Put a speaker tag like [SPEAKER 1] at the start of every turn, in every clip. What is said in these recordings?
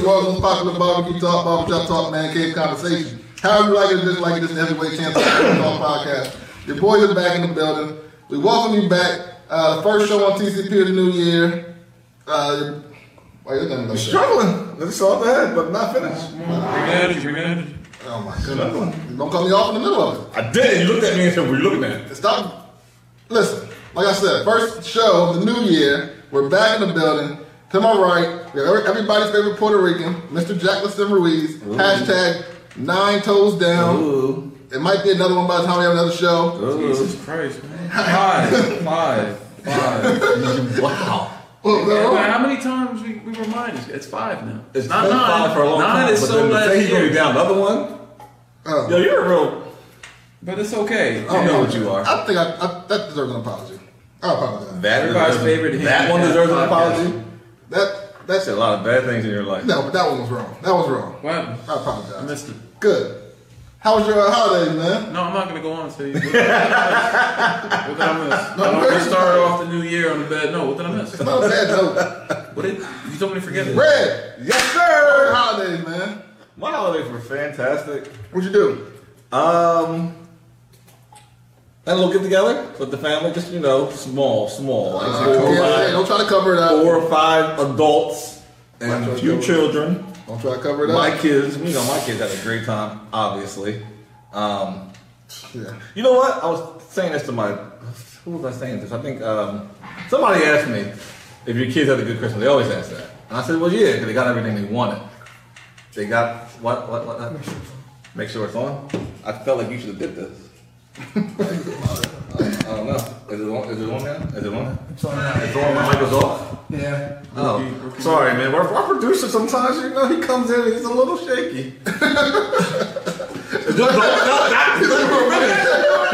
[SPEAKER 1] popular barbecue talk, barbershop talk, man cave conversation. However you like it, just like this heavyweight champion talk podcast. Your boys are back in the building. We welcome you back. Uh, first show on TCP of the new year. Uh, why you looking like that?
[SPEAKER 2] Struggling. It's all ahead, but not finished.
[SPEAKER 3] Manage, manage.
[SPEAKER 1] Oh my goodness! Don't cut me off in the middle of it.
[SPEAKER 2] I did. You looked at me and said, "What are you looking at?"
[SPEAKER 1] Stop. Listen, like I said, first show of the new year. We're back in the building. To my right, we have every- everybody's favorite Puerto Rican, Mr. Jacqueline Ruiz. Hashtag nine toes down. It might be another one by the time we have another show.
[SPEAKER 2] Uh-huh.
[SPEAKER 3] Jesus Christ, man. Five, five, five.
[SPEAKER 2] Wow.
[SPEAKER 1] Look,
[SPEAKER 3] Yeah,
[SPEAKER 1] they're
[SPEAKER 3] man,
[SPEAKER 1] all-
[SPEAKER 3] how many times we, we remind us? It's five now.
[SPEAKER 2] It's
[SPEAKER 3] not
[SPEAKER 2] been
[SPEAKER 3] nine.
[SPEAKER 2] five for a long
[SPEAKER 3] nine
[SPEAKER 2] time.
[SPEAKER 3] is
[SPEAKER 2] but
[SPEAKER 3] so
[SPEAKER 2] then to
[SPEAKER 3] last
[SPEAKER 2] say he's gonna
[SPEAKER 3] year.
[SPEAKER 2] be down another one.
[SPEAKER 1] Oh.
[SPEAKER 2] Yo, you're a real.
[SPEAKER 3] But it's okay.
[SPEAKER 2] You know what you are.
[SPEAKER 1] I think I, I, that deserves an apology. I apologize.
[SPEAKER 2] That
[SPEAKER 3] Everybody's
[SPEAKER 2] deserves-
[SPEAKER 3] favorite
[SPEAKER 2] That
[SPEAKER 3] hand-
[SPEAKER 2] one deserves an
[SPEAKER 3] podcast.
[SPEAKER 2] apology.
[SPEAKER 1] That
[SPEAKER 2] I
[SPEAKER 1] that's
[SPEAKER 2] said a lot of bad things in your life.
[SPEAKER 1] no, but that one was wrong. That was wrong.
[SPEAKER 3] What happened?
[SPEAKER 1] I
[SPEAKER 3] I
[SPEAKER 1] apologize.
[SPEAKER 3] missed it.
[SPEAKER 1] Good. How was your uh, holiday, man?
[SPEAKER 3] No, I'm not going to go on and tell you. What did I miss? What did I miss? I don't wanna start off the new year on a bad note. What did I miss?
[SPEAKER 1] It's not a bad joke.
[SPEAKER 3] What did you told me to forget it?
[SPEAKER 1] Red,
[SPEAKER 2] Yes,
[SPEAKER 1] how
[SPEAKER 2] sir.
[SPEAKER 1] was your holidays, man?
[SPEAKER 2] My holidays were fantastic.
[SPEAKER 1] What'd you do?
[SPEAKER 2] Um, had a little get together with the family. Just you know, small, small. Like,
[SPEAKER 1] Uh,
[SPEAKER 2] four,
[SPEAKER 1] yeah,
[SPEAKER 2] five-
[SPEAKER 1] yeah, don't try to cover it up.
[SPEAKER 2] four or five adults and a few children.
[SPEAKER 1] Don't try to cover it up.
[SPEAKER 2] My kids, you know, my kids had a great time, obviously. Um,
[SPEAKER 1] Yeah.
[SPEAKER 2] you know what? I was saying this to my. Who was I saying this? I think um, somebody asked me if your kids had a good Christmas. They always ask that, and I said, "Well, yeah, because they got everything they wanted. They got what? What? What? what? Make sure it's on." I felt like you should have did this. I don't know. Is it on? Is it on now? Is it on now? It's on now. It's on. My mic was off.
[SPEAKER 1] Yeah.
[SPEAKER 2] Oh, sorry, man. Our, our producer sometimes, you know, he comes in and he's a little shaky. he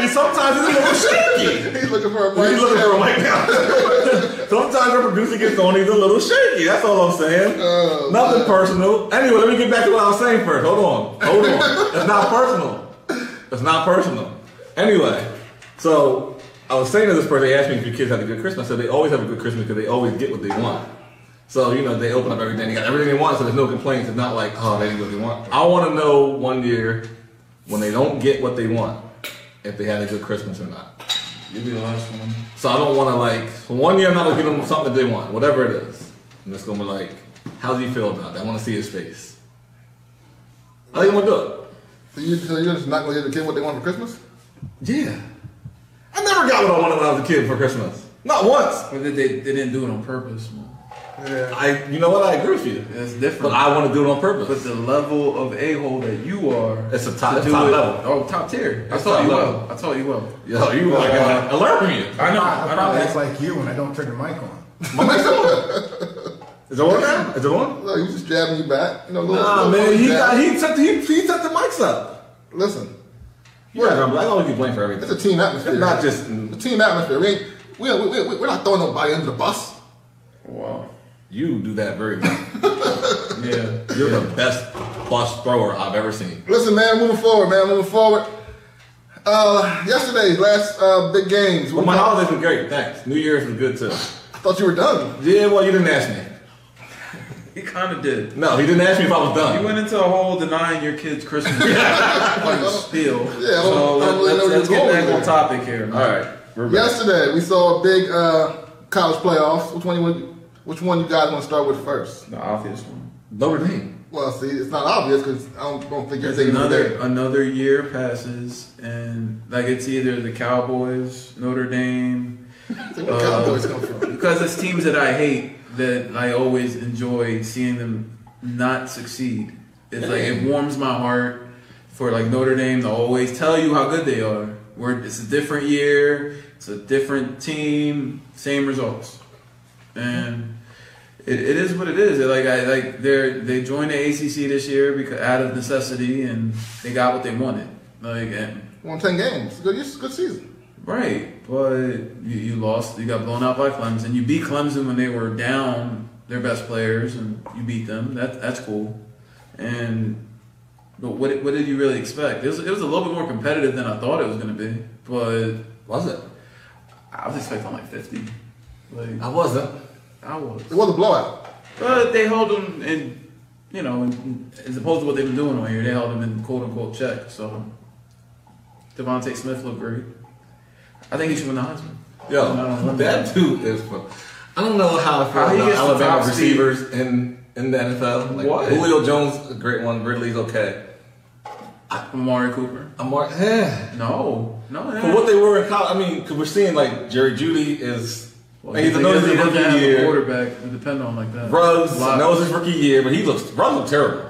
[SPEAKER 2] sometimes is a little shaky.
[SPEAKER 1] He's looking for a
[SPEAKER 2] He's
[SPEAKER 1] break.
[SPEAKER 2] looking for him right now. sometimes our producer gets on, he's a little shaky. That's all I'm saying.
[SPEAKER 1] Oh,
[SPEAKER 2] Nothing personal. Anyway, let me get back to what I was saying first. Hold on. Hold on. It's not personal. It's not personal. Anyway, so I was saying to this person, they asked me if your kids have a good Christmas. I said they always have a good Christmas because they always get what they want. So, you know, they open up everything. They got everything they want, so there's no complaints. It's not like, oh, they didn't get what they want. I want to know one year when they don't get what they want, if they had a good Christmas or not.
[SPEAKER 3] You'll be the last one.
[SPEAKER 2] So I don't want to like one year I'm not gonna give them something that they want, whatever it is. I'm just gonna be like, how does he feel about it? I want to see his face. I think I'm gonna do it.
[SPEAKER 1] So, you, so you're just not going to give the kid what they want for Christmas?
[SPEAKER 2] Yeah. I never got what I wanted when I was a kid for Christmas. Not once.
[SPEAKER 3] But they, they, they didn't do it on purpose. Man.
[SPEAKER 1] Yeah.
[SPEAKER 2] I, you know what? I agree with you.
[SPEAKER 3] That's different.
[SPEAKER 2] But I want to do it on purpose.
[SPEAKER 3] But the level of a hole that you are,
[SPEAKER 2] It's a top-
[SPEAKER 3] to do
[SPEAKER 2] top
[SPEAKER 3] it-
[SPEAKER 2] level.
[SPEAKER 3] Oh, top tier. I
[SPEAKER 2] It's
[SPEAKER 3] taught
[SPEAKER 2] top
[SPEAKER 3] you
[SPEAKER 2] level.
[SPEAKER 3] well. I taught you well.
[SPEAKER 2] Yo, you like uh, alert me.
[SPEAKER 3] I know.
[SPEAKER 4] I,
[SPEAKER 3] I,
[SPEAKER 4] I
[SPEAKER 3] know.
[SPEAKER 4] probably act like you when I don't turn the mic on.
[SPEAKER 2] My mic's on. Is it on now? Is it on?
[SPEAKER 1] No, he was just jabbing you back. You know, little,
[SPEAKER 2] Nah,
[SPEAKER 1] little,
[SPEAKER 2] man.
[SPEAKER 1] little
[SPEAKER 2] He
[SPEAKER 1] jab.
[SPEAKER 2] got he set the, he, he set the mics up.
[SPEAKER 1] Listen,
[SPEAKER 2] Yeah, I'm like, I always get blamed for
[SPEAKER 1] it's
[SPEAKER 2] everything.
[SPEAKER 1] a team atmosphere.
[SPEAKER 2] It's not just
[SPEAKER 1] It's a team atmosphere. We ain't, we, we, we, we're not throwing nobody under the bus.
[SPEAKER 3] Wow.
[SPEAKER 2] you do that very well.
[SPEAKER 3] Yeah.
[SPEAKER 2] You're the best bus thrower I've ever seen.
[SPEAKER 1] Listen, man, moving forward, man, moving forward. Uh, yesterday's last uh, big games.
[SPEAKER 2] Well, my holidays were great. Thanks. New Year's was good too.
[SPEAKER 1] I thought you were done.
[SPEAKER 2] Yeah, well, you didn't ask me.
[SPEAKER 3] He kind of did.
[SPEAKER 2] No, he didn't ask me if I was
[SPEAKER 3] You
[SPEAKER 2] done.
[SPEAKER 3] went into a whole denying your kids Christmas like spiel.
[SPEAKER 1] Yeah, I don't- I don't
[SPEAKER 3] so
[SPEAKER 1] really know
[SPEAKER 3] let's,
[SPEAKER 1] where
[SPEAKER 3] let's
[SPEAKER 1] you're
[SPEAKER 3] get
[SPEAKER 1] going
[SPEAKER 3] back
[SPEAKER 1] with
[SPEAKER 3] on
[SPEAKER 1] it.
[SPEAKER 3] topic here. Man.
[SPEAKER 2] All right, we're back.
[SPEAKER 1] Yesterday, we saw a big uh, college playoffs. Which one? You want, which one you guys want to start with first?
[SPEAKER 3] The obvious one.
[SPEAKER 2] Notre Dame.
[SPEAKER 1] Well, see, it's not obvious because I don't, don't think you're
[SPEAKER 3] There's
[SPEAKER 1] thinking of
[SPEAKER 3] another
[SPEAKER 1] there.
[SPEAKER 3] another year passes, and like it's either the Cowboys, Notre Dame,
[SPEAKER 1] Where the
[SPEAKER 3] uh,
[SPEAKER 1] Cowboys come from?
[SPEAKER 3] Um, because it's teams that I hate that I always enjoy seeing them not succeed. It's like it warms my heart for like Notre Dame to always tell you how good they are. Where it's a different year, it's a different team, same results, and it, it is what it is. They're like I like they're they joined the ACC this year because out of necessity, and they got what they wanted. Like and
[SPEAKER 1] Won ten games. Good, it's a good season.
[SPEAKER 3] Right, but you, you lost. You got blown out by Clemson. You beat Clemson when they were down their best players, and you beat them. That that's cool. And but what what did you really expect? It was, it was a little bit more competitive than I thought it was going to be. But
[SPEAKER 2] Was it?
[SPEAKER 3] I was expecting like fifty. Like
[SPEAKER 2] I wasn't.
[SPEAKER 3] I was.
[SPEAKER 1] It was a blowout.
[SPEAKER 3] But they held them in you know, and- as opposed to what they've been doing on here, they held him in quote unquote check. So Devontae Smith looked great. I think he should win the Heisman.
[SPEAKER 2] Yo,
[SPEAKER 3] No, no, no.
[SPEAKER 2] that dude is. fu- I don't know how I feel
[SPEAKER 3] How he
[SPEAKER 2] about
[SPEAKER 3] gets the
[SPEAKER 2] Alabama
[SPEAKER 3] top seed?
[SPEAKER 2] receivers in in the NFL. Like,
[SPEAKER 3] What?
[SPEAKER 2] Julio Jones, a great one. Ridley's okay.
[SPEAKER 3] Amari Cooper.
[SPEAKER 2] Amar, eh.
[SPEAKER 3] No, no.
[SPEAKER 2] For what they were in college, I mean, because we're seeing like Jerry Judy is. and he's a nose his
[SPEAKER 3] doesn't
[SPEAKER 2] rookie
[SPEAKER 3] have a
[SPEAKER 2] year.
[SPEAKER 3] quarterback to depend on like that.
[SPEAKER 2] Ruggs
[SPEAKER 3] Lot-
[SPEAKER 2] knows his rookie year, but he looks Ruggs look terrible.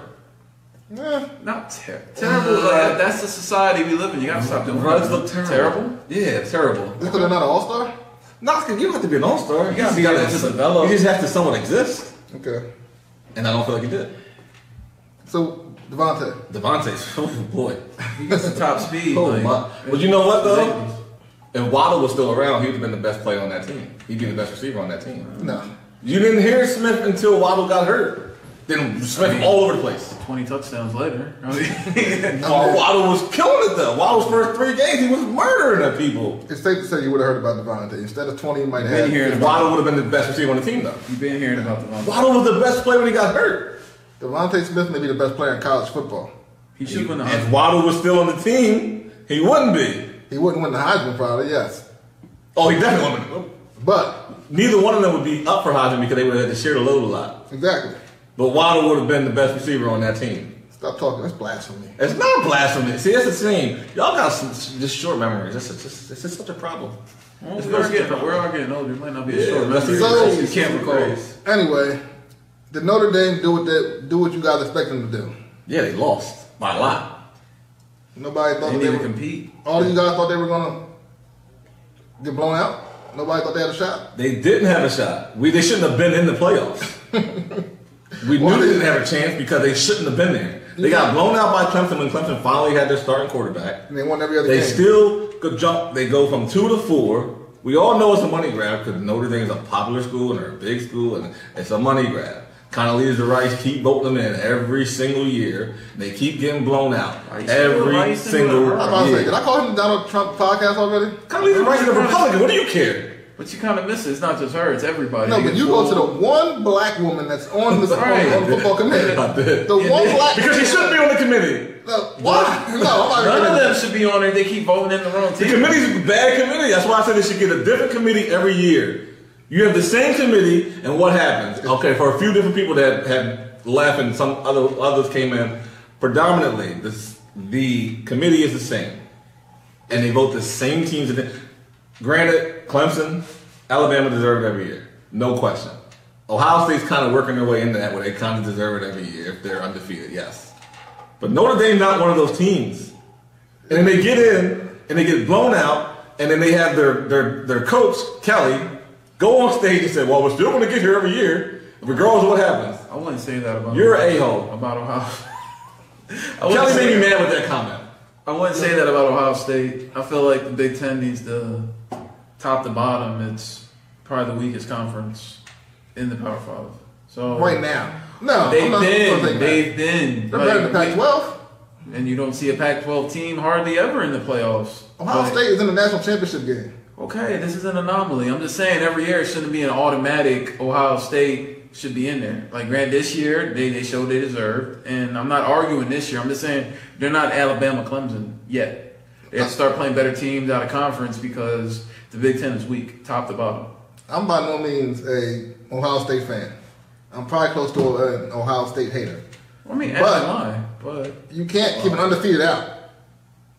[SPEAKER 1] Yeah.
[SPEAKER 3] Not ter- terrible. but that- that's the society we live in. You gotta stop doing
[SPEAKER 2] Ruggs
[SPEAKER 3] that.
[SPEAKER 2] look terrible.
[SPEAKER 3] Terrible.
[SPEAKER 2] Yeah, terrible.
[SPEAKER 1] Just because they're not an all star?
[SPEAKER 2] Not you don't have to be an all star. You gotta be
[SPEAKER 3] You gotta
[SPEAKER 2] able
[SPEAKER 3] just
[SPEAKER 2] to
[SPEAKER 3] develop.
[SPEAKER 2] You just have to someone exist,
[SPEAKER 1] Okay.
[SPEAKER 2] and I don't feel like he did.
[SPEAKER 1] So, Devontae.
[SPEAKER 2] Devontae's oh boy,
[SPEAKER 3] He gets the top speed.
[SPEAKER 2] oh
[SPEAKER 3] like,
[SPEAKER 2] my. But you know what though? If Waddle was still around, he would have been the best player on that team. He'd be the best receiver on that team.
[SPEAKER 1] No.
[SPEAKER 2] You didn't hear Smith until Waddle got hurt. Then Smith all over the place.
[SPEAKER 3] Twenty touchdowns later.
[SPEAKER 2] Oh, Waddle was killing it though. Waddle's first three games, he was murdering the people.
[SPEAKER 1] It's safe to say you would have heard about Devontae. Instead of 20, you might have.
[SPEAKER 3] Been here.
[SPEAKER 2] Waddle would have been the best receiver on the team though.
[SPEAKER 3] You've been hearing about the
[SPEAKER 2] Waddle was the best player when he got hurt.
[SPEAKER 1] Devontae Smith may be the best player in college football.
[SPEAKER 3] He should win the
[SPEAKER 2] If Waddle was still on the team, he wouldn't be.
[SPEAKER 1] He wouldn't win the Heisman, probably, yes.
[SPEAKER 2] Oh, he definitely wouldn't. be.
[SPEAKER 1] But,
[SPEAKER 2] Neither one of them would be up for Hodgman because they would have had to share the load a lot.
[SPEAKER 1] exactly.
[SPEAKER 2] But Waddle would have been the best receiver on that team.
[SPEAKER 1] Stop talking. That's blasphemy.
[SPEAKER 2] It's not blasphemy. See, that's the thing. Y'all got some, just short memories. That's it's just, it's just such a problem.
[SPEAKER 3] Well,
[SPEAKER 2] It's
[SPEAKER 3] we, are
[SPEAKER 2] such a
[SPEAKER 3] getting, we
[SPEAKER 2] problem.
[SPEAKER 3] are getting older. It might not be a
[SPEAKER 2] Yeah,
[SPEAKER 3] short
[SPEAKER 2] that's
[SPEAKER 3] memory.
[SPEAKER 1] the thing.
[SPEAKER 3] you can't recall.
[SPEAKER 1] Anyway, did Notre Dame do what, they, do what you guys expect them to do?
[SPEAKER 2] Yeah, they lost by a lot.
[SPEAKER 1] Nobody thought that
[SPEAKER 3] They
[SPEAKER 1] they
[SPEAKER 3] need to
[SPEAKER 1] were,
[SPEAKER 3] compete.
[SPEAKER 1] all you guys thought they were going to get blown out? Nobody thought they had a shot?
[SPEAKER 2] They didn't have a shot. We they shouldn't have been in the playoffs. we knew they didn't have a chance because they shouldn't have been there. They got blown out by Clemson when Clemson finally had their starting quarterback.
[SPEAKER 1] And they won every other
[SPEAKER 2] They
[SPEAKER 1] game.
[SPEAKER 2] still could jump. They go from two to four. We all know it's a money grab because Notre Dame's a popular school and they're a big school, and it's a money grab. Condoleezza Rice keep voting them in every single year. They keep getting blown out
[SPEAKER 3] Rice.
[SPEAKER 2] every
[SPEAKER 3] Rice and
[SPEAKER 2] single
[SPEAKER 3] Rice.
[SPEAKER 1] I was about to say, did
[SPEAKER 2] year.
[SPEAKER 1] I call him the Donald Trump podcast already?
[SPEAKER 2] Condoleezza Rice is a Republican. What do you care?
[SPEAKER 3] But you kind of miss it. It's not just her. It's everybody.
[SPEAKER 1] No,
[SPEAKER 3] They
[SPEAKER 1] but
[SPEAKER 3] get
[SPEAKER 1] you go to
[SPEAKER 3] fooled.
[SPEAKER 1] the one black woman that's on this
[SPEAKER 3] Right.
[SPEAKER 1] on the football committee.
[SPEAKER 2] I did.
[SPEAKER 1] The one
[SPEAKER 3] did.
[SPEAKER 1] black
[SPEAKER 2] uh, Because she shouldn't be on the committee.
[SPEAKER 1] No, what? No, I'm not
[SPEAKER 3] None
[SPEAKER 1] kidding.
[SPEAKER 3] of them should be on there. They keep voting in the wrong
[SPEAKER 2] The
[SPEAKER 3] team.
[SPEAKER 2] committee's a bad committee. That's why I said they should get a different committee every year. You have the same committee, and what happens? Okay, for a few different people that have left and some other others came in, predominantly this, the committee is the same, and they vote the same teams. in it. Granted, Clemson, Alabama deserve it every year, no question. Ohio State's kind of working their way into that, where they kind of deserve it every year if they're undefeated. Yes, but Notre Dame's not one of those teams. And then they get in and they get blown out, and then they have their their their coach Kelly go on stage and say, "Well, we're still going to get here every year, regardless of what happens."
[SPEAKER 3] I wouldn't say that about
[SPEAKER 2] You're an a-hole.
[SPEAKER 3] About Ohio. I wouldn't
[SPEAKER 2] Kelly
[SPEAKER 3] say-
[SPEAKER 2] made me mad with that comment.
[SPEAKER 3] I wouldn't say that about Ohio State. I feel like the Big Ten needs to top to bottom. It's probably the weakest conference in the Power Five. So
[SPEAKER 1] right now. No, I'm
[SPEAKER 3] they've
[SPEAKER 1] not supposed to
[SPEAKER 3] been,
[SPEAKER 1] think
[SPEAKER 3] they've been,
[SPEAKER 1] that. They're better than
[SPEAKER 3] Like,
[SPEAKER 1] Pac-12.
[SPEAKER 3] and you don't see a Pac-12 team hardly ever in the playoffs.
[SPEAKER 1] Ohio
[SPEAKER 3] Like,
[SPEAKER 1] State is in the national championship game.
[SPEAKER 3] Okay, this is an anomaly. I'm just saying every year it shouldn't be an automatic Ohio State should be in there. Like grant this year they, they showed they deserved. And I'm not arguing this year. I'm just saying they're not Alabama Clemson yet. They have to start playing better teams out of conference because the Big Ten is weak, top to bottom.
[SPEAKER 1] I'm by no means a Ohio State fan. I'm probably close to a- an Ohio State hater.
[SPEAKER 3] I mean,
[SPEAKER 1] But-
[SPEAKER 3] as am I, but
[SPEAKER 1] You can't keep an undefeated out,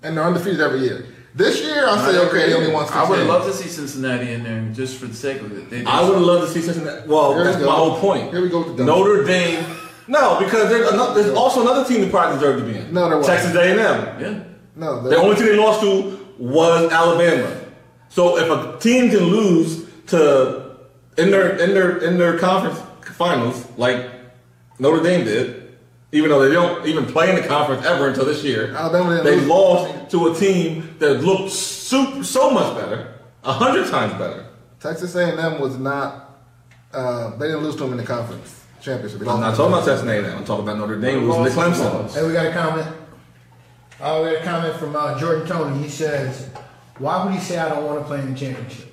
[SPEAKER 1] and they're undefeated every year. This year, I say okay, they only won six.
[SPEAKER 3] I would
[SPEAKER 1] games.
[SPEAKER 3] love to see Cincinnati in there just for the sake of it. They,
[SPEAKER 2] I would love to see Cincinnati. Well,
[SPEAKER 1] Here we
[SPEAKER 2] that's
[SPEAKER 1] go.
[SPEAKER 2] my whole point.
[SPEAKER 1] Here we go with the dumb
[SPEAKER 2] Notre Dame. No, because there's, another, there's also another team that probably deserved to be in.
[SPEAKER 1] No, there wasn't.
[SPEAKER 2] Texas A&M.
[SPEAKER 3] yeah.
[SPEAKER 1] No,
[SPEAKER 2] The
[SPEAKER 1] they're,
[SPEAKER 2] only team they lost to was Alabama. So if a team can lose to in their in their in their conference finals, like Notre Dame did, even though they don't even play in the conference ever until this year,
[SPEAKER 1] Alabama didn't
[SPEAKER 2] they
[SPEAKER 1] lose.
[SPEAKER 2] lost to a team that looked super, so much better, a hundred times better.
[SPEAKER 1] Texas A&M was not. Uh, they didn't lose to them in the conference championship. They
[SPEAKER 2] I'm not
[SPEAKER 1] lost
[SPEAKER 2] talking about Texas A&M. I'm talking about Notre Dame losing to Clemson.
[SPEAKER 4] Hey, we got a comment. Oh, we got a comment from uh, Jordan Tony. He says, "Why would he say I don't want to play in the championship?"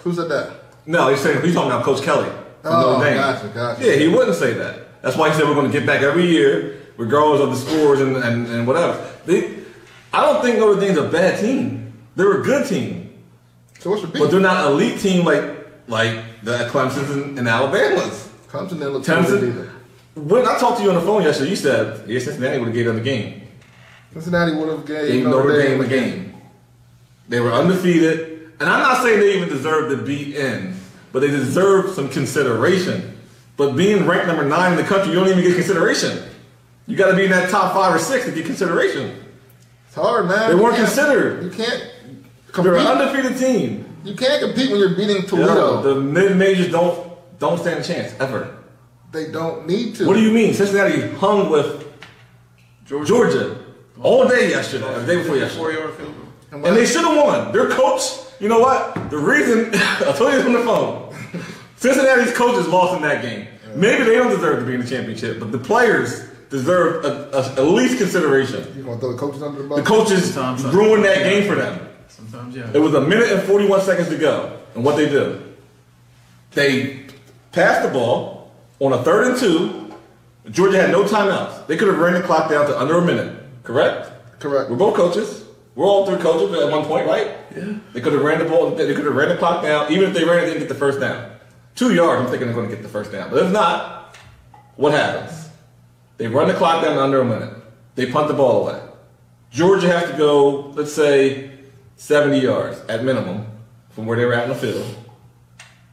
[SPEAKER 1] Who said that?
[SPEAKER 2] No, he's saying he's talking about Coach Kelly. from
[SPEAKER 1] Oh,
[SPEAKER 2] Notre Dame.
[SPEAKER 1] gotcha, gotcha.
[SPEAKER 2] Yeah, he wouldn't say that. That's why he said we're going to get back every year, regardless of the scores and, and, and whatever. They, I don't think Notre Dame's a bad team. They're a good team.
[SPEAKER 1] So what's your beef?
[SPEAKER 2] But they're not an elite team like like the Clemson's and, and Alabama's.
[SPEAKER 1] Clemson didn't look
[SPEAKER 2] Clemson-
[SPEAKER 1] Clemson. good either.
[SPEAKER 2] When I talked to you on the phone yesterday, you said, yeah, Cincinnati would have gave them the game.
[SPEAKER 1] Cincinnati would have gave
[SPEAKER 2] They Notre Dame the game. They were undefeated. And I'm not saying they even deserved to beat in, but they deserve some consideration. But being ranked number nine in the country, you don't even get consideration. You got to be in that top five or six to get consideration.
[SPEAKER 1] It's hard, man.
[SPEAKER 2] They
[SPEAKER 1] You
[SPEAKER 2] weren't
[SPEAKER 1] can't-
[SPEAKER 2] considered.
[SPEAKER 1] You can't
[SPEAKER 2] They're an
[SPEAKER 1] compete.
[SPEAKER 2] undefeated team.
[SPEAKER 1] you can't compete when you're beating
[SPEAKER 2] Yeah,
[SPEAKER 1] Toledo.
[SPEAKER 2] the mid majors don't don't stand a chance ever.
[SPEAKER 1] they don't need to.
[SPEAKER 2] What do you mean? Cincinnati hung with Georgia all day yesterday, or the day before yesterday.
[SPEAKER 3] Four-yard field goal.
[SPEAKER 1] And
[SPEAKER 2] And they
[SPEAKER 1] what-
[SPEAKER 2] should have won. Their coach, you know what? The reason, I told you this on the phone. Cincinnati's coaches lost in that game. Maybe they don't deserve to be in the championship, but the players deserve a, a, at least consideration.
[SPEAKER 1] you gonna throw the coaches under the bus?
[SPEAKER 2] The coaches
[SPEAKER 3] Sometimes.
[SPEAKER 2] ruined that game for them.
[SPEAKER 3] Sometimes, yeah.
[SPEAKER 2] It was a minute and 41 seconds to go. And what they do? They passed the ball on a third and two. Georgia had no timeouts. They could have ran the clock down to under a minute, correct?
[SPEAKER 1] Correct.
[SPEAKER 2] We're both coaches. We're all three coaches at one point, right?
[SPEAKER 3] Yeah.
[SPEAKER 2] They could have ran the ball. They could have ran the clock down. Even if they ran, it, they didn't get the first down. Two yards. I'm thinking they're going to get the first down. But if not, what happens? They run the clock down to under a minute. They punt the ball away. Georgia has to go, let's say, 70 yards at minimum from where they were at in the field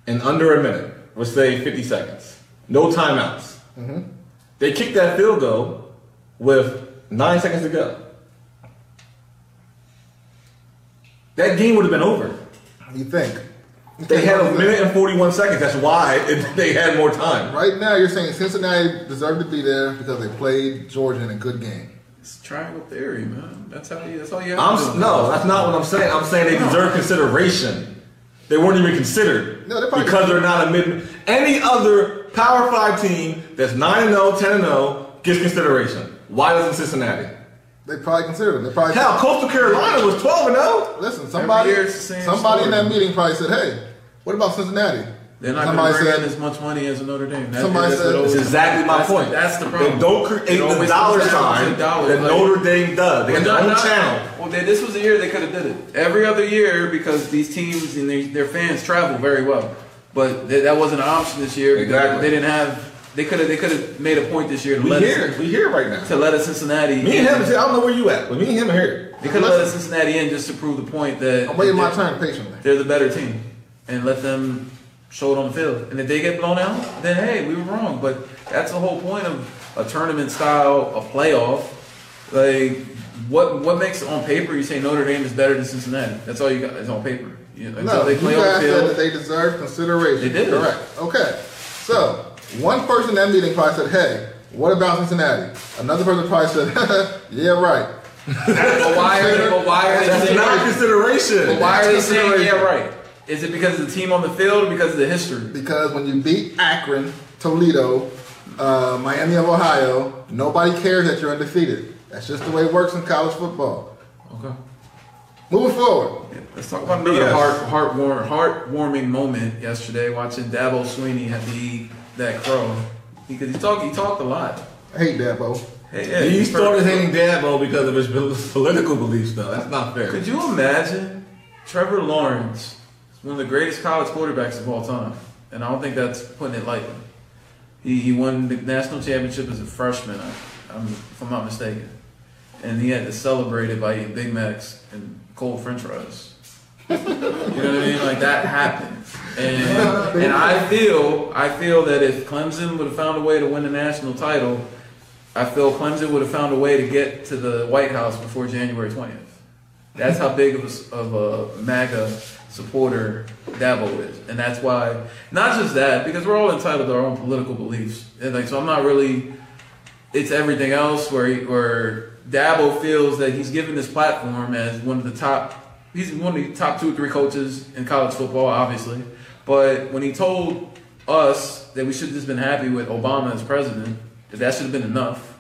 [SPEAKER 2] in under a minute. Let's say 50 seconds. No timeouts. They kick that field goal with nine seconds to go. That game would have been over.
[SPEAKER 1] You think? You
[SPEAKER 2] They
[SPEAKER 1] think
[SPEAKER 2] had a
[SPEAKER 1] Notre Dame-
[SPEAKER 2] minute and 41 seconds. That's why it, they had more time.
[SPEAKER 1] Right now, you're saying Cincinnati deserved to be there because they played Georgia in a good game.
[SPEAKER 3] It's triangle theory, man. That's how you. That's all you have.
[SPEAKER 2] I'm
[SPEAKER 3] to
[SPEAKER 2] s-
[SPEAKER 3] do.
[SPEAKER 2] no, that's not what I'm saying. I'm saying they deserve consideration. They weren't even considered
[SPEAKER 1] No, they're probably-
[SPEAKER 2] because they're not a mid. Any other Power Five team that's nine and 0, 10 and 0 gets consideration. Why doesn't Cincinnati?
[SPEAKER 1] They probably considered them. They probably
[SPEAKER 2] Hell, Coastal Carolina was 12 and oh. 0.
[SPEAKER 1] listen. Somebody,
[SPEAKER 3] year it's the same
[SPEAKER 1] somebody in
[SPEAKER 3] story.
[SPEAKER 1] that meeting probably said, "Hey, what about Cincinnati?"
[SPEAKER 3] They're not going
[SPEAKER 1] somebody
[SPEAKER 3] to bring in
[SPEAKER 1] said,
[SPEAKER 3] as much money as Notre Dame. That,
[SPEAKER 1] Somebody
[SPEAKER 3] that's
[SPEAKER 1] said-
[SPEAKER 3] what
[SPEAKER 2] That's
[SPEAKER 3] always-
[SPEAKER 2] exactly my
[SPEAKER 3] that's
[SPEAKER 2] point.
[SPEAKER 3] that's the problem.
[SPEAKER 2] They don't create
[SPEAKER 3] It
[SPEAKER 2] the
[SPEAKER 3] always
[SPEAKER 2] dollar
[SPEAKER 3] comes down to
[SPEAKER 2] sign
[SPEAKER 3] dollars,
[SPEAKER 2] that
[SPEAKER 3] like-
[SPEAKER 2] Notre Dame does. They got their
[SPEAKER 3] Well,
[SPEAKER 2] own
[SPEAKER 3] not-
[SPEAKER 2] channel.
[SPEAKER 3] Well, then this was the year they could have did it. Every other year, because these teams and their, their fans travel very well, but th- that wasn't an option this year because
[SPEAKER 2] Exactly.
[SPEAKER 3] they didn't have. They could have. They could have made a point this year to
[SPEAKER 2] We
[SPEAKER 3] let
[SPEAKER 2] here.
[SPEAKER 3] us,
[SPEAKER 2] We here right now.
[SPEAKER 3] to let us Cincinnati.
[SPEAKER 2] Me and
[SPEAKER 3] in.
[SPEAKER 2] him, I don't know where you at, but me and him are here.
[SPEAKER 3] They could have let us Cincinnati in just to prove the point that
[SPEAKER 1] "I'm waiting my
[SPEAKER 3] that
[SPEAKER 1] turn patiently."
[SPEAKER 3] They're the better team, and let them show it on the field. And if they get blown out, then hey, we were wrong. But that's the whole point of a tournament style, a playoff. Like what what makes on paper you say Notre Dame is better than Cincinnati? That's all you got is on paper. You know, until
[SPEAKER 1] No,
[SPEAKER 3] they
[SPEAKER 1] you
[SPEAKER 3] play on the
[SPEAKER 1] guys said that
[SPEAKER 3] field.
[SPEAKER 1] they deserve consideration.
[SPEAKER 3] They did.
[SPEAKER 1] Correct. Okay. So one person in that meeting probably said, "Hey, what about Cincinnati?" Another person probably said, "Yeah, right."
[SPEAKER 3] But why are but why are they
[SPEAKER 2] That's
[SPEAKER 3] saying
[SPEAKER 2] not consideration.
[SPEAKER 3] but why are they
[SPEAKER 2] That's
[SPEAKER 3] saying yeah
[SPEAKER 2] consideration.
[SPEAKER 3] right? Is it because of the team on the field or because of the history?
[SPEAKER 1] Because when you beat Akron, Toledo, uh, Miami of Ohio, nobody cares that you're undefeated. That's just the way it works in college football.
[SPEAKER 3] Okay.
[SPEAKER 1] Moving forward,
[SPEAKER 3] Let's talk about another
[SPEAKER 2] Yes.
[SPEAKER 3] heart heart warm heartwarming moment yesterday watching Dabo Sweeney have to eat that crow because he talked he talked a lot.
[SPEAKER 1] I hate Dabo.
[SPEAKER 3] Hey, yeah,
[SPEAKER 2] He
[SPEAKER 3] he's
[SPEAKER 2] started
[SPEAKER 3] per-
[SPEAKER 2] hating Dabo because of his political beliefs, though. That's not fair.
[SPEAKER 3] Could you imagine Trevor Lawrence, is one of the greatest college quarterbacks of all time, and I don't think that's putting it lightly. He, he won the national championship as a freshman, I, I'm, if I'm not mistaken, and he had to celebrate it by eating Big Macs and cold French fries. You know what I mean? Like that happened. And and I feel I feel that if Clemson would have found a way to win the national title, I feel Clemson would have found a way to get to the White House before January twentieth. That's how big of a, s- of a MAGA supporter Dabo is, and that's why. Not just that, because we're all entitled to our own political beliefs, and like so, I'm not really. It's everything else where he, where Dabo feels that he's given this platform as one of the top. He's one of the top two or three coaches in college football, obviously. But when he told us that we should have just been happy with Obama as president, that that should have been enough.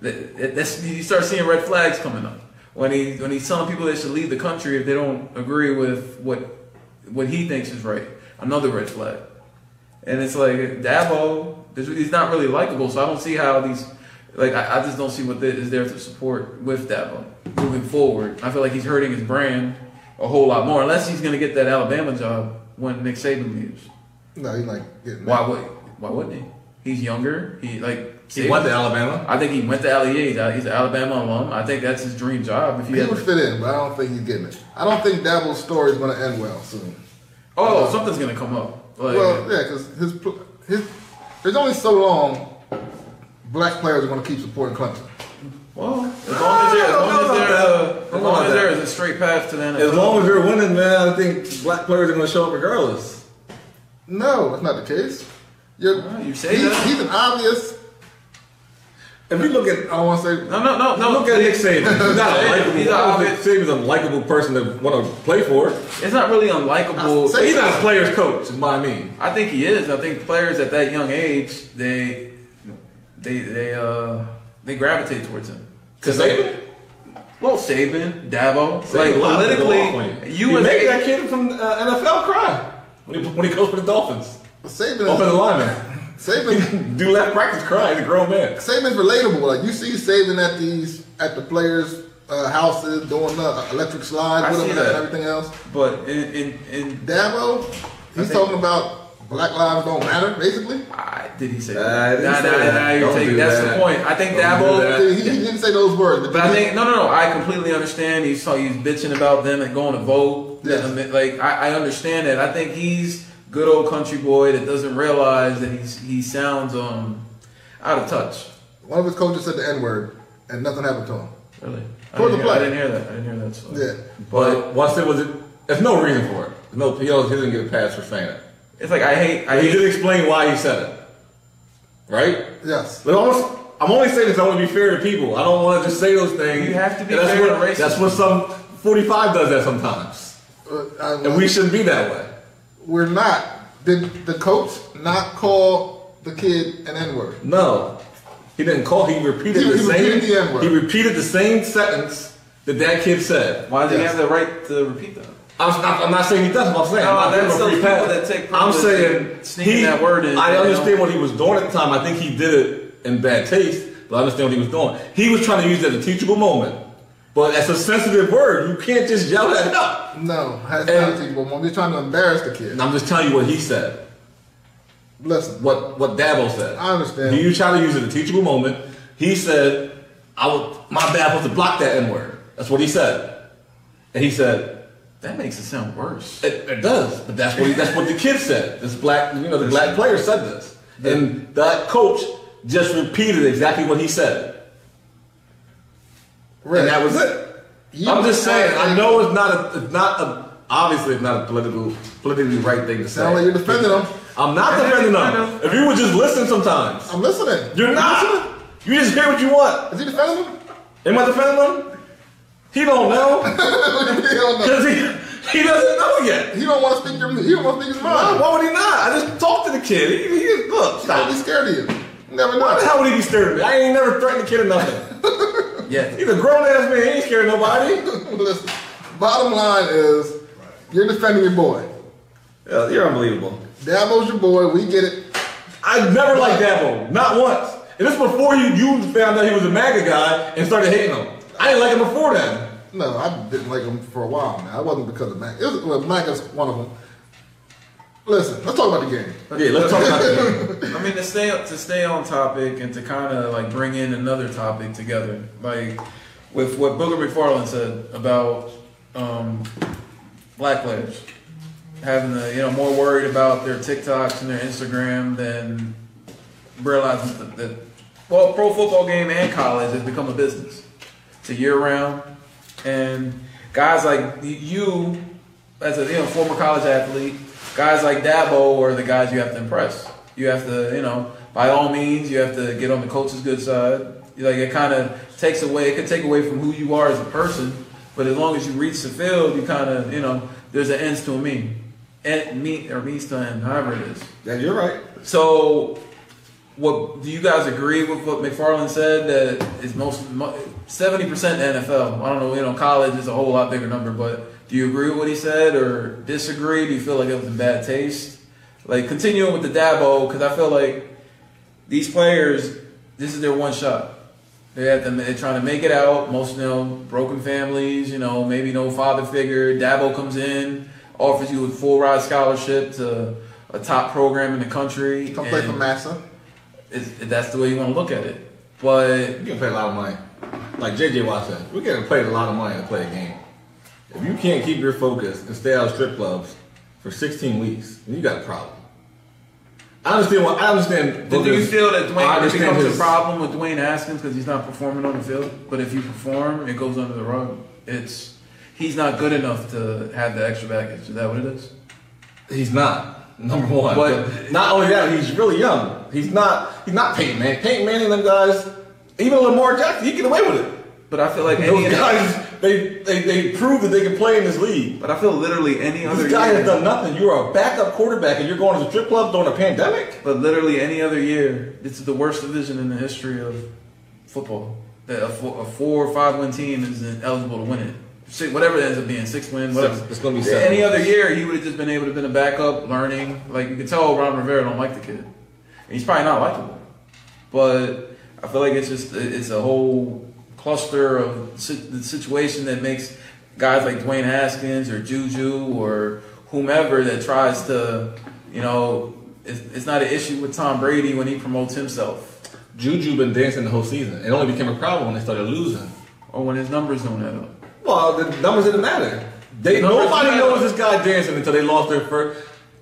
[SPEAKER 3] That, that- that's, you start seeing red flags coming up when he when he's telling people they should leave the country if they don't agree with what what he thinks is right. Another red flag. And it's like Dabo, there's- he's not really likable, so I don't see how these, like, I, I just don't see what the- is there to support with Dabo moving forward. I feel like he's hurting his brand a whole lot more, unless he's going to get that Alabama job when Nick Saban leaves.
[SPEAKER 1] No, he's like getting
[SPEAKER 3] Why would Why wouldn't he? He's younger. He like
[SPEAKER 2] He went to Alabama.
[SPEAKER 3] I think he went to Alabama. He's, a- he's an Alabama alum. I think that's his dream job. If he,
[SPEAKER 1] He would
[SPEAKER 3] ever,
[SPEAKER 1] fit in, but I don't think he's getting it. I don't think Dabo's story is going to end well soon.
[SPEAKER 3] oh, something's gonna come up. Like,
[SPEAKER 1] Well, yeah, because his, pl- his there's only so long black players are going to keep supporting Clemson.
[SPEAKER 3] Well, as long as there, as
[SPEAKER 2] I don't
[SPEAKER 3] long
[SPEAKER 2] know
[SPEAKER 3] as there,
[SPEAKER 2] about that. I
[SPEAKER 3] uh,
[SPEAKER 2] don't
[SPEAKER 3] as
[SPEAKER 2] know
[SPEAKER 3] long
[SPEAKER 2] about
[SPEAKER 3] as there
[SPEAKER 2] that.
[SPEAKER 3] is a straight path to the NFL.
[SPEAKER 2] As long as you're winning, man, I think black players are going to show up regardless.
[SPEAKER 1] No, that's not the case. You're,
[SPEAKER 3] Well, you say
[SPEAKER 1] he's,
[SPEAKER 3] that.
[SPEAKER 1] he's an obvious.
[SPEAKER 2] If you look at
[SPEAKER 1] I don't want to say.
[SPEAKER 3] no, no, no, no.
[SPEAKER 2] look at Nick Saban, he's not a
[SPEAKER 3] Yeah,
[SPEAKER 2] likable.
[SPEAKER 3] he's
[SPEAKER 2] I don't
[SPEAKER 3] obvious.
[SPEAKER 2] think Saban's a likable person to want to play for.
[SPEAKER 3] It's not really unlikable.
[SPEAKER 1] I say-
[SPEAKER 2] He's not a player's coach, is what I mean.
[SPEAKER 3] I think he is. I think players at that young age, they, they, they, uh, they gravitate towards him.
[SPEAKER 2] Because Saban,
[SPEAKER 3] Well, Saban, Dabo,
[SPEAKER 2] Saban lied to
[SPEAKER 3] like
[SPEAKER 2] the law on
[SPEAKER 3] politically,
[SPEAKER 2] you,
[SPEAKER 3] you,
[SPEAKER 2] He
[SPEAKER 3] as
[SPEAKER 2] make
[SPEAKER 3] a-
[SPEAKER 2] that kid from uh, NFL cry when he when he goes for the Dolphins. Open
[SPEAKER 1] Saban,
[SPEAKER 2] the lineman,
[SPEAKER 1] is, Saban,
[SPEAKER 2] do left practice cry. He's a grown man.
[SPEAKER 1] Saban's relatable. Like you see Saban at these at the players' uh, houses doing the electric
[SPEAKER 3] I
[SPEAKER 1] slides with
[SPEAKER 3] see
[SPEAKER 1] him and
[SPEAKER 3] that.
[SPEAKER 1] everything else.
[SPEAKER 3] But in, in, in
[SPEAKER 1] Dabo, he's
[SPEAKER 3] think-
[SPEAKER 1] talking about black lives don't matter, basically.
[SPEAKER 3] I, did he say
[SPEAKER 2] I
[SPEAKER 3] that?
[SPEAKER 2] didn't
[SPEAKER 3] Nah,
[SPEAKER 2] say
[SPEAKER 3] nah,
[SPEAKER 2] that.
[SPEAKER 3] nah, you're
[SPEAKER 2] Don't
[SPEAKER 3] taking,
[SPEAKER 2] do
[SPEAKER 3] that's
[SPEAKER 2] that.
[SPEAKER 3] the point. I think
[SPEAKER 2] Don't do
[SPEAKER 3] Dabo.
[SPEAKER 2] that.
[SPEAKER 1] He, he didn't say those words, but,
[SPEAKER 3] But I
[SPEAKER 1] he-
[SPEAKER 3] think no, no, no. I completely understand. He's so he's bitching about them and going to vote.
[SPEAKER 1] Yes.
[SPEAKER 3] I mean, Like I, I understand that. I think he's good old country boy that doesn't realize that he's he sounds um out of touch.
[SPEAKER 1] one of his coaches said the N word and nothing happened to him.
[SPEAKER 3] Really, I
[SPEAKER 1] Toward
[SPEAKER 3] didn't,
[SPEAKER 1] the
[SPEAKER 3] hear, I
[SPEAKER 1] play.
[SPEAKER 3] didn't hear that. I didn't hear that. So.
[SPEAKER 1] Yeah.
[SPEAKER 2] But once it was, there's no reason for it. No, he doesn't he doesn't get a pass for saying it.
[SPEAKER 3] it's like I hate. I
[SPEAKER 2] He
[SPEAKER 3] hate.
[SPEAKER 2] did explain why he said it, right?
[SPEAKER 1] Yes.
[SPEAKER 2] But almost, I'm only saying this. I want to be fair to people. I don't want to just say those things.
[SPEAKER 3] You have to be
[SPEAKER 2] And that's
[SPEAKER 3] fair
[SPEAKER 2] what,
[SPEAKER 3] to racism.
[SPEAKER 2] That's what some 45 does that sometimes,
[SPEAKER 1] Uh, I-
[SPEAKER 2] and we shouldn't be that way.
[SPEAKER 1] We're not. Did the coach not call the kid an N word?
[SPEAKER 2] No, he didn't call. He repeated
[SPEAKER 1] He-
[SPEAKER 2] the
[SPEAKER 1] he
[SPEAKER 2] same.
[SPEAKER 1] repeated the N-word.
[SPEAKER 2] he repeated the same sentence that that kid said.
[SPEAKER 3] Why does he
[SPEAKER 1] Yes.
[SPEAKER 3] have the right to repeat that?
[SPEAKER 2] I'm not, I'm not saying he doesn't. I'm saying
[SPEAKER 3] No,
[SPEAKER 2] I'm not giving him
[SPEAKER 3] that's
[SPEAKER 2] a
[SPEAKER 3] those
[SPEAKER 2] free
[SPEAKER 3] people
[SPEAKER 2] pass.
[SPEAKER 3] that take
[SPEAKER 2] I'm
[SPEAKER 3] privilege
[SPEAKER 2] saying
[SPEAKER 3] and sneaking
[SPEAKER 2] he-
[SPEAKER 3] that word in.
[SPEAKER 2] I
[SPEAKER 3] They
[SPEAKER 2] understand
[SPEAKER 3] don't-
[SPEAKER 2] what he was doing at the time. I think he did it in bad taste, but I understand what he was doing. He was trying to use it as a teachable moment, but that's a sensitive word. You can't just yell that out.
[SPEAKER 1] No, that's
[SPEAKER 2] And-
[SPEAKER 1] not teachable. Mom, They're trying to embarrass the kid.
[SPEAKER 2] And I'm just telling you what he said.
[SPEAKER 1] Listen,
[SPEAKER 2] What what Dabo said.
[SPEAKER 1] I understand.
[SPEAKER 2] Do you try to use it as a teachable moment? He said, "I would, my dad was to block that N word." That's what he said, and he said,
[SPEAKER 3] That makes it sound worse.
[SPEAKER 2] It, it does, but that's what that's what the kid said. This black, you know, the black player said this, and that coach just repeated exactly what he said,
[SPEAKER 1] Rick,
[SPEAKER 2] and that was it.
[SPEAKER 1] you-
[SPEAKER 2] I'm just saying. I know it's not a, it's not a, obviously it's not a political, politically right thing to say.
[SPEAKER 1] Sound like you're defending him.
[SPEAKER 2] I'm not defending them. If you would just listen sometimes,
[SPEAKER 1] I'm listening.
[SPEAKER 2] you're not. You just hear what you want.
[SPEAKER 1] Is he defending him?
[SPEAKER 2] Am I defending them? He don't know
[SPEAKER 1] Hell no.
[SPEAKER 2] because he he doesn't know yet.
[SPEAKER 1] He don't want to speak your. He don't want to speak his
[SPEAKER 2] Why,
[SPEAKER 1] mind.
[SPEAKER 2] why would he not? I just talked to the kid. He, he just look.
[SPEAKER 1] He don't
[SPEAKER 2] Stop.
[SPEAKER 1] be scared of you. You never
[SPEAKER 2] Why the
[SPEAKER 1] know.
[SPEAKER 2] hell would he be scared of me? I ain't never threatened a kid or nothing.
[SPEAKER 3] Yeah.
[SPEAKER 2] He's a grown ass man. He ain't scared of nobody.
[SPEAKER 1] Listen. Bottom line is, you're defending your boy.
[SPEAKER 2] Yeah, you're unbelievable.
[SPEAKER 1] Dabo's your boy. We get it.
[SPEAKER 2] I never liked Dabo. Not once. And this before you, you found out he was a MAGA guy and started hating him. I didn't like him before then.
[SPEAKER 1] No, I didn't like him for a while now. I wasn't because of Mac. It was, well, Mac is one of them. Listen, let's talk about the game.
[SPEAKER 2] Okay, let's talk about that.
[SPEAKER 3] I mean, to stay to stay on topic and to kind of like bring in another topic together, like with what Booger McFarland said about um, black players having the you know more worried about their TikToks and their Instagram than realizing that, that well, pro football game and college has become a business. It's a year round, and guys like you, as a you know former college athlete, guys like Dabo are the guys you have to impress. You have to you know by all means you have to get on the coach's good side. Like it kind of takes away, it could take away from who you are as a person. But as long as you reach the field, you kind of you know there's an ends to a mean, and mean or means to an end, however it is.
[SPEAKER 2] Yeah, you're right.
[SPEAKER 3] So, what do you guys agree with what McFarland said? That is most seventy percent NFL. I don't know. You know, college is a whole lot bigger number, but do you agree with what he said or disagree? Do you feel like it was in bad taste? Like continuing with the Dabo because I feel like these players, this is their one shot. They have to, they're trying to make it out. Most of them broken families, you know, maybe no father figure. Dabo comes in, offers you a full ride scholarship to a top program in the country.
[SPEAKER 1] Come play for
[SPEAKER 3] and
[SPEAKER 1] Massa.
[SPEAKER 3] it's- That's the way you want to look at it. But
[SPEAKER 2] You can pay a lot of money. Like JJ Watt said, we're getting paid a lot of money to play a game. If you can't keep your focus and stay out of strip clubs for 16 weeks, then you got a problem. I understand what I understand.
[SPEAKER 3] Do you feel that
[SPEAKER 2] I
[SPEAKER 3] Dwayne it
[SPEAKER 2] understand
[SPEAKER 3] becomes
[SPEAKER 2] his-
[SPEAKER 3] a problem with Dwayne Haskins because he's not performing on the field? But if you perform, it goes under the rug. It's he's not good enough to have the extra baggage. Is that what it is?
[SPEAKER 2] He's not number one.
[SPEAKER 3] But-
[SPEAKER 2] But not only that, he's really young. He's not. He's not Peyton Manning. Peyton Manning, them guys, even Lamar Jackson, he get away with it.
[SPEAKER 3] But I feel like any
[SPEAKER 2] Those guys, they they they prove that they can play in this league.
[SPEAKER 3] But I feel literally any other
[SPEAKER 2] This guy
[SPEAKER 3] year.
[SPEAKER 2] has done nothing. You are a backup quarterback, and you're going to the strip club during a pandemic.
[SPEAKER 3] but literally any other year, it's the worst division in the history of football. That a four, a four or five win team is eligible to win it. Six, whatever it ends up being, six wins, whatever.
[SPEAKER 2] Six. It's gonna be seven
[SPEAKER 3] Any
[SPEAKER 2] wins.
[SPEAKER 3] other year, he would have just been able to been a backup, learning. Like you can tell, Ron Rivera don't like the kid, and he's probably not likable. But I feel like it's just it's a whole cluster of si- the situation that makes guys like Dwayne Haskins or Juju or whomever that tries to, you know, it's, it's not an issue with Tom Brady when he promotes himself
[SPEAKER 2] Juju been dancing the whole season. It only became a problem when they started losing.
[SPEAKER 3] or when his numbers don't add up.
[SPEAKER 2] Well, the numbers didn't matter. They,
[SPEAKER 3] The numbers
[SPEAKER 2] nobody
[SPEAKER 3] matter.
[SPEAKER 2] knows this guy dancing until they lost their first,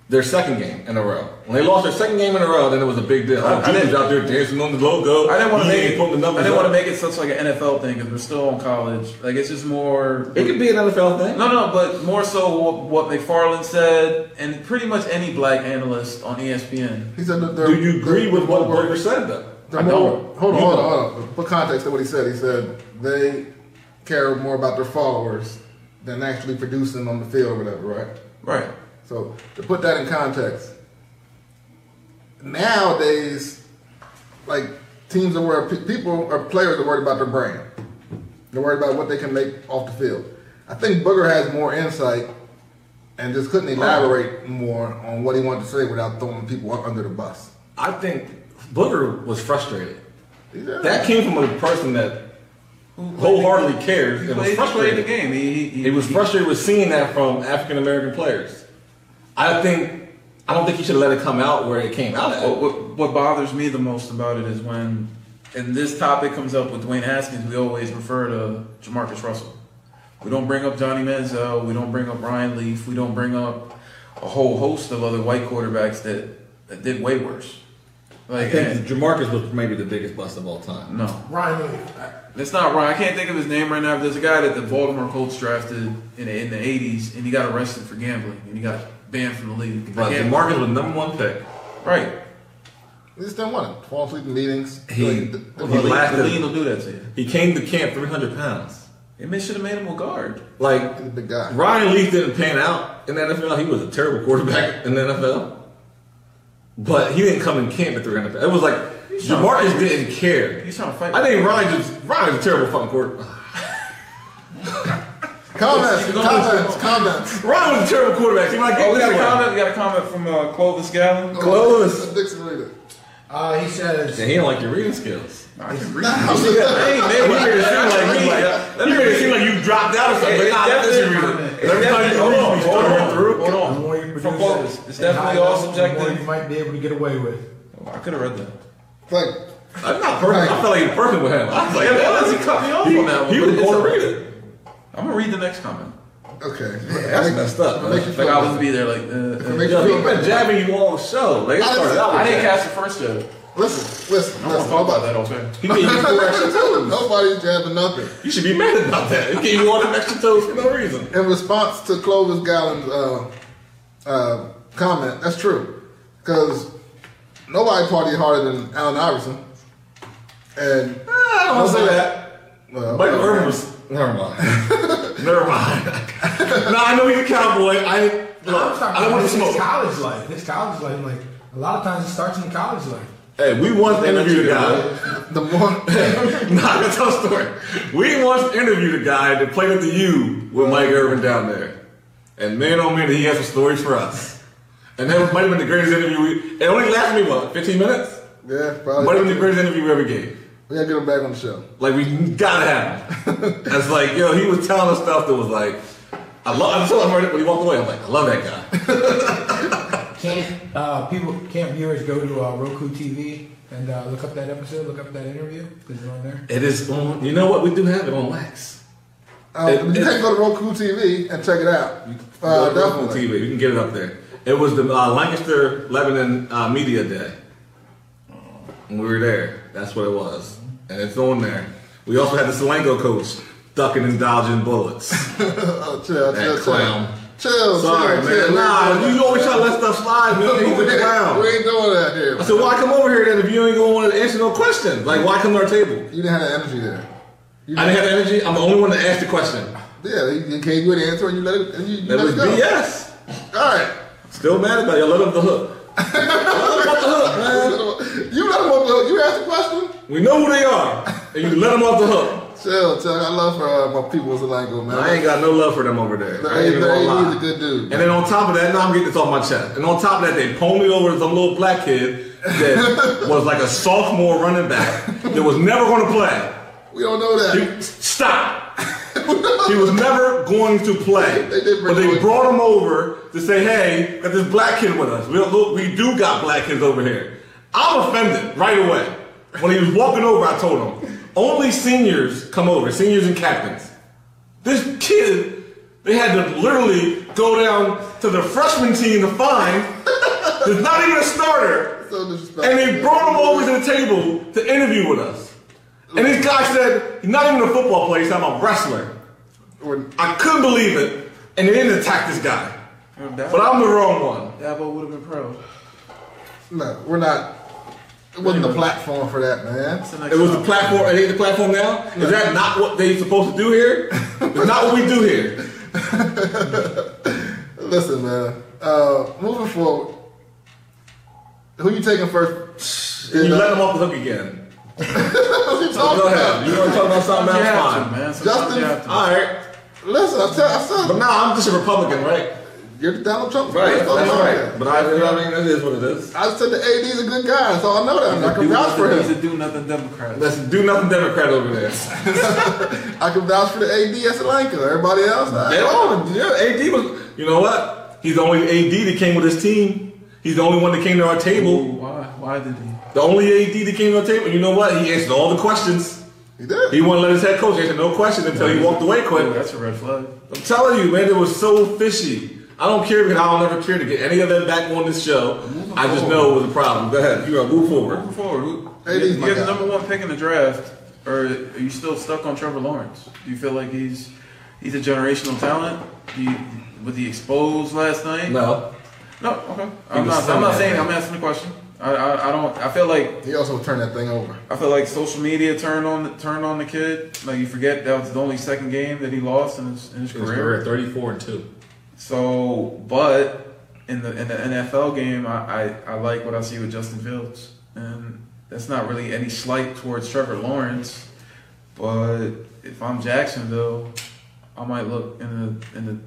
[SPEAKER 2] their second game in a row. When they lost their second game in a row, then it was a big deal.
[SPEAKER 3] I- I
[SPEAKER 2] Oh, Juju's
[SPEAKER 3] didn't-
[SPEAKER 2] out there dancing on the logo.
[SPEAKER 3] I didn't want to
[SPEAKER 2] He
[SPEAKER 3] make
[SPEAKER 2] ain't
[SPEAKER 3] it.
[SPEAKER 2] putting the
[SPEAKER 3] I
[SPEAKER 2] numbers
[SPEAKER 3] didn't want to
[SPEAKER 2] up.
[SPEAKER 3] make it such like an NFL thing because we're still in college. Like it's just more.
[SPEAKER 2] It could be an NFL thing.
[SPEAKER 3] No, no, but more so what, what McFarland said, and pretty much any black analyst on E ESPN.
[SPEAKER 1] He said that they're-
[SPEAKER 2] Do you agree
[SPEAKER 1] they're-
[SPEAKER 2] with what Berger said though?
[SPEAKER 1] they're
[SPEAKER 3] I
[SPEAKER 1] more-
[SPEAKER 3] don't.
[SPEAKER 1] Hold on,
[SPEAKER 2] You
[SPEAKER 1] hold
[SPEAKER 2] don't.
[SPEAKER 1] on, hold on. For context to what he said, he said they care more about their followers than actually producing on the field or whatever, right?
[SPEAKER 3] Right.
[SPEAKER 1] So to put that in context, nowadays, like teams are worried, pe- people or players are worried about their brand. They're worried about what they can make off the field. I think Booger has more insight and just couldn't elaborate more on what he wanted to say without throwing people up under the bus.
[SPEAKER 2] I think Booger was frustrated.
[SPEAKER 1] Yeah.
[SPEAKER 2] That came from a person that wholeheartedly cares
[SPEAKER 3] He
[SPEAKER 2] and was
[SPEAKER 3] played, he played the
[SPEAKER 2] frustrated.
[SPEAKER 3] game. He, he, he-
[SPEAKER 2] He was frustrated with seeing that from African American players. I think I don't think he should have let it come out where it came out.
[SPEAKER 3] What,
[SPEAKER 2] At.
[SPEAKER 3] Oh, what, what bothers me the most about it is when, and this topic comes up with Dwayne Haskins, we always refer to Jamarcus Russell. We don't bring up Johnny Manziel. We don't bring up Ryan Leaf. We don't bring up a whole host of other white quarterbacks that, that did way worse.
[SPEAKER 2] I
[SPEAKER 3] Like,
[SPEAKER 2] think
[SPEAKER 3] and,
[SPEAKER 2] Jamarcus was maybe the biggest bust of all time.
[SPEAKER 3] no,
[SPEAKER 4] Ryan Lee.
[SPEAKER 3] that's not right. I can't think of his name right now. But there's a guy that the Baltimore Colts drafted in the, in the '80s, and he got arrested for gambling, and he got banned from the league. I
[SPEAKER 2] But
[SPEAKER 3] can't-
[SPEAKER 2] Jamarcus was number one pick.
[SPEAKER 3] right?
[SPEAKER 1] He just didn't want it. Fall asleep in meetings.
[SPEAKER 2] He-
[SPEAKER 1] Like, th-
[SPEAKER 2] he
[SPEAKER 1] th-
[SPEAKER 3] The league-
[SPEAKER 2] laughed
[SPEAKER 3] the
[SPEAKER 2] at-
[SPEAKER 3] league will do that to you.
[SPEAKER 2] He came to camp 300 pounds.
[SPEAKER 3] It may- should have made him a guard.
[SPEAKER 2] Like
[SPEAKER 1] he's a big guy.
[SPEAKER 2] Ryan Leaf didn't pan out in the NFL. He was a terrible quarterback in the NFL. But he didn't come in camp at 300 pounds. It was like Jamarcus didn't care.
[SPEAKER 3] He's trying to fight.
[SPEAKER 2] I think Ryan just Ryan's a terrible fucking quarterback.
[SPEAKER 1] Comments, comments, comments.
[SPEAKER 2] Ryan was a terrible quarterback. See, when I get
[SPEAKER 3] Oh, we
[SPEAKER 2] this
[SPEAKER 3] got a
[SPEAKER 2] one-
[SPEAKER 3] comment. We got a comment from uh, Clovis Gallon.
[SPEAKER 2] Close.
[SPEAKER 1] Dixon reader.
[SPEAKER 4] Uh, he says,
[SPEAKER 2] Yeah, he don't like your reading skills.
[SPEAKER 3] I can read. Hey, man,
[SPEAKER 2] You
[SPEAKER 3] we
[SPEAKER 2] made
[SPEAKER 3] here
[SPEAKER 2] it seem like you like you made it seem like you dropped out or something. But nah, that's your reading. Every time you
[SPEAKER 3] Hold
[SPEAKER 2] read,
[SPEAKER 3] on,
[SPEAKER 2] you
[SPEAKER 3] hold
[SPEAKER 2] stutter
[SPEAKER 3] on,
[SPEAKER 2] through.
[SPEAKER 3] hold
[SPEAKER 4] the more you
[SPEAKER 3] on.
[SPEAKER 4] produce
[SPEAKER 3] From Clovis,
[SPEAKER 4] it,
[SPEAKER 3] it's
[SPEAKER 4] and how
[SPEAKER 3] definitely all
[SPEAKER 4] else, The more you
[SPEAKER 3] subjective.
[SPEAKER 4] might be able to get away with.
[SPEAKER 3] I could have read that.
[SPEAKER 1] It's like,
[SPEAKER 2] I'm not perfect. I felt like you were perfect with him. I was like,
[SPEAKER 3] Yeah,
[SPEAKER 2] that
[SPEAKER 3] but
[SPEAKER 2] was
[SPEAKER 3] he cut me off
[SPEAKER 2] he,
[SPEAKER 3] on that one,
[SPEAKER 2] He
[SPEAKER 3] but
[SPEAKER 2] was
[SPEAKER 3] it's
[SPEAKER 2] born
[SPEAKER 3] all
[SPEAKER 2] to
[SPEAKER 3] right.
[SPEAKER 2] read it.
[SPEAKER 3] I'm gonna read the next comment.
[SPEAKER 1] okay.
[SPEAKER 2] That's messed up.
[SPEAKER 1] Make you
[SPEAKER 2] man.
[SPEAKER 3] Like I would
[SPEAKER 1] feel
[SPEAKER 3] be there. Like uh, uh,
[SPEAKER 1] Make
[SPEAKER 2] Yo,
[SPEAKER 1] you
[SPEAKER 2] he's
[SPEAKER 1] feel
[SPEAKER 2] been
[SPEAKER 1] better.
[SPEAKER 2] jabbing you all show. Like, it
[SPEAKER 1] I
[SPEAKER 2] started
[SPEAKER 1] didn't-
[SPEAKER 2] out with
[SPEAKER 3] I didn't
[SPEAKER 2] that.
[SPEAKER 3] catch the first joke.
[SPEAKER 1] Listen, listen,
[SPEAKER 3] I
[SPEAKER 1] listen.
[SPEAKER 3] don't want to talk about
[SPEAKER 1] Nobody-
[SPEAKER 3] that all day.
[SPEAKER 2] He made you four extra toes.
[SPEAKER 1] Nobody's jabbing nothing.
[SPEAKER 2] You should be mad about that. He gave you all them extra toes for no reason.
[SPEAKER 1] In response to Clovis Gallon's uh, uh, comment, that's true. Because nobody partied harder than Allen Iverson. And,
[SPEAKER 2] I don't want to say that.
[SPEAKER 1] well, uh,
[SPEAKER 2] Michael Irvin was. Never mind. Never mind. no, I know he's a cowboy. I,
[SPEAKER 4] I'm
[SPEAKER 2] look,
[SPEAKER 4] talking
[SPEAKER 2] I don't
[SPEAKER 4] about
[SPEAKER 2] want to
[SPEAKER 4] his
[SPEAKER 2] smoke.
[SPEAKER 4] college life. His college life, like a lot of times, it starts in college life.
[SPEAKER 2] Hey, we once interviewed a guy.
[SPEAKER 1] the more.
[SPEAKER 2] nah, that's our story. We once interviewed a guy that played at the U with Mike Irvin down there. And man, oh man, he has some stories for us. And that might have been the greatest interview we. It only lasted me what, 15 minutes?
[SPEAKER 1] Yeah,
[SPEAKER 2] Might have been
[SPEAKER 1] probably.
[SPEAKER 2] the greatest interview we ever gave.
[SPEAKER 1] We gotta get him back on the show.
[SPEAKER 2] Like we gotta have. him. That's like yo, he was telling us stuff that was like, I love. I told him right when he walked away. I'm like, I love that guy.
[SPEAKER 4] Can't uh, people, can't viewers go to uh, Roku TV and uh, look up that episode, look up that interview? Because it's on there.
[SPEAKER 2] It is on. You know what? We do have it on wax.
[SPEAKER 1] Um,
[SPEAKER 2] It-
[SPEAKER 1] you
[SPEAKER 2] it-
[SPEAKER 1] can go to Roku TV and check it out. Uh,
[SPEAKER 2] Go to Roku
[SPEAKER 1] definitely.
[SPEAKER 2] TV. You can get it up there. It was the uh, Lancaster Lebanon uh, Media Day. And we were there. That's what it was. And it's on there. We also had the Selengo coach ducking and dodging bullets.
[SPEAKER 1] Oh, chill,
[SPEAKER 2] That
[SPEAKER 1] chill, chill.
[SPEAKER 2] clown.
[SPEAKER 1] Chill,
[SPEAKER 2] Sorry,
[SPEAKER 1] chill,
[SPEAKER 2] man.
[SPEAKER 1] chill. We ain't
[SPEAKER 2] Nah,
[SPEAKER 1] doing
[SPEAKER 2] you
[SPEAKER 1] that.
[SPEAKER 2] always try to let stuff slide, man. You with the
[SPEAKER 1] We
[SPEAKER 2] clown.
[SPEAKER 1] ain't doing that here.
[SPEAKER 2] I said, why come over here then if you ain't going to answer no question? Like, why come to our table?
[SPEAKER 1] You didn't have the energy there. You
[SPEAKER 2] I didn't have the energy. I'm the only one to ask the question.
[SPEAKER 1] Yeah, he, he gave you an answer and you let it, and you, you
[SPEAKER 2] That
[SPEAKER 1] let
[SPEAKER 2] was
[SPEAKER 1] it go.
[SPEAKER 2] BS.
[SPEAKER 1] All right.
[SPEAKER 2] Still mad about it. Y'all let off the hook. Let them off the hook, man.
[SPEAKER 1] You let him up. You asked the question.
[SPEAKER 2] We know who they are, and you let them off the hook.
[SPEAKER 1] Chill, chill. I love for uh, my people in Zelango, man.
[SPEAKER 2] I ain't got no love for them over
[SPEAKER 1] They,
[SPEAKER 2] there. I ain't
[SPEAKER 1] they,
[SPEAKER 2] even gonna lie.
[SPEAKER 1] he's a good dude.
[SPEAKER 2] And then on top of that, now I'm getting this off my chest. And on top of that, they pulled me over to some little black kid that was like a sophomore running back that was never going to play.
[SPEAKER 1] we don't know that.
[SPEAKER 2] He- stop. he was never going to play.
[SPEAKER 1] They did bring
[SPEAKER 2] but
[SPEAKER 1] him
[SPEAKER 2] they
[SPEAKER 1] in.
[SPEAKER 2] brought him over to say, hey, got this black kid with us. We, look, we do got black kids over here. I'm offended right away. When he was walking over, I told him, only seniors come over, seniors and captains. This kid, they had to literally go down to the freshman team to find. There's not even a starter.
[SPEAKER 1] So disrespectful.
[SPEAKER 2] And they brought him over to the table to interview with us. And this guy said, he's not even a football player, he's talking about wrestler.
[SPEAKER 1] When-
[SPEAKER 2] I couldn't believe it. And they didn't attack this guy. But I'm the wrong one.
[SPEAKER 3] Dabo would have been proud.
[SPEAKER 1] no, we're not. It wasn't the platform for that, man.
[SPEAKER 3] It's the next
[SPEAKER 2] It was the
[SPEAKER 3] op-
[SPEAKER 2] platform, it ain't the platform now? Is that not what they supposed to do here? It's not what we do here.
[SPEAKER 1] Listen, man. Uh, moving forward, who you taking first?
[SPEAKER 2] You
[SPEAKER 1] uh,
[SPEAKER 2] let them off the hook again.
[SPEAKER 1] what you
[SPEAKER 2] Go
[SPEAKER 1] talking
[SPEAKER 2] ahead.
[SPEAKER 1] about?
[SPEAKER 2] You want to talk about something
[SPEAKER 3] You
[SPEAKER 2] else?
[SPEAKER 3] have to,
[SPEAKER 2] Fine.
[SPEAKER 3] man. Sometimes
[SPEAKER 1] Justin-
[SPEAKER 3] you
[SPEAKER 2] uh,
[SPEAKER 3] have to.
[SPEAKER 2] Alright.
[SPEAKER 1] Listen, I said, I said
[SPEAKER 2] But now I'm just a Republican, right?
[SPEAKER 1] you're the Donald Trump. What's
[SPEAKER 2] That's
[SPEAKER 1] going on
[SPEAKER 2] right.
[SPEAKER 1] there?
[SPEAKER 2] But I, you know what I mean, that is what it is.
[SPEAKER 1] I said the AD's a good guy, so I know that. I
[SPEAKER 3] Do
[SPEAKER 1] can vouch for
[SPEAKER 3] nothing- He's
[SPEAKER 1] him.
[SPEAKER 3] a do nothing Democrat.
[SPEAKER 2] That's do nothing Democrat over there.
[SPEAKER 1] I can vouch for the AD at Sri Lanka. Everybody else, I,
[SPEAKER 2] They all, yeah, AD was. You know what? He's the only AD that came with his team. He's the only one that came to our
[SPEAKER 3] Ooh,
[SPEAKER 2] table.
[SPEAKER 3] why? Why did he?
[SPEAKER 2] The only AD that came to our table. You know what? He answered all the questions.
[SPEAKER 1] he did.
[SPEAKER 2] He wouldn't let his head coach answer no questions until he walked away
[SPEAKER 3] Oh,
[SPEAKER 2] quick.
[SPEAKER 3] that's a red flag.
[SPEAKER 2] I'm telling you, man, it was so fishy. I don't care because I'll never care to get any of them back on this show. I just know it was a problem. Go ahead. You are move forward.
[SPEAKER 3] Moving forward, who,
[SPEAKER 1] Hey, these my
[SPEAKER 3] you're the
[SPEAKER 1] guys.
[SPEAKER 3] number one pick in the draft, or are you still stuck on Trevor Lawrence? Do you feel like he's he's a generational talent? Do you, was he exposed last night?
[SPEAKER 2] No.
[SPEAKER 3] No, okay.
[SPEAKER 2] was
[SPEAKER 3] I'm not. I'm not
[SPEAKER 2] somebody.
[SPEAKER 3] saying. I'm asking a question. I, I, I don't. I feel like
[SPEAKER 1] He also turned that thing over.
[SPEAKER 3] I feel like social media turned on the turned on the kid. Like you forget that was the only second game that he lost in his, in his, career.
[SPEAKER 2] 34 and 2.
[SPEAKER 3] So, but in the in the NFL game, I, I, I like what I see with Justin Fields, and that's not really any slight towards Trevor Lawrence. But if I'm Jacksonville, I might look in the in the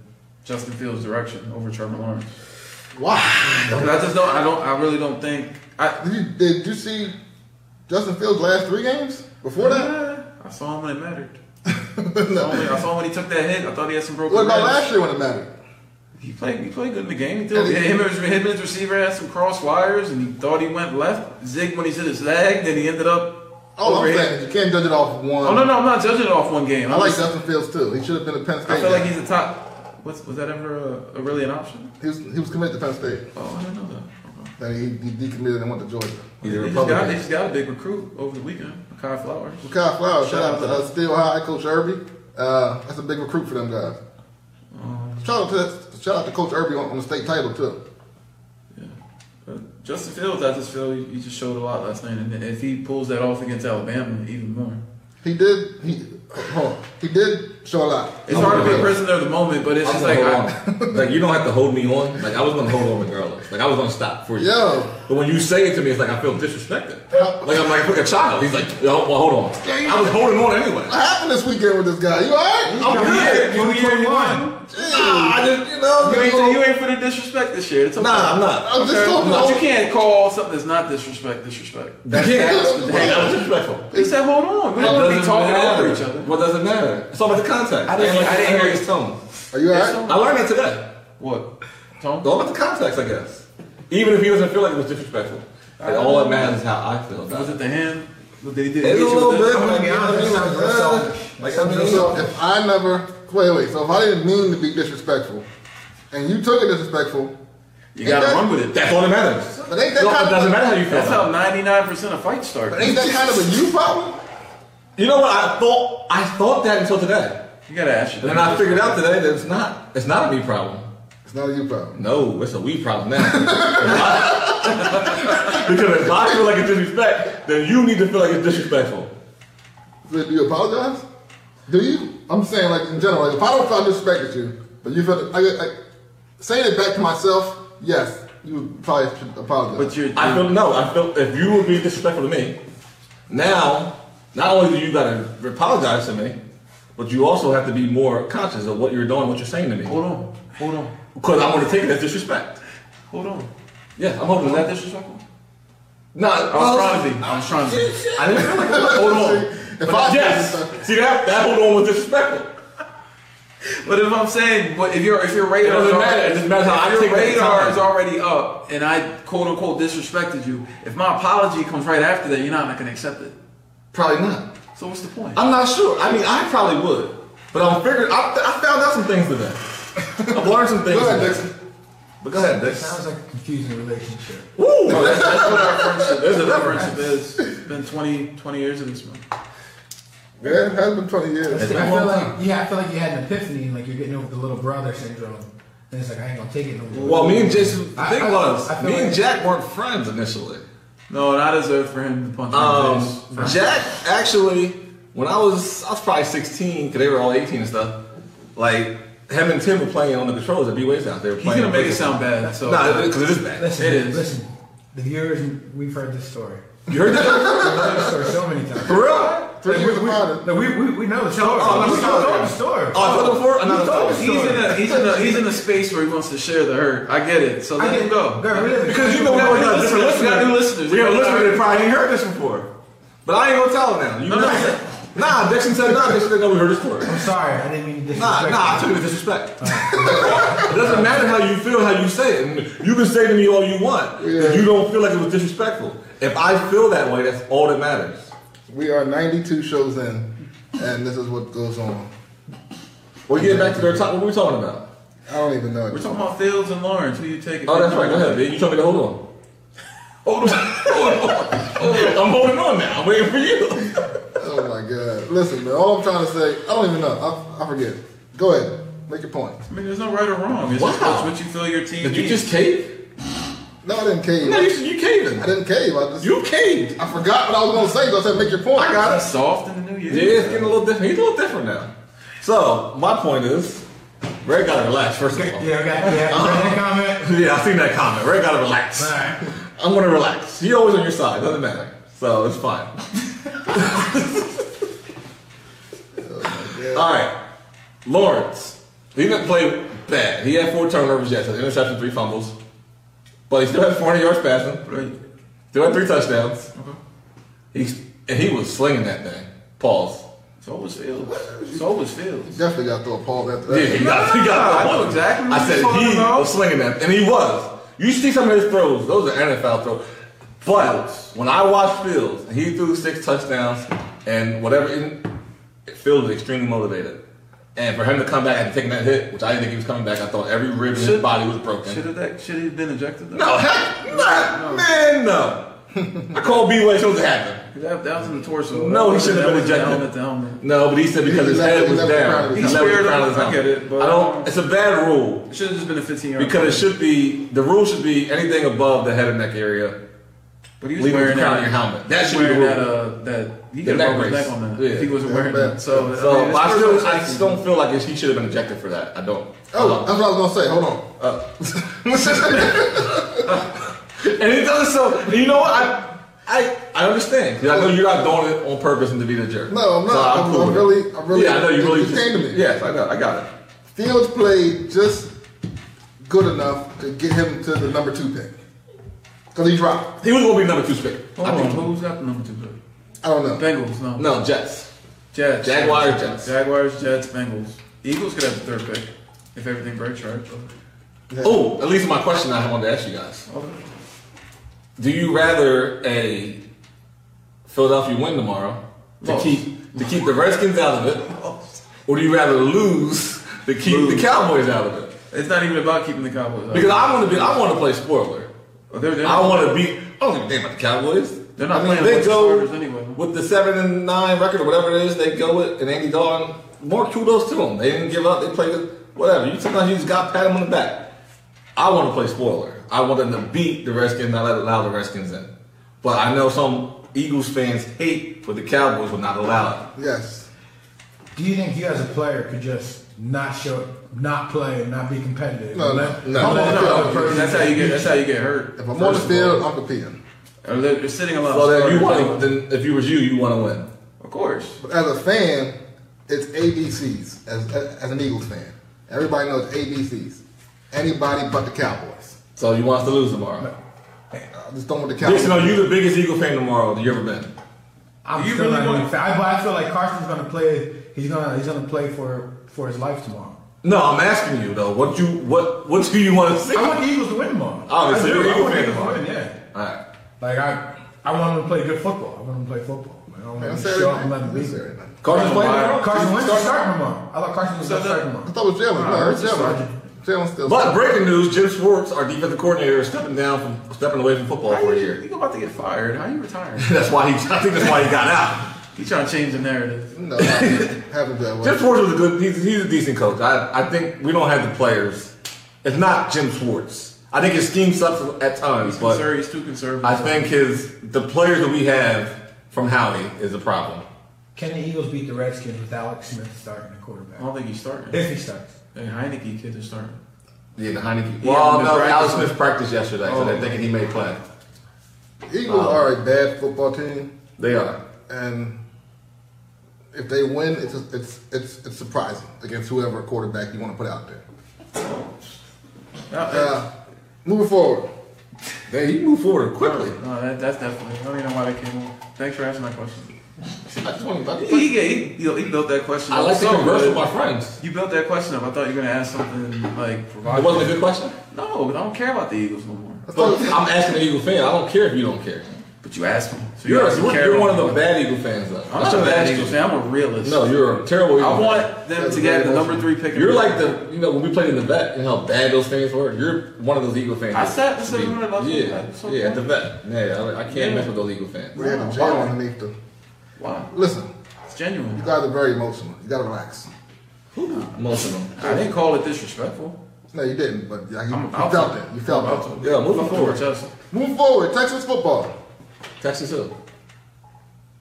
[SPEAKER 3] Justin Fields direction over Trevor Lawrence.
[SPEAKER 1] Wow.
[SPEAKER 3] 'Cause I just don't. I don't. I really don't think. I
[SPEAKER 1] Did you, did you see Justin Fields' last three games before that?
[SPEAKER 3] I saw him when it mattered. I saw
[SPEAKER 2] Oh,
[SPEAKER 1] no.
[SPEAKER 3] him when- I saw him when he took that hit. I thought he had some broken.
[SPEAKER 1] What about
[SPEAKER 3] ribs.
[SPEAKER 1] last year when it mattered?
[SPEAKER 3] He played. He played good in the game. He did.
[SPEAKER 1] And he-
[SPEAKER 3] Yeah, him, and his, him and his receiver had some cross wires, and he thought he went left. Zig when he hit his leg, then he ended up.
[SPEAKER 1] Oh, I'm
[SPEAKER 3] overhit.
[SPEAKER 1] saying is you can't judge it off one.
[SPEAKER 3] Oh no, no, I'm not judging it off one game.
[SPEAKER 1] I
[SPEAKER 3] I'm
[SPEAKER 1] like
[SPEAKER 3] just-
[SPEAKER 1] Justin Fields too. He should have been at Penn State.
[SPEAKER 3] I feel like he's a top. What's was that ever a, a really an option?
[SPEAKER 1] he was, he was committed to Penn State.
[SPEAKER 3] Oh, I didn't know that.
[SPEAKER 1] Then he, he decommitted and went to Georgia.
[SPEAKER 2] He's
[SPEAKER 3] Okay.
[SPEAKER 2] a
[SPEAKER 3] They just, got, they
[SPEAKER 2] Republican.
[SPEAKER 3] just got a big recruit over the weekend, Kai Flowers.
[SPEAKER 1] Well, Kyle Flowers, shout out to uh, Steel High Coach Irby. Uh, that's a big recruit for them guys.
[SPEAKER 3] Um,
[SPEAKER 1] Shout out to shout out to Coach Irby on, on the state title too.
[SPEAKER 3] yeah. But Justin Fields, I just feel he, he just showed a lot last night, and if he pulls that off against Alabama, even more.
[SPEAKER 1] He did. He hold on. He did show a lot.
[SPEAKER 3] It's hard to be a prisoner of the moment, but it's
[SPEAKER 2] I'm
[SPEAKER 3] just
[SPEAKER 2] gonna
[SPEAKER 3] like I,
[SPEAKER 2] hold on. like you don't have to hold me on. Like I was gonna hold on regardless. Like I was gonna stop for you.
[SPEAKER 1] Yo.
[SPEAKER 2] But when you say it to me, it's like I feel disrespected. Like I'm like, like a child. He's like, yo, well, hold on. I was holding on anyway.
[SPEAKER 1] What happened this weekend with this guy? You all right?
[SPEAKER 2] I'm good.
[SPEAKER 3] New year, new year, new
[SPEAKER 1] Chill,
[SPEAKER 2] Ah, I just, you know,
[SPEAKER 3] You ain't, you ain't for the disrespect this year. It's okay.
[SPEAKER 2] nah, I'm not.
[SPEAKER 1] I'm just talking
[SPEAKER 3] But you
[SPEAKER 1] about.
[SPEAKER 3] can't call something that's not disrespect disrespect.
[SPEAKER 2] That's
[SPEAKER 3] Yeah.
[SPEAKER 2] that's- hey, that was disrespectful.
[SPEAKER 3] He said, "Hold on, we
[SPEAKER 2] That
[SPEAKER 3] don't want to be
[SPEAKER 2] doesn't
[SPEAKER 3] talking
[SPEAKER 2] matter.
[SPEAKER 3] over each other."
[SPEAKER 2] What does it matter? It's all about the context.
[SPEAKER 3] I didn't-
[SPEAKER 2] And, like,
[SPEAKER 3] I didn't hear
[SPEAKER 2] his tone.
[SPEAKER 1] Are you alright?
[SPEAKER 2] I learned that today.
[SPEAKER 3] What? Tone?
[SPEAKER 2] It's all about the context, I guess. Even if he doesn't feel like it was disrespectful, and all that matters is how I feel. About
[SPEAKER 3] Was
[SPEAKER 2] it.
[SPEAKER 3] it the hand? What did he do?
[SPEAKER 2] It's a
[SPEAKER 3] Hit you
[SPEAKER 2] little
[SPEAKER 3] with the-
[SPEAKER 2] bit,
[SPEAKER 4] I'm
[SPEAKER 2] but
[SPEAKER 4] gonna
[SPEAKER 2] you
[SPEAKER 4] be
[SPEAKER 2] know what I
[SPEAKER 4] honest,
[SPEAKER 2] mean?
[SPEAKER 4] that's
[SPEAKER 2] Like, uh,
[SPEAKER 4] selfish.
[SPEAKER 2] like, I mean,
[SPEAKER 1] So if I never wait, wait. So if I didn't mean to be disrespectful, and you took it disrespectful,
[SPEAKER 3] You gotta run with it.
[SPEAKER 2] that's all that matters.
[SPEAKER 1] but ain't that
[SPEAKER 2] No,
[SPEAKER 1] kind
[SPEAKER 2] it
[SPEAKER 1] of
[SPEAKER 2] doesn't matter how you feel.
[SPEAKER 3] That's
[SPEAKER 2] about
[SPEAKER 3] how 99% of fights start.
[SPEAKER 1] But ain't that kind of a you problem?
[SPEAKER 2] it. you know what? I thought I thought that until today,
[SPEAKER 3] You gotta ask
[SPEAKER 2] and
[SPEAKER 3] your
[SPEAKER 2] then I figured out today that it's not. It's not a me problem.
[SPEAKER 1] It's not a you problem.
[SPEAKER 2] No, it's a we problem now. because if I feel like it's disrespect, then you need to feel like it's disrespectful.
[SPEAKER 1] Do you apologize? Do you? I'm saying like in general. Like if I don't feel I disrespected you, but you feel I, I saying it back to myself. Yes, you probably should apologize.
[SPEAKER 3] But you're,
[SPEAKER 2] I feel no. I feel if you would be disrespectful to me, now not only do you gotta apologize to me, but you also have to be more conscious of what you're doing, what you're saying to me,
[SPEAKER 3] hold on, hold on,
[SPEAKER 2] because I'm gonna take it as disrespect.
[SPEAKER 3] hold on.
[SPEAKER 2] Yeah, I'm holding
[SPEAKER 3] Was that
[SPEAKER 2] that.
[SPEAKER 3] disrespectful?
[SPEAKER 2] No,
[SPEAKER 3] I was trying to be. I was trying to be.
[SPEAKER 2] I didn't feel like that. Hold on.
[SPEAKER 1] If
[SPEAKER 2] But
[SPEAKER 1] I-
[SPEAKER 2] yes, see that that hold on was disrespectful.
[SPEAKER 3] But if I'm saying, but if your if your
[SPEAKER 2] It
[SPEAKER 3] radar
[SPEAKER 2] doesn't
[SPEAKER 3] is already-
[SPEAKER 2] matter. It just matters how I
[SPEAKER 3] if
[SPEAKER 2] take
[SPEAKER 3] your
[SPEAKER 2] it at the
[SPEAKER 3] radar
[SPEAKER 2] time.
[SPEAKER 3] is already up, and I quote unquote disrespected you, if my apology comes right after that, you're not gonna accept it.
[SPEAKER 2] Probably not.
[SPEAKER 3] So what's the point?
[SPEAKER 2] I'm not sure. I mean, I probably would, but I'm figuring. I, I found out some things today. I've learned some things.
[SPEAKER 1] Go ahead,
[SPEAKER 2] today.
[SPEAKER 1] Dixon.
[SPEAKER 2] But go ahead, Dixon.
[SPEAKER 4] Sounds like a confusing relationship.
[SPEAKER 2] Woo!
[SPEAKER 3] That's what our friendship
[SPEAKER 2] There's
[SPEAKER 3] is.
[SPEAKER 2] a
[SPEAKER 3] Our
[SPEAKER 2] difference.
[SPEAKER 3] friendship is. It's been 20, 20 years in this month.
[SPEAKER 1] Yeah, it has been 20 years.
[SPEAKER 2] It's been
[SPEAKER 4] I
[SPEAKER 2] a
[SPEAKER 4] feel
[SPEAKER 2] long
[SPEAKER 4] like
[SPEAKER 2] time.
[SPEAKER 4] yeah, I feel like you had an epiphany, like you're getting over the little brother syndrome, and it's like I ain't gonna take it no more.
[SPEAKER 2] Well, me and Jason. The
[SPEAKER 4] I-
[SPEAKER 2] thing
[SPEAKER 4] I-
[SPEAKER 2] was,
[SPEAKER 4] I feel
[SPEAKER 2] me and
[SPEAKER 4] like-
[SPEAKER 2] Jack weren't friends initially.
[SPEAKER 3] No, and I deserve for him to punch me in
[SPEAKER 2] Um,
[SPEAKER 3] the face. For-
[SPEAKER 2] Jack actually, when I was, I was probably 16, because they were all 18 and stuff. Like him and Tim were playing on the controllers at B Waves out. They were
[SPEAKER 3] He's
[SPEAKER 2] playing.
[SPEAKER 3] gonna make it sound bad. So
[SPEAKER 2] Nah, because it is bad.
[SPEAKER 4] Listen,
[SPEAKER 3] It is.
[SPEAKER 4] listen. The viewers, we've heard this story.
[SPEAKER 2] You heard that?
[SPEAKER 4] We've heard this story so many times.
[SPEAKER 2] For real?
[SPEAKER 1] Three years apart.
[SPEAKER 4] No, we, we, we know the story.
[SPEAKER 2] Oh, no,
[SPEAKER 4] we
[SPEAKER 2] we
[SPEAKER 4] know
[SPEAKER 2] know
[SPEAKER 4] the
[SPEAKER 2] it.
[SPEAKER 4] story.
[SPEAKER 2] Oh, I told him before? No,
[SPEAKER 4] You
[SPEAKER 2] no,
[SPEAKER 4] told
[SPEAKER 2] no.
[SPEAKER 4] us the
[SPEAKER 3] He's
[SPEAKER 4] story.
[SPEAKER 3] in a he's in a he's in a space where he wants to share the hurt. I get it. So
[SPEAKER 4] I
[SPEAKER 3] let
[SPEAKER 4] get-
[SPEAKER 3] him go.
[SPEAKER 4] Get rid of it.
[SPEAKER 2] Because you know we
[SPEAKER 3] No,
[SPEAKER 2] got, we got a
[SPEAKER 3] we listeners.
[SPEAKER 2] different
[SPEAKER 3] We
[SPEAKER 2] listeners.
[SPEAKER 3] got new listeners.
[SPEAKER 2] We have a
[SPEAKER 3] We got
[SPEAKER 2] listener that
[SPEAKER 3] our-
[SPEAKER 2] probably ain't heard this before. But I ain't gonna tell them now. You
[SPEAKER 3] No,
[SPEAKER 2] know
[SPEAKER 3] no.
[SPEAKER 2] what I'm saying? Nah, Dixon said no. Dixon said no. We heard this story.
[SPEAKER 4] I'm sorry, I didn't mean to
[SPEAKER 2] Nah,
[SPEAKER 4] disrespect.
[SPEAKER 2] nah, I took it as disrespect. it doesn't matter how you feel, how you say it. And You can say to me all you want.
[SPEAKER 1] Yeah.
[SPEAKER 2] If you don't feel like it was disrespectful. If I feel that way, that's all that matters.
[SPEAKER 1] We are 92 shows in, and this is what goes on.
[SPEAKER 2] Well, getting back to their top, what were we talking about?
[SPEAKER 1] I don't even know.
[SPEAKER 3] We're
[SPEAKER 1] anymore.
[SPEAKER 3] talking about Fields and Lawrence. Who you taking?
[SPEAKER 2] Oh, that's right. Go ahead, man. You told me to hold on.
[SPEAKER 3] Hold on. Hold on.
[SPEAKER 2] I'm holding on now. I'm waiting for you.
[SPEAKER 1] Oh my god. Listen, man, all I'm trying to say, I don't even know. I, I forget. Go ahead. Make your point.
[SPEAKER 3] I mean, there's no right or wrong. It's just
[SPEAKER 2] Wow.
[SPEAKER 3] it's what you feel your team
[SPEAKER 2] Did you
[SPEAKER 3] needs.
[SPEAKER 2] just cave?
[SPEAKER 1] No, I didn't cave.
[SPEAKER 2] No, you, you caved.
[SPEAKER 1] I didn't cave. I just
[SPEAKER 2] You caved.
[SPEAKER 1] I forgot what I was gonna say, but I said make your point.
[SPEAKER 2] I got it.
[SPEAKER 3] That's soft in the new year.
[SPEAKER 2] Yeah, it's getting a little different. He's a little different now. So my point is, Ray gotta relax first of all.
[SPEAKER 4] Yeah, I got yeah.
[SPEAKER 2] Uh-huh.
[SPEAKER 4] read that comment.
[SPEAKER 2] Yeah, I seen that comment. Ray gotta relax.
[SPEAKER 4] All right.
[SPEAKER 2] I'm gonna relax. He always on your side. Doesn't matter. So it's fine. all right, Lawrence. He didn't play bad. He had four turnovers. Yes, an interception, three fumbles, but he still had 400 yards passing.
[SPEAKER 3] Right.
[SPEAKER 2] Still had three touchdowns. He's and he was slinging that thing. Pause.
[SPEAKER 3] It's always Fields. It's always Fields.
[SPEAKER 1] Definitely got to throw a pause after
[SPEAKER 2] Yeah,
[SPEAKER 1] that.
[SPEAKER 2] he got, he got.
[SPEAKER 3] I know exactly what
[SPEAKER 2] I said
[SPEAKER 3] you're talking
[SPEAKER 2] he
[SPEAKER 3] about.
[SPEAKER 2] was slinging that, and he was. You see some of his throws; those are NFL throws. But when I watched Fields, he threw six touchdowns, and whatever. And Fields was extremely motivated, and for him to come back and take that hit, which I didn't think he was coming back, I thought every rib in his
[SPEAKER 3] Should-
[SPEAKER 2] body was broken.
[SPEAKER 3] Should have that. Should have been ejected. Though.
[SPEAKER 2] No, heck, no, man, no. I called B way, so it happened.
[SPEAKER 3] That, that was in the torso.
[SPEAKER 2] No, he
[SPEAKER 3] That
[SPEAKER 2] should've been
[SPEAKER 3] was
[SPEAKER 2] ejected.
[SPEAKER 3] down at the helmet.
[SPEAKER 2] No, but he said because
[SPEAKER 1] He
[SPEAKER 2] his
[SPEAKER 1] left-
[SPEAKER 2] head
[SPEAKER 1] he
[SPEAKER 2] was
[SPEAKER 1] left the crown
[SPEAKER 2] down.
[SPEAKER 1] of his
[SPEAKER 2] He
[SPEAKER 1] helmet.
[SPEAKER 2] left the
[SPEAKER 3] He
[SPEAKER 2] crown of his
[SPEAKER 3] squared up, I
[SPEAKER 2] helmet.
[SPEAKER 3] get it, but-
[SPEAKER 2] I don't. It's a bad rule.
[SPEAKER 3] It should have just been a 15 yard.
[SPEAKER 2] Because it should be the rule should be anything above the head and neck area.
[SPEAKER 3] But he was
[SPEAKER 2] leaving
[SPEAKER 3] wearing
[SPEAKER 2] the crown
[SPEAKER 3] that.
[SPEAKER 2] of your helmet. That
[SPEAKER 3] That
[SPEAKER 2] should be the
[SPEAKER 3] wearing
[SPEAKER 2] rule.
[SPEAKER 3] that. Uh, that he
[SPEAKER 2] The
[SPEAKER 3] could
[SPEAKER 2] neck
[SPEAKER 3] have broken his
[SPEAKER 2] brace.
[SPEAKER 3] neck on that.
[SPEAKER 2] Yeah.
[SPEAKER 3] If he wasn't wearing
[SPEAKER 1] Yeah.
[SPEAKER 3] that. So,
[SPEAKER 2] So
[SPEAKER 3] I, mean,
[SPEAKER 2] but I,
[SPEAKER 3] it's
[SPEAKER 2] still,
[SPEAKER 3] personal
[SPEAKER 2] I
[SPEAKER 3] taste.
[SPEAKER 2] just don't feel like it, he should have been ejected for that. I don't.
[SPEAKER 1] Oh, that's what I was gonna say. Hold on.
[SPEAKER 2] Uh, and it doesn't. So you know what I. I, I understand. 'Cause I know you're not doing it on purpose and to be the jerk.
[SPEAKER 1] No, I'm not.
[SPEAKER 2] So
[SPEAKER 1] I'm-
[SPEAKER 2] cool
[SPEAKER 1] I'm
[SPEAKER 2] with
[SPEAKER 1] really-
[SPEAKER 2] it.
[SPEAKER 1] I'm really-
[SPEAKER 2] Yeah, I know you
[SPEAKER 1] you-
[SPEAKER 2] really.
[SPEAKER 1] you came to me.
[SPEAKER 2] Yes, I know. I got it.
[SPEAKER 1] Fields played just good enough to get him to the number two pick. Because he dropped.
[SPEAKER 2] He was going to be number two pick.
[SPEAKER 3] Hold
[SPEAKER 2] I
[SPEAKER 3] on,
[SPEAKER 2] think.
[SPEAKER 3] who's got the number two pick?
[SPEAKER 1] I don't know.
[SPEAKER 3] Bengals, no.
[SPEAKER 2] No, Jets.
[SPEAKER 3] Jets.
[SPEAKER 2] Jaguars, Jets.
[SPEAKER 3] Jaguars, Jets, Bengals. Eagles could have the third pick if everything breaks right.
[SPEAKER 2] Oh, at least my question I wanted to ask you guys.
[SPEAKER 3] Okay.
[SPEAKER 2] Do you rather a Philadelphia win tomorrow to
[SPEAKER 3] Loss.
[SPEAKER 2] keep to keep the Redskins out of it, or do you rather lose to keep the
[SPEAKER 3] Lose.
[SPEAKER 2] Cowboys out of it?
[SPEAKER 3] It's not even about keeping the Cowboys out.
[SPEAKER 2] Because I want to be, I want to play spoiler.
[SPEAKER 3] Oh, they're, they're
[SPEAKER 2] I
[SPEAKER 3] not-
[SPEAKER 2] want to be. I don't give a damn about the Cowboys.
[SPEAKER 3] They're not
[SPEAKER 2] I mean,
[SPEAKER 3] playing
[SPEAKER 2] they
[SPEAKER 3] with the
[SPEAKER 2] go
[SPEAKER 3] starters anyway.
[SPEAKER 2] with the seven and nine record or whatever it is. They go with and Andy Dalton. More kudos to them. They didn't give up. They played it. Whatever. You sometimes you just got to pat them on the back. I want to play spoiler. I want them to beat the Redskins. Not let allow the Redskins in. But I know some Eagles fans hate, but the Cowboys will not allow it.
[SPEAKER 1] Yes.
[SPEAKER 4] Do you think you as a player could just not show, not play, and not be competitive?
[SPEAKER 1] No, no,
[SPEAKER 4] Let-
[SPEAKER 1] no.
[SPEAKER 4] Come on,
[SPEAKER 1] No,
[SPEAKER 4] let the
[SPEAKER 1] no,
[SPEAKER 4] other person-
[SPEAKER 3] That's how you get. That's how you get hurt.
[SPEAKER 1] If I'm on the
[SPEAKER 3] First of all.
[SPEAKER 1] field, I'm competing.
[SPEAKER 3] Or they're, they're sitting a lot.
[SPEAKER 2] So
[SPEAKER 3] of
[SPEAKER 2] then you
[SPEAKER 3] starters.
[SPEAKER 2] want. Then if you was you, you want to win.
[SPEAKER 3] Of course.
[SPEAKER 1] But as a fan, it's ABCs. As, as an Eagles fan, everybody knows ABCs. Anybody but the Cowboys.
[SPEAKER 2] So you want us to lose tomorrow.
[SPEAKER 1] I just don't want the Cowboys.
[SPEAKER 2] Jason, are you the biggest Eagle fan tomorrow that you ever been?
[SPEAKER 4] I'm
[SPEAKER 3] You
[SPEAKER 4] still
[SPEAKER 3] really
[SPEAKER 4] not
[SPEAKER 3] want-
[SPEAKER 4] gonna- I, but I feel like Carson's gonna play. He's gonna he's gonna play for for his life tomorrow.
[SPEAKER 2] No, I'm asking you though. What you what what do you want to see?
[SPEAKER 4] I want the Eagles to win tomorrow.
[SPEAKER 2] Obviously,
[SPEAKER 4] I do.
[SPEAKER 2] you're an
[SPEAKER 4] I
[SPEAKER 2] Eagle
[SPEAKER 4] want the
[SPEAKER 2] fan
[SPEAKER 4] Eagles to
[SPEAKER 2] tomorrow.
[SPEAKER 4] win, yeah.
[SPEAKER 2] All right.
[SPEAKER 4] Like I, I want them to play good football. I want them to play football. man. I want
[SPEAKER 1] Man,
[SPEAKER 4] them
[SPEAKER 1] I'm
[SPEAKER 4] to
[SPEAKER 1] sorry,
[SPEAKER 4] show up and let
[SPEAKER 1] man.
[SPEAKER 4] them be
[SPEAKER 1] I'm sorry,
[SPEAKER 4] there.
[SPEAKER 1] man.
[SPEAKER 2] Carson's playing tomorrow.
[SPEAKER 4] Carson Wentz is
[SPEAKER 1] Start-
[SPEAKER 4] starting tomorrow. I thought Carson was
[SPEAKER 3] So
[SPEAKER 4] going to start
[SPEAKER 3] the-
[SPEAKER 1] I
[SPEAKER 4] tomorrow.
[SPEAKER 1] thought it was Jalen. No, it's
[SPEAKER 4] it's
[SPEAKER 1] Jalen.
[SPEAKER 4] Sergeant.
[SPEAKER 1] Jalen still.
[SPEAKER 2] But breaking news: Jim Schwartz, our defensive coordinator, is stepping down from stepping away from football
[SPEAKER 3] How
[SPEAKER 2] for a
[SPEAKER 3] you,
[SPEAKER 2] year.
[SPEAKER 3] you about to get fired? How you retiring?
[SPEAKER 2] That's why he. I think that's why he got out.
[SPEAKER 3] you trying to change the narrative?
[SPEAKER 1] no, happens that
[SPEAKER 2] Jim
[SPEAKER 1] way.
[SPEAKER 2] Schwartz was a good. He's, he's a decent coach. I I think we don't have the players. It's not Jim Schwartz. I think his scheme sucks at times, but
[SPEAKER 3] Conserv- he's too conservative.
[SPEAKER 2] I think his the players that we have from Howie is a problem.
[SPEAKER 4] Can the Eagles beat the Redskins with Alex Smith starting the quarterback?
[SPEAKER 3] I don't think he's starting.
[SPEAKER 4] If he starts.
[SPEAKER 3] Hey, Heineke kid is starting.
[SPEAKER 2] Yeah, the Heineke.
[SPEAKER 3] Yeah,
[SPEAKER 2] Well,
[SPEAKER 3] but
[SPEAKER 2] no,
[SPEAKER 3] practice-
[SPEAKER 2] Alex Smith practiced yesterday, so
[SPEAKER 3] Oh.
[SPEAKER 2] they're thinking he may play.
[SPEAKER 1] Eagles are a bad football team,
[SPEAKER 2] They are.
[SPEAKER 1] and if they win, it's it's it's it's surprising against whoever quarterback you want to put out there.
[SPEAKER 3] No, that-
[SPEAKER 1] Uh, moving forward,
[SPEAKER 2] They he moved forward quickly.
[SPEAKER 3] no, that, that's definitely. I don't even know why that came on. Thanks for asking my question.
[SPEAKER 1] I just want
[SPEAKER 3] He,
[SPEAKER 1] to.
[SPEAKER 3] he, he, he, he built that question.
[SPEAKER 2] I
[SPEAKER 3] up
[SPEAKER 2] like to
[SPEAKER 3] so
[SPEAKER 2] converse
[SPEAKER 3] good.
[SPEAKER 2] with my friends.
[SPEAKER 3] You built that question up. I thought you were gonna ask something like
[SPEAKER 2] It
[SPEAKER 3] provocative.
[SPEAKER 2] wasn't a good question.
[SPEAKER 3] No, but I don't care about the Eagles no more.
[SPEAKER 2] But I'm asking an Eagle fan. I don't care if you don't care.
[SPEAKER 3] But you asked me. So
[SPEAKER 2] You're,
[SPEAKER 3] obviously
[SPEAKER 2] you're,
[SPEAKER 3] care
[SPEAKER 2] you're
[SPEAKER 3] about
[SPEAKER 2] one of
[SPEAKER 3] them.
[SPEAKER 2] the bad Eagle fans, though.
[SPEAKER 3] I'm not a
[SPEAKER 2] should've
[SPEAKER 3] bad
[SPEAKER 2] asked
[SPEAKER 3] Eagles
[SPEAKER 2] you.
[SPEAKER 3] fan. I'm a realist.
[SPEAKER 2] No, you're a terrible Eagle
[SPEAKER 3] I
[SPEAKER 2] fan.
[SPEAKER 3] want them
[SPEAKER 1] That's
[SPEAKER 3] to get the
[SPEAKER 1] very
[SPEAKER 3] number three pick. in
[SPEAKER 2] You're
[SPEAKER 3] the
[SPEAKER 2] like
[SPEAKER 3] draft.
[SPEAKER 2] the, you know, when we played in the vet, you know how bad those fans were? You're one of those Eagle fans.
[SPEAKER 3] I sat and said we were
[SPEAKER 2] Yeah,
[SPEAKER 3] the last one.
[SPEAKER 2] yeah,
[SPEAKER 3] That's so
[SPEAKER 2] at the vet. Yeah, I, I can't
[SPEAKER 3] Yeah.
[SPEAKER 2] mess with those Eagle fans.
[SPEAKER 1] We have a jail underneath the.
[SPEAKER 3] Wow,
[SPEAKER 1] Listen,
[SPEAKER 3] it's genuine.
[SPEAKER 1] you guys are very emotional. You got to relax.
[SPEAKER 2] Most of them.
[SPEAKER 3] I didn't call it disrespectful.
[SPEAKER 1] No, you didn't, but like, you,
[SPEAKER 3] I'm
[SPEAKER 1] you
[SPEAKER 3] out
[SPEAKER 1] felt
[SPEAKER 3] for it.
[SPEAKER 1] that. You felt
[SPEAKER 3] I'm out
[SPEAKER 1] that.
[SPEAKER 3] for it.
[SPEAKER 2] Yeah, moving
[SPEAKER 3] I'm for
[SPEAKER 2] forward.
[SPEAKER 3] Chelsea.
[SPEAKER 1] Moving forward, Texas football.
[SPEAKER 2] Texas Hill.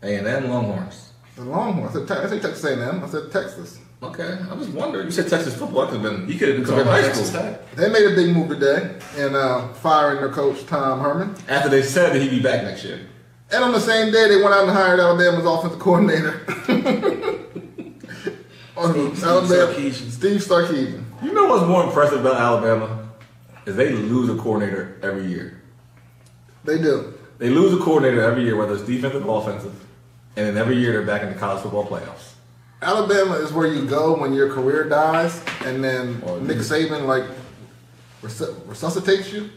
[SPEAKER 2] A&M Longhorns.
[SPEAKER 1] The Longhorns. I said, Te- I said Texas A&M. I said Texas.
[SPEAKER 2] Okay, I was wondering. You said Texas football. I could have been.
[SPEAKER 3] You could have been
[SPEAKER 2] could've
[SPEAKER 3] talking about
[SPEAKER 2] high
[SPEAKER 3] Texas
[SPEAKER 2] school.
[SPEAKER 3] Tech.
[SPEAKER 1] They made a big move today in uh, firing their coach Tom Herman.
[SPEAKER 2] After they said that he'd be back next year.
[SPEAKER 1] And on the same day, they went out and hired Alabama's offensive coordinator. On-
[SPEAKER 3] Steve
[SPEAKER 1] Alabama-
[SPEAKER 3] Sarkisian.
[SPEAKER 1] Steve Sarkisian.
[SPEAKER 2] You know what's more impressive about Alabama is they lose a coordinator every year.
[SPEAKER 1] They do.
[SPEAKER 2] They lose a coordinator every year, whether it's defensive or offensive, and then every year they're back in the college football playoffs.
[SPEAKER 1] Alabama is where you go when your career dies, and then
[SPEAKER 2] Oh,
[SPEAKER 1] Nick Saban like resu- resuscitates you,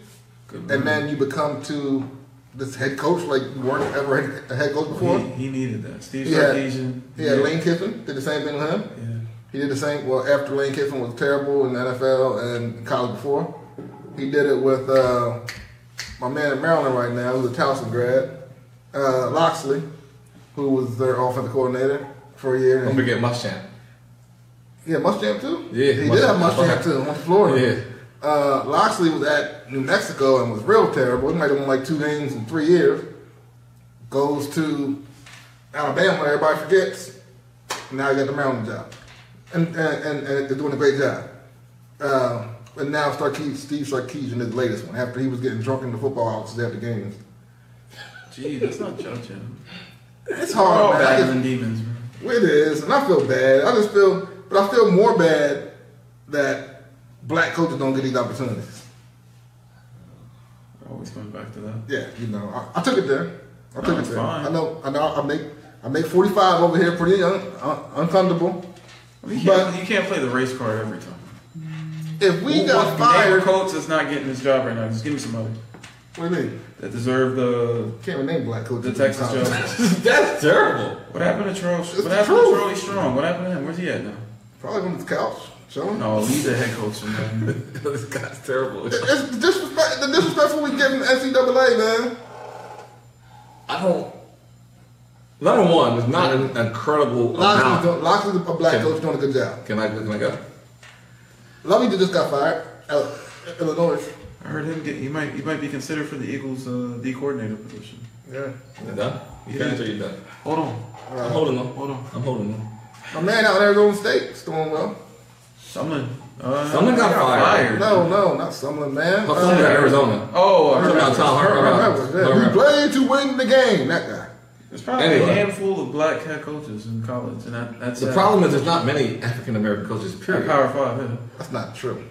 [SPEAKER 3] Good
[SPEAKER 1] and then you become to this head coach like you weren't ever a head coach before.
[SPEAKER 3] He, he needed that. Steve
[SPEAKER 1] He had-
[SPEAKER 3] Sarkisian.
[SPEAKER 1] He had Lane Kiffin did the same thing with him.
[SPEAKER 3] Yeah.
[SPEAKER 1] He did the same. Well, after Lane Kiffin was terrible in the NFL and college before, he did it with uh, my man in Maryland right now, who's a Towson grad, uh, Loxley, who was their offensive coordinator for a year.
[SPEAKER 2] Don't forget Muschamp.
[SPEAKER 1] Yeah, Muschamp too.
[SPEAKER 2] Yeah,
[SPEAKER 1] he did have
[SPEAKER 2] Muschamp.
[SPEAKER 1] Muschamp too on Florida.
[SPEAKER 2] Yeah.
[SPEAKER 1] Uh, Loxley was at New Mexico and was real terrible. He might have won like two games in three years. Goes to Alabama, everybody forgets. Now he got the Maryland job, and and, and, and they're doing a great job. Uh, and now Starkey, Steve Sarkisian is the latest one. After he was getting drunk in the football houses after games,
[SPEAKER 3] Gee, that's not judging.
[SPEAKER 1] it's
[SPEAKER 3] We're all
[SPEAKER 1] hard. Oh, Man. I just-
[SPEAKER 3] battling demons, man.
[SPEAKER 1] It is, and I feel bad. I just feel, but I feel more bad that black coaches don't get these opportunities.
[SPEAKER 3] We're always coming back to that.
[SPEAKER 1] Yeah, you know, I, I took it there. I took
[SPEAKER 3] No,
[SPEAKER 1] it
[SPEAKER 3] it's
[SPEAKER 1] there.
[SPEAKER 3] fine.
[SPEAKER 1] I know. I know. I make. I make 45 over here, pretty un, un, uncomfortable.
[SPEAKER 3] You
[SPEAKER 1] But-
[SPEAKER 3] can't, you can't play the race card every time.
[SPEAKER 1] If we
[SPEAKER 3] Who-
[SPEAKER 1] got
[SPEAKER 3] what- Name
[SPEAKER 1] fired,
[SPEAKER 3] a coach that's not getting this job right now. Just give me somebody
[SPEAKER 1] what do you mean?
[SPEAKER 3] that deserve the
[SPEAKER 1] Can't even name black
[SPEAKER 3] the
[SPEAKER 1] coaches.
[SPEAKER 3] Texas job.
[SPEAKER 2] That's terrible.
[SPEAKER 3] What happened to Charles?
[SPEAKER 1] It's
[SPEAKER 3] What happened
[SPEAKER 1] true.
[SPEAKER 3] to Charlie Strong? What happened to him? Where's he at now?
[SPEAKER 1] Probably on the couch. Chilling.
[SPEAKER 3] No, he's the head coach. Man.
[SPEAKER 2] this guy's terrible.
[SPEAKER 1] It's disrespect. The disrespectful we getting NCAA, man.
[SPEAKER 2] I don't. Number one, there's not an incredible
[SPEAKER 1] Loxley's,
[SPEAKER 2] amount.
[SPEAKER 1] doing, Loxley's a black
[SPEAKER 2] Okay.
[SPEAKER 1] coach doing a good job.
[SPEAKER 2] Can I can I go?
[SPEAKER 1] Lovey just got fired. Uh, Illinois.
[SPEAKER 3] I heard him get. He might. He might be considered for the Eagles' uh, D coordinator position.
[SPEAKER 1] Yeah.
[SPEAKER 2] You done? You finished or you done?
[SPEAKER 3] Hold on.
[SPEAKER 2] I'm holding on.
[SPEAKER 3] Hold on.
[SPEAKER 2] I'm holding on.
[SPEAKER 1] My man out in Arizona State is doing well.
[SPEAKER 3] Sumlin. Uh,
[SPEAKER 2] Sumlin got fired.
[SPEAKER 1] No, no, not Sumlin, man.
[SPEAKER 2] I'm holding
[SPEAKER 1] Uh,
[SPEAKER 2] on Arizona.
[SPEAKER 3] Oh, I
[SPEAKER 2] I'm
[SPEAKER 3] heard
[SPEAKER 2] talking about
[SPEAKER 3] about
[SPEAKER 2] Tom
[SPEAKER 1] Herb
[SPEAKER 2] Herb.
[SPEAKER 1] Edwards, yeah. We played to win the game. That guy.
[SPEAKER 3] There's probably
[SPEAKER 2] Anyway.
[SPEAKER 3] a handful of black head coaches in college, and that, that's
[SPEAKER 2] The
[SPEAKER 3] at-
[SPEAKER 2] problem is there's not many African American coaches.
[SPEAKER 3] at
[SPEAKER 2] Period.
[SPEAKER 3] Power Five. Yeah.
[SPEAKER 1] That's not true.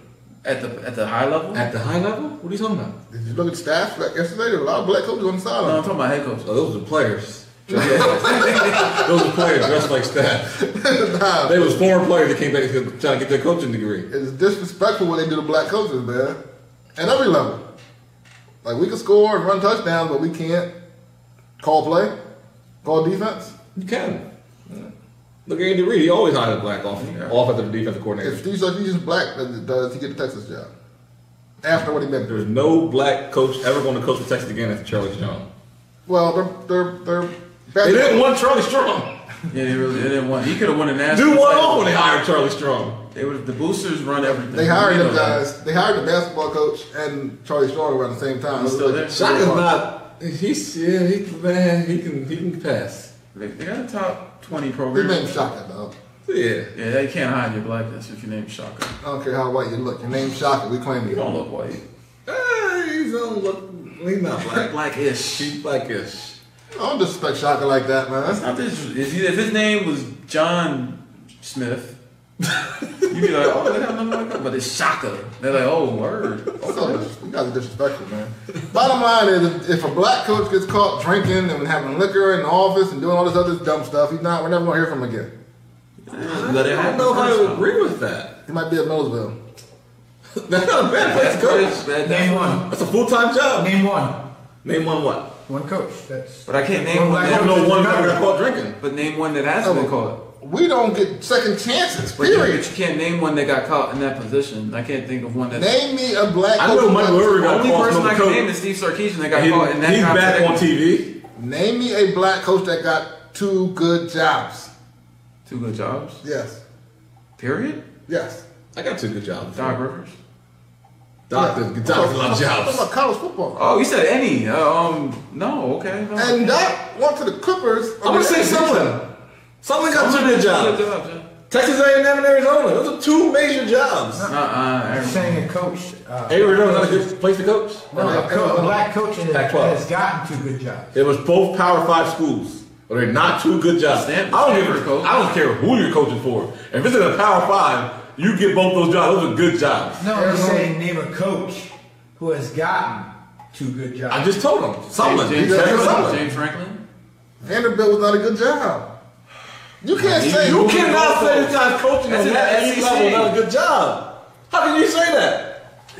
[SPEAKER 3] At the at the high level.
[SPEAKER 2] At the high level, what are you talking about?
[SPEAKER 1] Did you look at the staff like yesterday? There were a lot of black coaches on the
[SPEAKER 3] no, I'm
[SPEAKER 1] sideline.
[SPEAKER 3] talking about head coaches.
[SPEAKER 2] Oh, those are players. those are players. That's like staff.
[SPEAKER 1] nah,
[SPEAKER 2] They was former players that came back to trying to get their coaching degree.
[SPEAKER 1] it's disrespectful what they do to black coaches, man. At every level. Like we can score and run touchdowns, but we can't call play, call defense.
[SPEAKER 2] You can. Look at Andy Reid. He always hired a black off, offensive and defensive coordinator.
[SPEAKER 1] If Steve Sarkisian's black, then does he get the Texas job? After what he meant to
[SPEAKER 2] There's no black coach ever going to coach for Texas again after Charlie Strong.
[SPEAKER 1] Well, they're they're they're
[SPEAKER 2] They didn't want Charlie Strong.
[SPEAKER 3] Yeah, they really they didn't want. He could have won a national.
[SPEAKER 2] Do one
[SPEAKER 3] title.
[SPEAKER 2] off when they hired Charlie Strong.
[SPEAKER 3] They would. The boosters run everything.
[SPEAKER 1] They hired
[SPEAKER 3] You know
[SPEAKER 1] them
[SPEAKER 3] that.
[SPEAKER 1] guys. They hired the basketball coach and Charlie Strong around the same time.
[SPEAKER 3] He's still there?
[SPEAKER 2] Shaq is not. He's yeah. He man. He can. He can pass.
[SPEAKER 3] They, they got a top twenty
[SPEAKER 1] His
[SPEAKER 3] program.
[SPEAKER 1] name's Shaka, dog.
[SPEAKER 2] Yeah.
[SPEAKER 3] Yeah, they can't hide your blackness if your name's Shaka.
[SPEAKER 1] I don't care how white you look. Your name's Shaka. We claim
[SPEAKER 3] You
[SPEAKER 1] you.
[SPEAKER 3] don't look white.
[SPEAKER 2] Eh, he's on look. He's not black.
[SPEAKER 3] Blackish.
[SPEAKER 2] He's blackish.
[SPEAKER 1] I don't disrespect Shaka like that, man.
[SPEAKER 3] That's not this. If, he, if his name was John Smith, you'd be like, oh, they got another white guy. But it's Shaka. They're like, oh, word.
[SPEAKER 1] That's so dis- you guys are disrespectful, man. Bottom line is, if, if a black coach gets caught drinking and having liquor in the office and doing all this other dumb stuff, he's not. We're never gonna hear from him again.
[SPEAKER 2] I don't know if I would agree with that.
[SPEAKER 1] He might be at Millsville.
[SPEAKER 2] That's not a bad place to coach.
[SPEAKER 4] Name one.
[SPEAKER 2] That's a full time job.
[SPEAKER 4] Name one.
[SPEAKER 2] Name one what?
[SPEAKER 4] One coach. That's.
[SPEAKER 3] But I can't name
[SPEAKER 4] Well,
[SPEAKER 3] one.
[SPEAKER 4] I
[SPEAKER 2] I
[SPEAKER 3] That,
[SPEAKER 2] don't know one guy got caught drinking.
[SPEAKER 3] but name one that hasn't been caught.
[SPEAKER 1] We don't get second chances.
[SPEAKER 3] But you, but
[SPEAKER 1] Period.
[SPEAKER 3] you can't name one that got caught in that position. I can't think of one that.
[SPEAKER 1] Name me a black.
[SPEAKER 2] I know
[SPEAKER 1] coach-
[SPEAKER 2] Mike Lurie
[SPEAKER 3] The
[SPEAKER 2] got
[SPEAKER 3] only
[SPEAKER 2] caught
[SPEAKER 3] person I
[SPEAKER 2] smoking
[SPEAKER 3] can name
[SPEAKER 2] coke.
[SPEAKER 3] is Steve Sarkeesian that got
[SPEAKER 2] He,
[SPEAKER 3] caught in that
[SPEAKER 2] he's back on
[SPEAKER 3] contradiction.
[SPEAKER 2] TV.
[SPEAKER 1] Name me a black coach that got two good jobs.
[SPEAKER 3] Two good jobs.
[SPEAKER 1] Yes.
[SPEAKER 3] Period.
[SPEAKER 1] Yes.
[SPEAKER 2] I got two good jobs.
[SPEAKER 3] Doc Rivers.
[SPEAKER 2] Doctor, doctors
[SPEAKER 1] I'm
[SPEAKER 2] love
[SPEAKER 1] talking
[SPEAKER 2] jobs.
[SPEAKER 1] about college football.
[SPEAKER 3] Oh, you said any? Uh, um, no. Okay. No.
[SPEAKER 1] And that went to the Clippers.
[SPEAKER 2] I'm gonna say someone. Someone got two good
[SPEAKER 3] Good
[SPEAKER 2] jobs.
[SPEAKER 3] job.
[SPEAKER 2] Texas A&M and Arizona. Those are two major jobs.
[SPEAKER 3] Uh, uh,
[SPEAKER 4] I'm saying a coach. Uh,
[SPEAKER 2] Arizona's not a good place to coach.
[SPEAKER 4] no, a, co- a black coach in it that
[SPEAKER 2] Pac-12.
[SPEAKER 4] has gotten two good jobs.
[SPEAKER 2] It was both Power Five schools. But they're not two good jobs.
[SPEAKER 3] Stanford-
[SPEAKER 2] I don't give a
[SPEAKER 3] Stanford coach.
[SPEAKER 2] I don't care who you're coaching for. If it's in a Power Five, you get both those jobs. Those are good jobs.
[SPEAKER 4] No, I'm
[SPEAKER 1] Arizona-
[SPEAKER 4] saying name a coach who has gotten two good jobs.
[SPEAKER 2] I just told him. Someone.
[SPEAKER 3] James,
[SPEAKER 1] James
[SPEAKER 2] Someone.
[SPEAKER 3] Franklin. James Franklin.
[SPEAKER 1] Vanderbilt was not a good job. You can't say
[SPEAKER 2] You cannot say this guy's coaching
[SPEAKER 3] That's
[SPEAKER 2] on
[SPEAKER 3] in
[SPEAKER 2] that
[SPEAKER 3] the E
[SPEAKER 2] SEC
[SPEAKER 3] SEC.
[SPEAKER 2] level not a good job. How can you say that?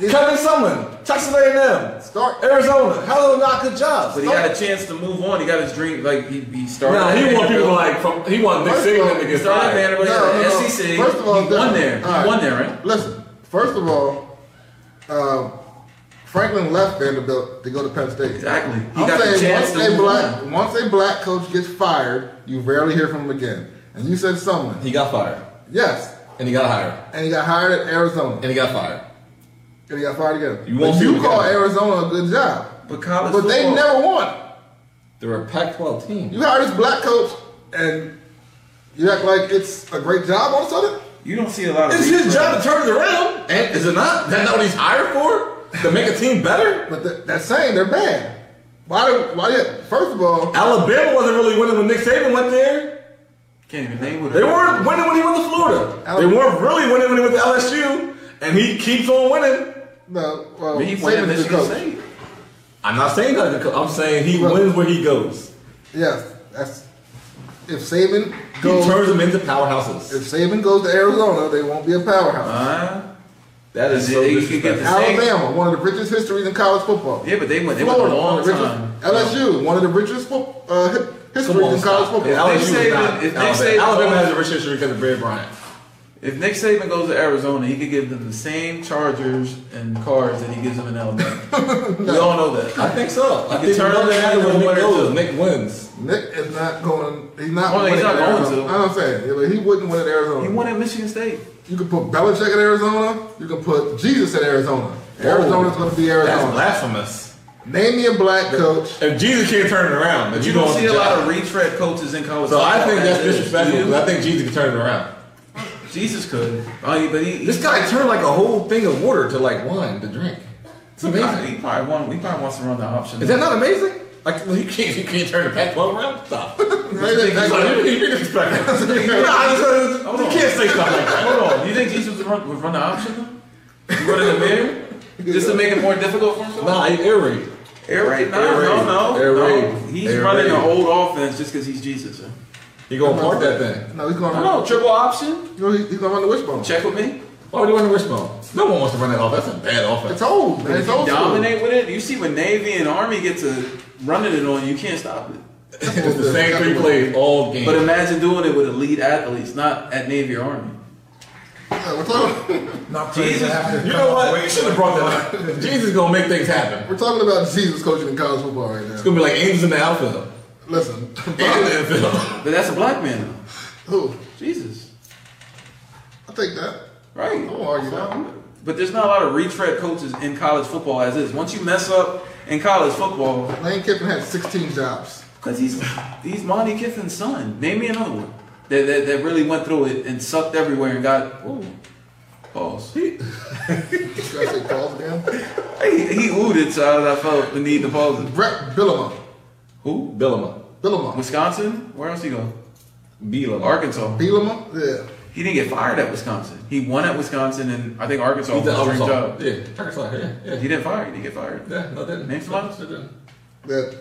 [SPEAKER 2] Kevin Sumlin, Texas A&M,
[SPEAKER 1] Start-
[SPEAKER 2] Arizona. How are those not good jobs?
[SPEAKER 3] But he got a chance to move on. He got his dream. Like he, he started.
[SPEAKER 2] Nah,
[SPEAKER 3] at
[SPEAKER 2] he want
[SPEAKER 3] Vanderbilt.
[SPEAKER 2] people like from, he want Nick
[SPEAKER 1] First of all,
[SPEAKER 2] Saban to
[SPEAKER 3] He
[SPEAKER 2] get
[SPEAKER 3] started at
[SPEAKER 2] fired.
[SPEAKER 3] Vanderbilt.
[SPEAKER 1] No, no,
[SPEAKER 3] he
[SPEAKER 1] no.
[SPEAKER 3] was at SEC.
[SPEAKER 1] First of all,
[SPEAKER 3] E he won there.
[SPEAKER 1] all right.
[SPEAKER 3] He won there, right?
[SPEAKER 1] Listen, first of all, uh, Franklin left Vanderbilt to go to Penn State.
[SPEAKER 3] Exactly. He
[SPEAKER 1] I'm
[SPEAKER 3] got the
[SPEAKER 1] saying
[SPEAKER 3] chance
[SPEAKER 1] once
[SPEAKER 3] to
[SPEAKER 1] a
[SPEAKER 3] move
[SPEAKER 1] black
[SPEAKER 3] on.
[SPEAKER 1] once a black coach gets fired, you rarely hear from him again. And you said someone.
[SPEAKER 2] He got fired,
[SPEAKER 1] Yes.
[SPEAKER 2] and he got hired,
[SPEAKER 1] And he got hired at Arizona.
[SPEAKER 2] and he got fired.
[SPEAKER 1] And he got fired again.
[SPEAKER 2] You won't
[SPEAKER 1] But
[SPEAKER 2] see
[SPEAKER 1] you
[SPEAKER 2] him
[SPEAKER 1] call
[SPEAKER 2] again.
[SPEAKER 1] Arizona a good job.
[SPEAKER 3] But college
[SPEAKER 1] But they
[SPEAKER 3] football-
[SPEAKER 1] never won.
[SPEAKER 2] They're a Pac-12 team.
[SPEAKER 1] You hire this black coach and you act like it's a great job all of a sudden?
[SPEAKER 3] You don't see a lot of.
[SPEAKER 2] It's
[SPEAKER 3] reasons.
[SPEAKER 2] his job to turn it around, and is it not? That's not what he's hired for to make a team better.
[SPEAKER 1] But th- that's saying they're bad. Why do, why did, first of all,
[SPEAKER 2] Alabama wasn't really winning when Nick Saban went there.
[SPEAKER 3] Can't even name what
[SPEAKER 2] They weren't winning when he went to Florida. They weren't really winning when he went to LSU, and he keeps on winning.
[SPEAKER 1] No, well,
[SPEAKER 3] But he went
[SPEAKER 1] Saban
[SPEAKER 3] at
[SPEAKER 1] is the
[SPEAKER 3] Michigan
[SPEAKER 1] coach.
[SPEAKER 3] State.
[SPEAKER 2] I'm not saying that. I'm saying he wins where he goes.
[SPEAKER 1] Yes, that's if Saban
[SPEAKER 2] He
[SPEAKER 1] goes.
[SPEAKER 2] turns them into powerhouses.
[SPEAKER 1] If Saban goes to Arizona, they won't be a powerhouse.
[SPEAKER 3] Uh,
[SPEAKER 2] That is so
[SPEAKER 3] They could get
[SPEAKER 2] disrespectful.
[SPEAKER 3] the-
[SPEAKER 1] Alabama, one of the richest histories in college football.
[SPEAKER 3] yeah, but they went. They went a
[SPEAKER 1] Florida, one
[SPEAKER 3] long
[SPEAKER 1] of the richest-
[SPEAKER 3] time.
[SPEAKER 1] LSU, one of the richest fo- uh, hi-
[SPEAKER 2] Come
[SPEAKER 1] histories
[SPEAKER 2] on,
[SPEAKER 1] in college
[SPEAKER 2] stop.
[SPEAKER 1] football.
[SPEAKER 2] If LSU is
[SPEAKER 3] Saban-
[SPEAKER 2] not
[SPEAKER 3] if they
[SPEAKER 2] Alabama.
[SPEAKER 3] say-
[SPEAKER 2] Alabama has a rich history because of Bear Bryant.
[SPEAKER 3] If Nick Saban goes to Arizona, he could give them the same Chargers and cars that he gives them in Alabama. We all know that.
[SPEAKER 2] I think so. I
[SPEAKER 3] You
[SPEAKER 2] think
[SPEAKER 3] turn
[SPEAKER 2] nothing
[SPEAKER 3] them
[SPEAKER 2] happens
[SPEAKER 3] into
[SPEAKER 2] when Nick
[SPEAKER 3] one or
[SPEAKER 2] goes.
[SPEAKER 3] two.
[SPEAKER 2] Nick wins.
[SPEAKER 1] Nick is not going. He's not.
[SPEAKER 3] Well, he's
[SPEAKER 1] winning
[SPEAKER 3] not
[SPEAKER 1] at
[SPEAKER 3] going
[SPEAKER 1] Arizona.
[SPEAKER 3] to.
[SPEAKER 1] I don't say yeah, but he wouldn't win at Arizona.
[SPEAKER 3] He won at Michigan State.
[SPEAKER 1] You can put Belichick at Arizona. You can put Jesus at Arizona. Arizona's going to be
[SPEAKER 2] That's
[SPEAKER 1] Arizona.
[SPEAKER 2] blasphemous.
[SPEAKER 1] Name me a black coach.
[SPEAKER 2] If Jesus can't turn it around, then
[SPEAKER 3] You
[SPEAKER 2] you
[SPEAKER 3] don't see a lot
[SPEAKER 2] job.
[SPEAKER 3] of retread coaches in college.
[SPEAKER 2] So I think that's
[SPEAKER 3] That is,
[SPEAKER 2] disrespectful.
[SPEAKER 3] do you?
[SPEAKER 2] Because I think Jesus can turn it around.
[SPEAKER 3] Jesus could. Oh, he- but he,
[SPEAKER 2] This
[SPEAKER 3] he,
[SPEAKER 2] guy turned like a whole thing of water to like wine to drink. It's amazing.
[SPEAKER 3] he probably won. He probably wants to run the option.
[SPEAKER 2] Is that not amazing? Like you can't you can't turn the Pac-12 around. Stop. It's like, you- you're disrespectful. Nah, it's-
[SPEAKER 3] Hold
[SPEAKER 2] You
[SPEAKER 3] on.
[SPEAKER 2] can't say stuff like that.
[SPEAKER 3] Hold on. You think Jesus would run, would run the option? though? Run in the mirror just to make it more difficult for himself.
[SPEAKER 2] Nah, you air raid.
[SPEAKER 3] Air raid? No,
[SPEAKER 2] Air raid.
[SPEAKER 3] no, no.
[SPEAKER 2] Air
[SPEAKER 3] no.
[SPEAKER 2] raid.
[SPEAKER 3] He's
[SPEAKER 2] Air
[SPEAKER 3] running
[SPEAKER 2] raid.
[SPEAKER 3] an old offense just because he's Jesus. Sir.
[SPEAKER 2] You gonna park that thing?
[SPEAKER 1] No, he's going to
[SPEAKER 3] No,
[SPEAKER 1] run.
[SPEAKER 3] no, triple option.
[SPEAKER 1] you know, he- He's going to run the wishbone.
[SPEAKER 3] Check with me.
[SPEAKER 2] Why would you run the wishbone? No one wants to run that off. That's a bad
[SPEAKER 1] It's
[SPEAKER 2] offense.
[SPEAKER 1] old, man.
[SPEAKER 3] If
[SPEAKER 1] It's
[SPEAKER 3] you
[SPEAKER 1] old school.
[SPEAKER 3] dominate with it, you see when Navy and Army get to running it on you, you can't stop it.
[SPEAKER 2] It's the same three plays all game.
[SPEAKER 3] But imagine doing it with elite athletes, not at Navy or Army.
[SPEAKER 1] Yeah, we're talking.
[SPEAKER 4] Not
[SPEAKER 3] Jesus.
[SPEAKER 4] after.
[SPEAKER 2] You know what? You should have brought that up. Jesus gonna make things happen.
[SPEAKER 1] We're talking about Jesus coaching in college football right
[SPEAKER 2] It's
[SPEAKER 1] now.
[SPEAKER 2] gonna be like angels in the outfield.
[SPEAKER 1] Listen,
[SPEAKER 2] And the infield.
[SPEAKER 3] But that's a black man, though.
[SPEAKER 1] who?
[SPEAKER 3] Jesus.
[SPEAKER 1] I take that.
[SPEAKER 3] Right.
[SPEAKER 1] I won't argue that.
[SPEAKER 3] But there's not a lot of retread coaches in college football as is. Once you mess up in college football,
[SPEAKER 1] Lane Kiffin had 16 jobs.
[SPEAKER 3] because he's he's Monty Kiffin's son. Name me another one that, that that really went through it and sucked everywhere and got ooh, pause. He,
[SPEAKER 1] Should I say pause again?
[SPEAKER 3] he oohed it, so I felt the need to pause it.
[SPEAKER 1] Brett Billimon.
[SPEAKER 3] Who?
[SPEAKER 2] Billima.
[SPEAKER 1] Billimon.
[SPEAKER 3] Wisconsin? Where else he go?
[SPEAKER 2] Billima.
[SPEAKER 3] Arkansas.
[SPEAKER 1] Bielema? Yeah.
[SPEAKER 3] He didn't get fired at Wisconsin. He won at Wisconsin, and I think Arkansas
[SPEAKER 2] He's
[SPEAKER 3] was
[SPEAKER 2] the
[SPEAKER 3] a dream
[SPEAKER 2] Arkansas.
[SPEAKER 3] job.
[SPEAKER 2] Yeah, Arkansas. Yeah, yeah.
[SPEAKER 3] He didn't fire. He didn't get fired.
[SPEAKER 2] Yeah, no, that
[SPEAKER 3] Name some others?
[SPEAKER 2] that-
[SPEAKER 1] That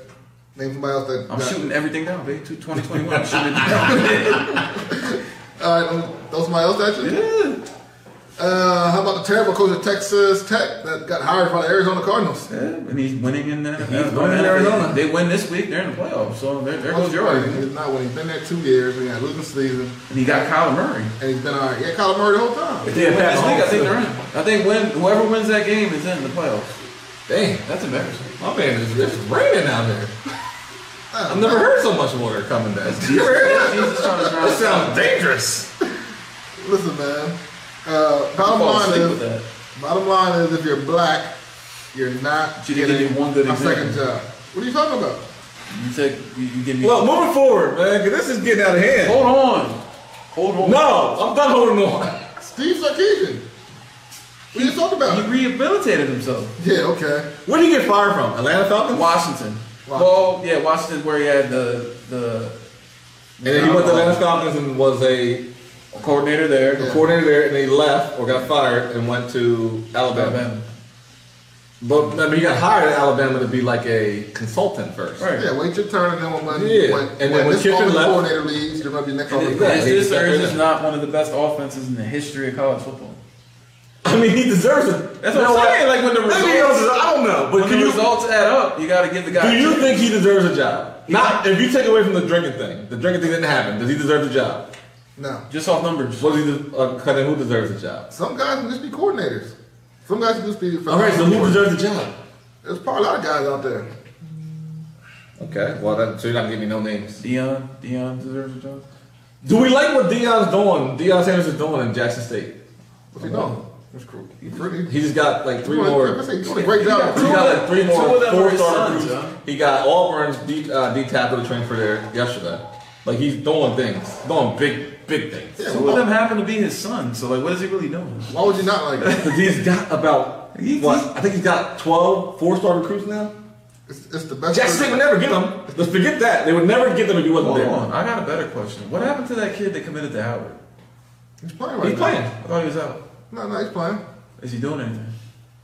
[SPEAKER 1] name somebody else that.
[SPEAKER 3] I'm
[SPEAKER 1] got-
[SPEAKER 3] shooting everything down, baby. Two- 2021. I'm shooting it down.
[SPEAKER 1] All right, um, throw somebody else at you.
[SPEAKER 3] Yeah.
[SPEAKER 1] Uh, how about the terrible coach of Texas Tech that got hired by the Arizona Cardinals?
[SPEAKER 3] Yeah, and he's winning in the NFL.
[SPEAKER 2] He's winning in Arizona.
[SPEAKER 3] They win this week. They're in the playoffs. So there, there goes your argument.
[SPEAKER 1] He's not winning. He's been there two years. He got losing season,
[SPEAKER 3] And he got Kyler Murray.
[SPEAKER 1] and he's been all right. Yeah, Kyler Murray the whole time.
[SPEAKER 3] If they win
[SPEAKER 2] Pat
[SPEAKER 3] this week, I
[SPEAKER 2] Mahomes,
[SPEAKER 3] think
[SPEAKER 2] too.
[SPEAKER 3] they're in. I think when whoever wins that game is in the playoffs.
[SPEAKER 2] Dang,
[SPEAKER 3] That's embarrassing.
[SPEAKER 2] my man is it's raining out there. I've never heard so much water coming down. that
[SPEAKER 3] Jesus trying to drown.
[SPEAKER 2] sounds dangerous.
[SPEAKER 1] Listen, man. Uh, bottom
[SPEAKER 3] Fall asleep
[SPEAKER 1] line
[SPEAKER 3] with
[SPEAKER 1] is,
[SPEAKER 3] that.
[SPEAKER 1] bottom line is, if you're black, you're not
[SPEAKER 3] She didn't
[SPEAKER 1] getting
[SPEAKER 3] give you one good
[SPEAKER 1] a
[SPEAKER 3] example.
[SPEAKER 1] second job. What are you talking about?
[SPEAKER 3] You take. You, you give me.
[SPEAKER 2] Well, moving forward, man, because this is getting out of hand.
[SPEAKER 3] hold on. Hold on.
[SPEAKER 2] No, I'm done holding on.
[SPEAKER 1] Steve Sarkisian. What are you talking
[SPEAKER 3] He
[SPEAKER 1] about?
[SPEAKER 3] rehabilitated himself.
[SPEAKER 1] Yeah, okay.
[SPEAKER 2] Where did he get fired from? Atlanta Falcons.
[SPEAKER 3] Washington. Well, yeah, Washington's where he had the the
[SPEAKER 2] And then he went to Atlanta Falcons and was a
[SPEAKER 3] coordinator there.
[SPEAKER 2] coordinator there, and he left or got fired and went to Alabama.
[SPEAKER 3] Alabama.
[SPEAKER 2] But I mean, he got hired at Alabama to be like a consultant first.
[SPEAKER 3] Right.
[SPEAKER 1] Yeah, wait your turn, and then when, when,
[SPEAKER 2] Yeah.
[SPEAKER 1] when,
[SPEAKER 2] And then when
[SPEAKER 1] this
[SPEAKER 2] Kiffin
[SPEAKER 1] offensive
[SPEAKER 2] left-
[SPEAKER 1] coordinator leaves, you're going to be next on the
[SPEAKER 3] This,
[SPEAKER 2] Oh, Yeah,
[SPEAKER 1] bench.
[SPEAKER 3] this,
[SPEAKER 2] he
[SPEAKER 3] this
[SPEAKER 2] stepped in
[SPEAKER 3] is
[SPEAKER 2] there.
[SPEAKER 3] not one of the best offenses in the history of college football.
[SPEAKER 2] I mean, he deserves it.
[SPEAKER 3] That's what I'm saying, like, when the
[SPEAKER 2] Maybe he
[SPEAKER 3] results-
[SPEAKER 2] does, I don't know, but
[SPEAKER 3] When
[SPEAKER 2] can
[SPEAKER 3] the
[SPEAKER 2] you
[SPEAKER 3] results add up, you got to give the
[SPEAKER 2] Do
[SPEAKER 3] guy. a
[SPEAKER 2] you
[SPEAKER 3] chance.
[SPEAKER 2] think he deserves a job? Not if you take away from the drinking thing. The drinking thing didn't happen. Does he deserve a job?
[SPEAKER 1] No.
[SPEAKER 3] just off numbers?
[SPEAKER 2] Was he? de- Uh, then who deserves a job?
[SPEAKER 1] Some guys can just be coordinators. Some guys can just be.
[SPEAKER 2] All right. So who deserves a job?
[SPEAKER 1] There's probably a lot of guys out there.
[SPEAKER 2] Okay. Well, that, so you're not giving me no names.
[SPEAKER 3] Dion, Dion deserves a job.
[SPEAKER 2] Do we like what Dion's doing? Dion Sanders is doing in Jackson State.
[SPEAKER 1] What's he doing? That's cool. He's pretty.
[SPEAKER 2] He just got like three more.
[SPEAKER 1] He's doing a great job.
[SPEAKER 2] He got like three
[SPEAKER 3] Two
[SPEAKER 2] more
[SPEAKER 3] of them are his
[SPEAKER 2] four-star
[SPEAKER 3] sons,
[SPEAKER 2] recruits.
[SPEAKER 3] huh?
[SPEAKER 2] He got Auburn's D, uh, D tackle to transfer there yesterday. Like he's doing things, doing big, big things.
[SPEAKER 1] Yeah,
[SPEAKER 3] Two of
[SPEAKER 1] why,
[SPEAKER 3] them happen to be his son, so like, what is he really doing?
[SPEAKER 1] why would you not like it?
[SPEAKER 2] Because he's got about
[SPEAKER 3] He-
[SPEAKER 2] what? I think he's got 12 four-star recruits now.
[SPEAKER 1] It's, it's the best.
[SPEAKER 2] Jack State would never get them. Let's forget that. They would never get them if he wasn't
[SPEAKER 3] Hold
[SPEAKER 2] there.
[SPEAKER 3] on, I got a better question. What happened to that kid that committed to Howard?
[SPEAKER 1] He's playing right
[SPEAKER 2] He's
[SPEAKER 1] now.
[SPEAKER 2] playing.
[SPEAKER 3] I thought he was out.
[SPEAKER 1] No, no, he's playing.
[SPEAKER 3] Is he doing anything?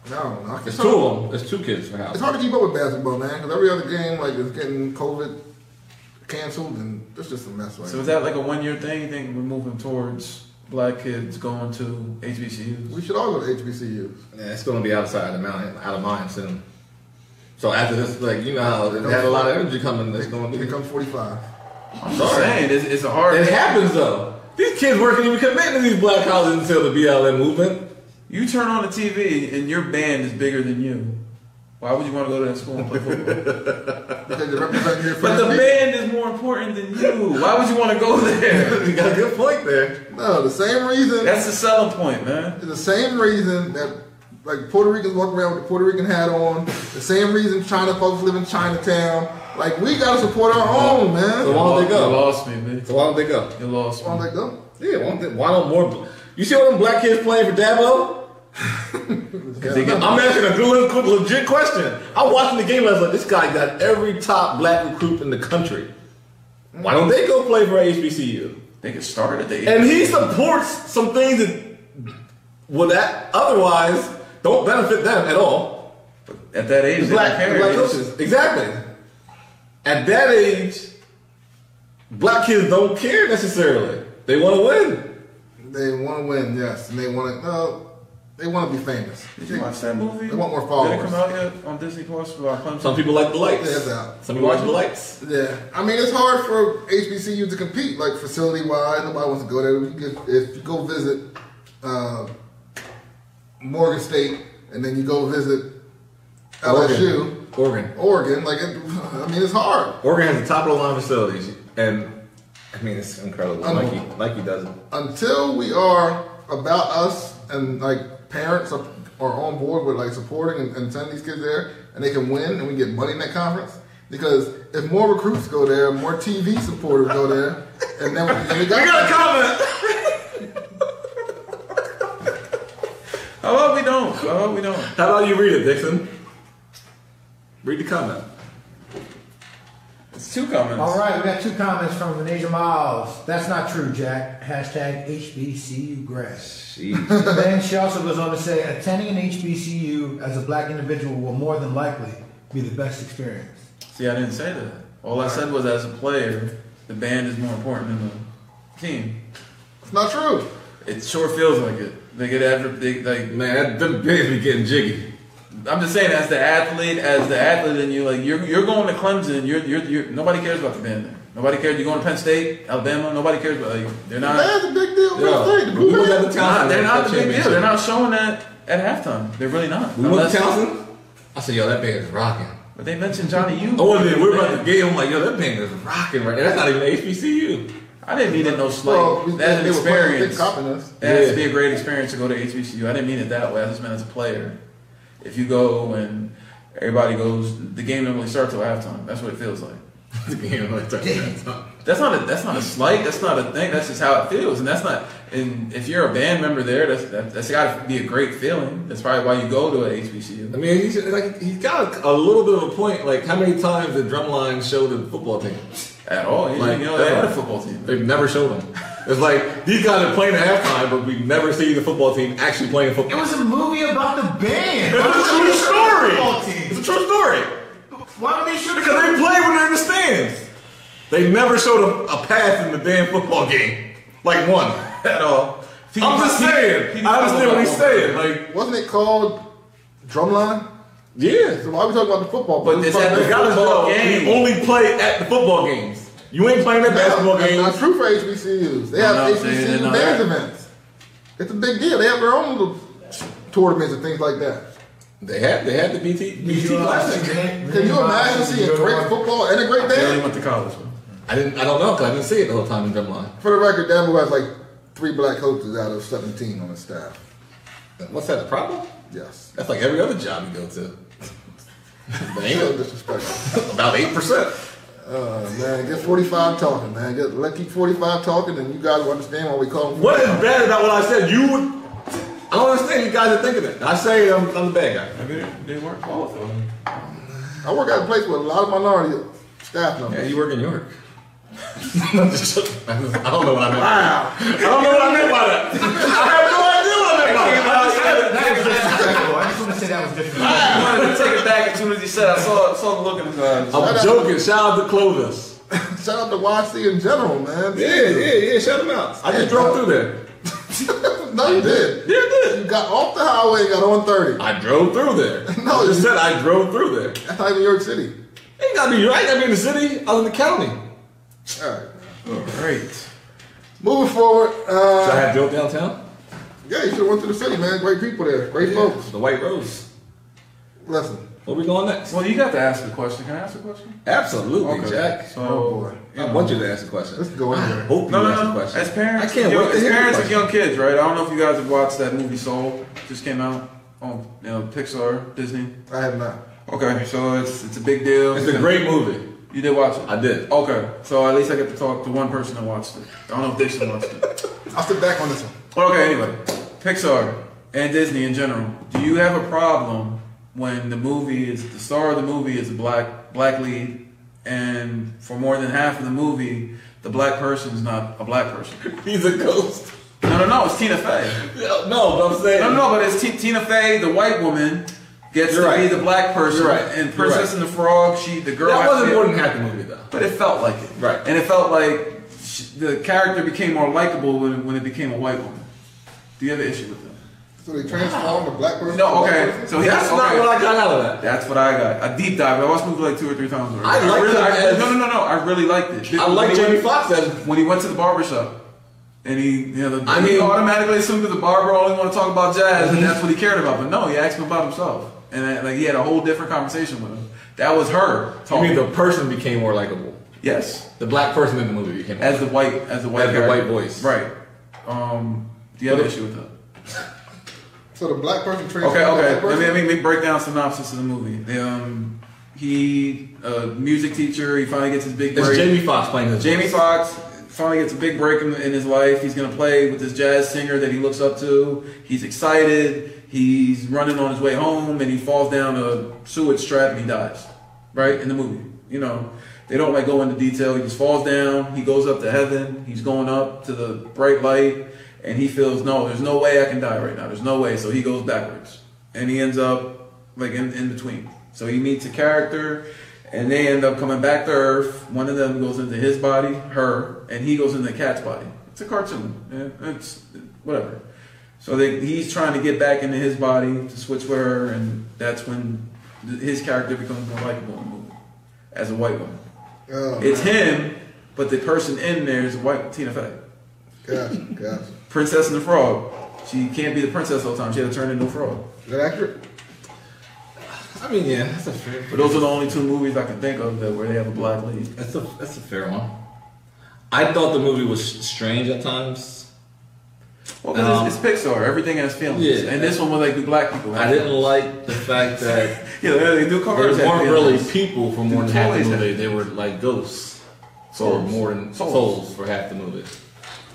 [SPEAKER 1] No, no.
[SPEAKER 2] It's two of them. It's two kids for house.
[SPEAKER 1] It's hard to keep up with basketball, man, because every other game like is getting COVID canceled, and it's just a mess right
[SPEAKER 3] So
[SPEAKER 1] now.
[SPEAKER 3] is that like a one-year thing? You think we're moving towards black kids going to HBCUs?
[SPEAKER 1] We should all go to HBCUs.
[SPEAKER 5] Yeah, it's going to be outside the mountain, out of mind soon. So after this, like you know, how it had a lot of energy coming. It's going to
[SPEAKER 1] Here
[SPEAKER 5] be.
[SPEAKER 1] comes 45.
[SPEAKER 3] I'm just saying, it's, it's a hard.
[SPEAKER 2] It happens though. These kids weren't even committing to these black houses until the BLM movement.
[SPEAKER 3] You turn on the TV and your band is bigger than you. Why would you want to go to that school and play football?
[SPEAKER 1] Because they represent your
[SPEAKER 3] but the band is more important than you. Why would you want to go there?
[SPEAKER 5] you got a good point there.
[SPEAKER 1] No, the same reason.
[SPEAKER 3] That's the selling point, man.
[SPEAKER 1] the same reason that like Puerto Ricans walk around with a Puerto Rican hat on. The same reason China folks live in Chinatown. Like we gotta support our own,
[SPEAKER 5] So
[SPEAKER 1] man.
[SPEAKER 5] why don't they
[SPEAKER 3] You
[SPEAKER 5] go?
[SPEAKER 3] lost me, man.
[SPEAKER 5] So why don't they go?
[SPEAKER 3] You lost
[SPEAKER 1] Why
[SPEAKER 3] me.
[SPEAKER 1] don't they
[SPEAKER 5] Yeah,
[SPEAKER 1] go?
[SPEAKER 5] why don't, they, why don't more? You see all them black kids playing for Dabo? I'm asking a good, good, legit question. I'm watching the game. I was like, this guy got every top black recruit in the country. Why don't they go play for HBCU?
[SPEAKER 3] They could start at the
[SPEAKER 5] And he supports some things that would that otherwise don't benefit them at all.
[SPEAKER 3] at that age.
[SPEAKER 5] The
[SPEAKER 3] They
[SPEAKER 5] black,
[SPEAKER 3] black,
[SPEAKER 5] the black coaches, exactly. At that age, black kids don't care necessarily. They want to win.
[SPEAKER 1] They want to win, yes, and they want to. No, they want to be famous.
[SPEAKER 3] Did you watch that movie?
[SPEAKER 1] They want more
[SPEAKER 3] Did it
[SPEAKER 1] followers.
[SPEAKER 3] come out yet on Disney Plus about Clemson?
[SPEAKER 5] Some people like the lights.
[SPEAKER 1] Yeah, it's out.
[SPEAKER 5] Some people like the lights.
[SPEAKER 1] Yeah, I mean it's hard for HBCU to compete, like facility wise. Nobody wants to go there. You get, if you go visit uh, Morgan State, and then you go visit LSU,
[SPEAKER 5] Oregon.
[SPEAKER 1] Oregon, like it, I mean it's hard.
[SPEAKER 5] Oregon has the top of the line facilities, and I mean it's incredible. Nike,
[SPEAKER 1] Unbelievable.
[SPEAKER 5] Nike does it.
[SPEAKER 1] until we are about us and like parents are, are on board with like supporting and, and sending these kids there and they can win and we get money in that conference because if more recruits go there more tv supporters go there and then we, then we got,
[SPEAKER 2] a comment.
[SPEAKER 3] How about we don't? How about we don't?
[SPEAKER 2] How about you read it, Dixon? Read the comment.
[SPEAKER 3] It's two comments.
[SPEAKER 4] All right, we got two comments from Venesia Miles. That's not true, Jack. Hashtag HBCU grass.
[SPEAKER 5] Jeez.
[SPEAKER 4] then she also goes on to say, attending an HBCU as a black individual will more than likely be the best experience.
[SPEAKER 3] See, I didn't say that. All I said was, as a player, the band is more important than the team.
[SPEAKER 1] it's not true
[SPEAKER 3] It sure feels like it. They get after they like.
[SPEAKER 2] Man, that, them pigs be getting jiggy.
[SPEAKER 3] I'm just saying, as the athlete, as the athlete in you, like you're you're going to Clemson. You're you're, you're nobody cares about the band there. Nobody cares. You're going to Penn State, Alabama. Nobody cares about like they're not.
[SPEAKER 1] that's a big deal
[SPEAKER 2] Yeah.
[SPEAKER 1] Penn State, the
[SPEAKER 2] We
[SPEAKER 1] blue
[SPEAKER 2] was at
[SPEAKER 1] man.
[SPEAKER 2] the
[SPEAKER 3] They're not,
[SPEAKER 2] Townsend.
[SPEAKER 3] they're not the big deal.
[SPEAKER 2] championship.
[SPEAKER 3] They're not showing that at halftime. They're really not.
[SPEAKER 2] We went to
[SPEAKER 3] Unless-
[SPEAKER 2] Townsend.
[SPEAKER 5] I said, yo, that band is rocking.
[SPEAKER 3] but they mentioned Johnny. You.
[SPEAKER 2] Oh, and then we're about to game. I'm like, yo, that band is rocking right now. That's not even HBCU.
[SPEAKER 3] I didn't mean it no slight.
[SPEAKER 1] Well, we-
[SPEAKER 3] That's an
[SPEAKER 1] they were playing, they
[SPEAKER 3] experience.
[SPEAKER 1] copping us.
[SPEAKER 3] It has
[SPEAKER 2] Yeah.
[SPEAKER 3] to be a great experience to go to HBCU. I didn't mean it that way. I just meant as a player. If you go and everybody goes, the game doesn't really start till halftime. That's what it feels like. That's not a that's not a slight. That's not a thing. That's just how it feels, and that's not. And if you're a band member there, that's that, that's got to be a great feeling. That's probably why you go to an
[SPEAKER 2] I
[SPEAKER 3] HBCU.
[SPEAKER 2] mean, he's like he's got a, a little bit of a point. Like how many times the drumline showed the football team?
[SPEAKER 3] At all, you,
[SPEAKER 2] Like,
[SPEAKER 3] you know, they
[SPEAKER 2] ever.
[SPEAKER 3] had a football team.
[SPEAKER 2] They've never showed them. It's like these guys are playing at halftime, but we never see the football team actually playing
[SPEAKER 4] It
[SPEAKER 2] football.
[SPEAKER 4] was a movie about the
[SPEAKER 2] It's
[SPEAKER 4] band.
[SPEAKER 2] a true
[SPEAKER 4] Football
[SPEAKER 2] story. It's
[SPEAKER 4] team.
[SPEAKER 2] a true story.
[SPEAKER 4] Why would they shoot
[SPEAKER 2] Because they play when they're in the stands. They never showed a, a pass in the damn football game. Like one.
[SPEAKER 3] At all.
[SPEAKER 2] I'm just saying. I understand what he's saying. Like,
[SPEAKER 1] wasn't it called drumline
[SPEAKER 2] yeah.
[SPEAKER 1] so why are we talking about the football
[SPEAKER 3] But
[SPEAKER 1] We
[SPEAKER 3] it's
[SPEAKER 1] talking
[SPEAKER 3] at the
[SPEAKER 2] They
[SPEAKER 1] about-
[SPEAKER 2] got to
[SPEAKER 3] Football
[SPEAKER 2] know
[SPEAKER 3] game.
[SPEAKER 2] you only play at the football games. You ain't playing at basketball
[SPEAKER 1] That's
[SPEAKER 2] games.
[SPEAKER 1] not true for HBCUs. They have
[SPEAKER 3] No, I'm saying they're
[SPEAKER 1] HBCU
[SPEAKER 3] not
[SPEAKER 1] dance
[SPEAKER 3] that.
[SPEAKER 1] events. It's a big deal. They have their own little tournaments and things like that.
[SPEAKER 2] They had they had the BT BT
[SPEAKER 4] You, uh,
[SPEAKER 2] classic.
[SPEAKER 4] Renee-
[SPEAKER 1] Can
[SPEAKER 4] Renee
[SPEAKER 1] you
[SPEAKER 4] Miles
[SPEAKER 1] imagine
[SPEAKER 4] is
[SPEAKER 1] seeing
[SPEAKER 4] good
[SPEAKER 1] great
[SPEAKER 4] one.
[SPEAKER 1] football and a great
[SPEAKER 3] They only
[SPEAKER 1] dance?
[SPEAKER 3] went to college. man.
[SPEAKER 2] I didn't I don't know because I didn't see it the whole time in drumline.
[SPEAKER 1] For the record, Dabo has like three black coaches out of 17 on his staff.
[SPEAKER 2] What's that a problem?
[SPEAKER 1] Yes.
[SPEAKER 2] That's like every other job you go to. That
[SPEAKER 1] So
[SPEAKER 2] ain't
[SPEAKER 1] disrespectful.
[SPEAKER 2] about eight percent.
[SPEAKER 1] Uh, man, get 45 talking, man. Get, let keep 45 talking and you guys will understand why we call them.
[SPEAKER 2] What is bad about what I said? You would. I don't understand. You guys are thinking that. I say I'm, I'm the bad guy.
[SPEAKER 3] Maybe they, they weren't qualified.
[SPEAKER 1] I work at a place with a lot of minority staff members.
[SPEAKER 2] Yeah, you work in York. I don't know what I meant. Wow. I don't know what I meant by that. I have no idea what I meant by that.
[SPEAKER 4] That was disrespectful. I just want to say that was disrespectful.
[SPEAKER 3] I wanted to take it back as soon as he said. I saw saw the look in his eyes.
[SPEAKER 2] I'm joking. Shout out to Clovis.
[SPEAKER 1] Shout out to YC in general, man.
[SPEAKER 2] yeah, yeah. Shout him out. I just drove through there.
[SPEAKER 1] no, you did.
[SPEAKER 2] Yeah, I did.
[SPEAKER 1] You got off the highway and got on 30.
[SPEAKER 2] I drove through there.
[SPEAKER 1] No,
[SPEAKER 2] I just
[SPEAKER 1] you-
[SPEAKER 2] said I drove through there.
[SPEAKER 1] That's not even New York City.
[SPEAKER 2] Ain't gotta be right. I be in the city. I was in the county.
[SPEAKER 1] All right.
[SPEAKER 3] Great.
[SPEAKER 1] Moving forward,
[SPEAKER 2] Should I
[SPEAKER 1] uh,
[SPEAKER 2] have drove downtown?
[SPEAKER 1] yeah, you should have went to the city, man. Great people there. Great folks.
[SPEAKER 2] The White Rose.
[SPEAKER 1] Listen,
[SPEAKER 2] Where we going next?
[SPEAKER 3] Well, you got to ask the question. Can I ask a question?
[SPEAKER 2] Absolutely, Jack.
[SPEAKER 3] So,
[SPEAKER 1] Oh,
[SPEAKER 3] you
[SPEAKER 2] I
[SPEAKER 3] know.
[SPEAKER 2] want you to ask the question.
[SPEAKER 1] let's go in there.
[SPEAKER 2] hope you
[SPEAKER 3] No,
[SPEAKER 2] ask
[SPEAKER 3] no,
[SPEAKER 2] the
[SPEAKER 3] no.
[SPEAKER 2] question.
[SPEAKER 3] As parents,
[SPEAKER 2] I can't
[SPEAKER 3] young,
[SPEAKER 2] wait to
[SPEAKER 3] as
[SPEAKER 2] hear the
[SPEAKER 3] parents of
[SPEAKER 2] question.
[SPEAKER 3] young kids, right? I don't know if you guys have watched that movie Soul. Just came out on you know, Pixar, Disney.
[SPEAKER 1] I have not.
[SPEAKER 3] Okay, so it's it's a big deal.
[SPEAKER 2] It's a great movie.
[SPEAKER 3] You did watch it.
[SPEAKER 2] I did.
[SPEAKER 3] Okay, so at least I get to talk to one person that watched it. I don't know if Dixon watched it.
[SPEAKER 1] I'll sit back on this one.
[SPEAKER 3] Okay, anyway, Pixar and Disney in general. Do you have a problem when the movie is the star of the movie is a black black lead, and for more than half of the movie, the black person's not a black person?
[SPEAKER 2] He's a ghost.
[SPEAKER 3] No, no, no. It's Tina Fey.
[SPEAKER 2] No, but I'm saying.
[SPEAKER 3] No, no, but it's T- Tina Fey, the white woman, gets
[SPEAKER 2] You're
[SPEAKER 3] to
[SPEAKER 2] right.
[SPEAKER 3] be the black person,
[SPEAKER 2] You're right. You're
[SPEAKER 3] and Princess and the Frog, she the girl.
[SPEAKER 2] That
[SPEAKER 3] I
[SPEAKER 2] wasn't
[SPEAKER 3] feel-
[SPEAKER 2] more than half the movie, though.
[SPEAKER 3] but it felt like it,
[SPEAKER 2] Right.
[SPEAKER 3] And it felt like sh the character became more likable when when it became a white woman. Do you have an issue with that?
[SPEAKER 1] So they transformed a black person.
[SPEAKER 3] No,
[SPEAKER 1] to a black
[SPEAKER 3] okay.
[SPEAKER 1] person?
[SPEAKER 3] So
[SPEAKER 2] That's not what I got out of that.
[SPEAKER 3] That's what I got. A deep dive. I watched the movie like two or three times already.
[SPEAKER 2] I liked
[SPEAKER 3] really,
[SPEAKER 2] it
[SPEAKER 3] I,
[SPEAKER 2] as-
[SPEAKER 3] no, no, no, no. I really liked it.
[SPEAKER 2] I like
[SPEAKER 3] When he
[SPEAKER 2] Jamie
[SPEAKER 3] went-
[SPEAKER 2] Foxx as.
[SPEAKER 3] when he went to the barber shop. And he, you know, the,
[SPEAKER 2] I
[SPEAKER 3] he
[SPEAKER 2] mean-
[SPEAKER 3] automatically assumed that the barber only want to talk about jazz, and that's what he cared about. But no, he asked him about himself, and uh, like he had a whole different conversation with him. That was her
[SPEAKER 2] I mean,
[SPEAKER 3] talking.
[SPEAKER 2] the person became more likable.
[SPEAKER 3] yes,
[SPEAKER 2] The black person in the movie became. More
[SPEAKER 3] as the white, as the white,
[SPEAKER 2] As the
[SPEAKER 3] character.
[SPEAKER 2] white voice.
[SPEAKER 3] right? Um, do you have an
[SPEAKER 2] But-
[SPEAKER 3] issue with that?
[SPEAKER 1] So the black person transformed
[SPEAKER 3] Okay,
[SPEAKER 1] a
[SPEAKER 3] okay.
[SPEAKER 1] black
[SPEAKER 3] Let
[SPEAKER 1] person.
[SPEAKER 3] me, let me break down synopsis of the movie. The, um, he, a music teacher, he finally gets his big
[SPEAKER 2] it's
[SPEAKER 3] break.
[SPEAKER 2] Jamie Foxx playing the
[SPEAKER 3] Jamie Foxx finally gets a big break in, in his life. He's going to play with this jazz singer that he looks up to. He's excited. He's running on his way home and he falls down a sewage trap and he dies. Right? In the movie. You know, they don't like go into detail. He just falls down. He goes up to heaven. He's going up to the bright light and he feels, no, there's no way I can die right now. There's no way. So he goes backwards and he ends up like in, in between. So he meets a character, and they end up coming back to Earth. One of them goes into his body, her, and he goes into the cat's body. It's a cartoon. yeah, It's whatever. So they, he's trying to get back into his body to switch with her, and that's when th- his character becomes more likable in the movie as a white woman.
[SPEAKER 1] Oh,
[SPEAKER 3] It's him, but the person in there is a white Tina Fey.
[SPEAKER 1] gotcha, gotcha.
[SPEAKER 3] Princess and the Frog. She can't be the princess all the time. She had to turn into a frog.
[SPEAKER 1] Is that accurate?
[SPEAKER 2] I mean, yeah, that's a fair.
[SPEAKER 3] But those are the only two movies I can think of that where they have a black lead.
[SPEAKER 2] That's a that's a fair one. I thought the movie was strange at times.
[SPEAKER 3] Well, 'cause it's, it's Pixar. Everything has feelings.
[SPEAKER 2] Um, Yeah.
[SPEAKER 3] And this one was like the black people.
[SPEAKER 2] I didn't like the fact that.
[SPEAKER 3] Yeah, they do
[SPEAKER 2] They
[SPEAKER 3] cars.
[SPEAKER 2] weren't really people for more than half the
[SPEAKER 3] Toys.
[SPEAKER 2] movie. They were like ghosts. So
[SPEAKER 3] Souls.
[SPEAKER 2] more than
[SPEAKER 3] Souls.
[SPEAKER 2] souls. for half the movie.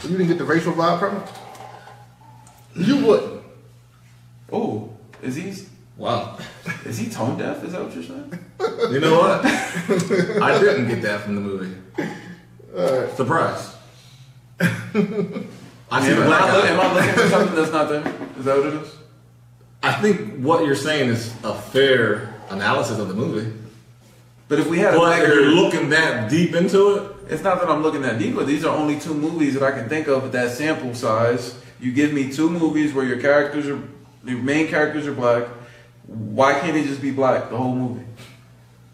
[SPEAKER 1] So you didn't get the racial vibe from it? You wouldn't.
[SPEAKER 3] Oh, is he
[SPEAKER 2] Wow.
[SPEAKER 3] is he tone deaf? Is that what you're saying?
[SPEAKER 2] You know what? I didn't get that from the movie. Surprise. I see
[SPEAKER 3] Am,
[SPEAKER 2] the
[SPEAKER 3] I,
[SPEAKER 2] black
[SPEAKER 3] look-
[SPEAKER 2] eye.
[SPEAKER 3] am I looking for something that's not there? Is that what it is?
[SPEAKER 2] I think what you're saying is a fair analysis of the movie.
[SPEAKER 3] But if we had
[SPEAKER 2] But
[SPEAKER 3] a
[SPEAKER 2] if you're
[SPEAKER 3] bigger,
[SPEAKER 2] looking that deep into it,
[SPEAKER 3] it's not that I'm looking that deep, but these are only two movies that I can think of with that sample size. You give me two movies where your characters are, your main characters are black. Why can't it just be black the whole movie?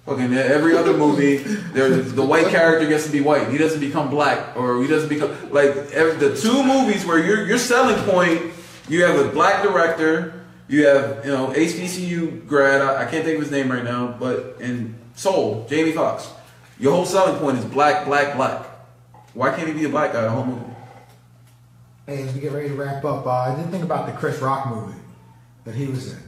[SPEAKER 3] Fucking every other movie, there's the white character gets to be white. He doesn't become black, or he doesn't become like ev the two movies where your your selling point. You have a black director. You have you know HBCU grad. I, I can't think of his name right now, but in Soul, Jamie Foxx. Your whole selling point is black, black, black. Why can't he be a black guy the whole movie?
[SPEAKER 4] Hey, as we get ready to wrap up, uh, I did think about the Chris Rock movie that he was in,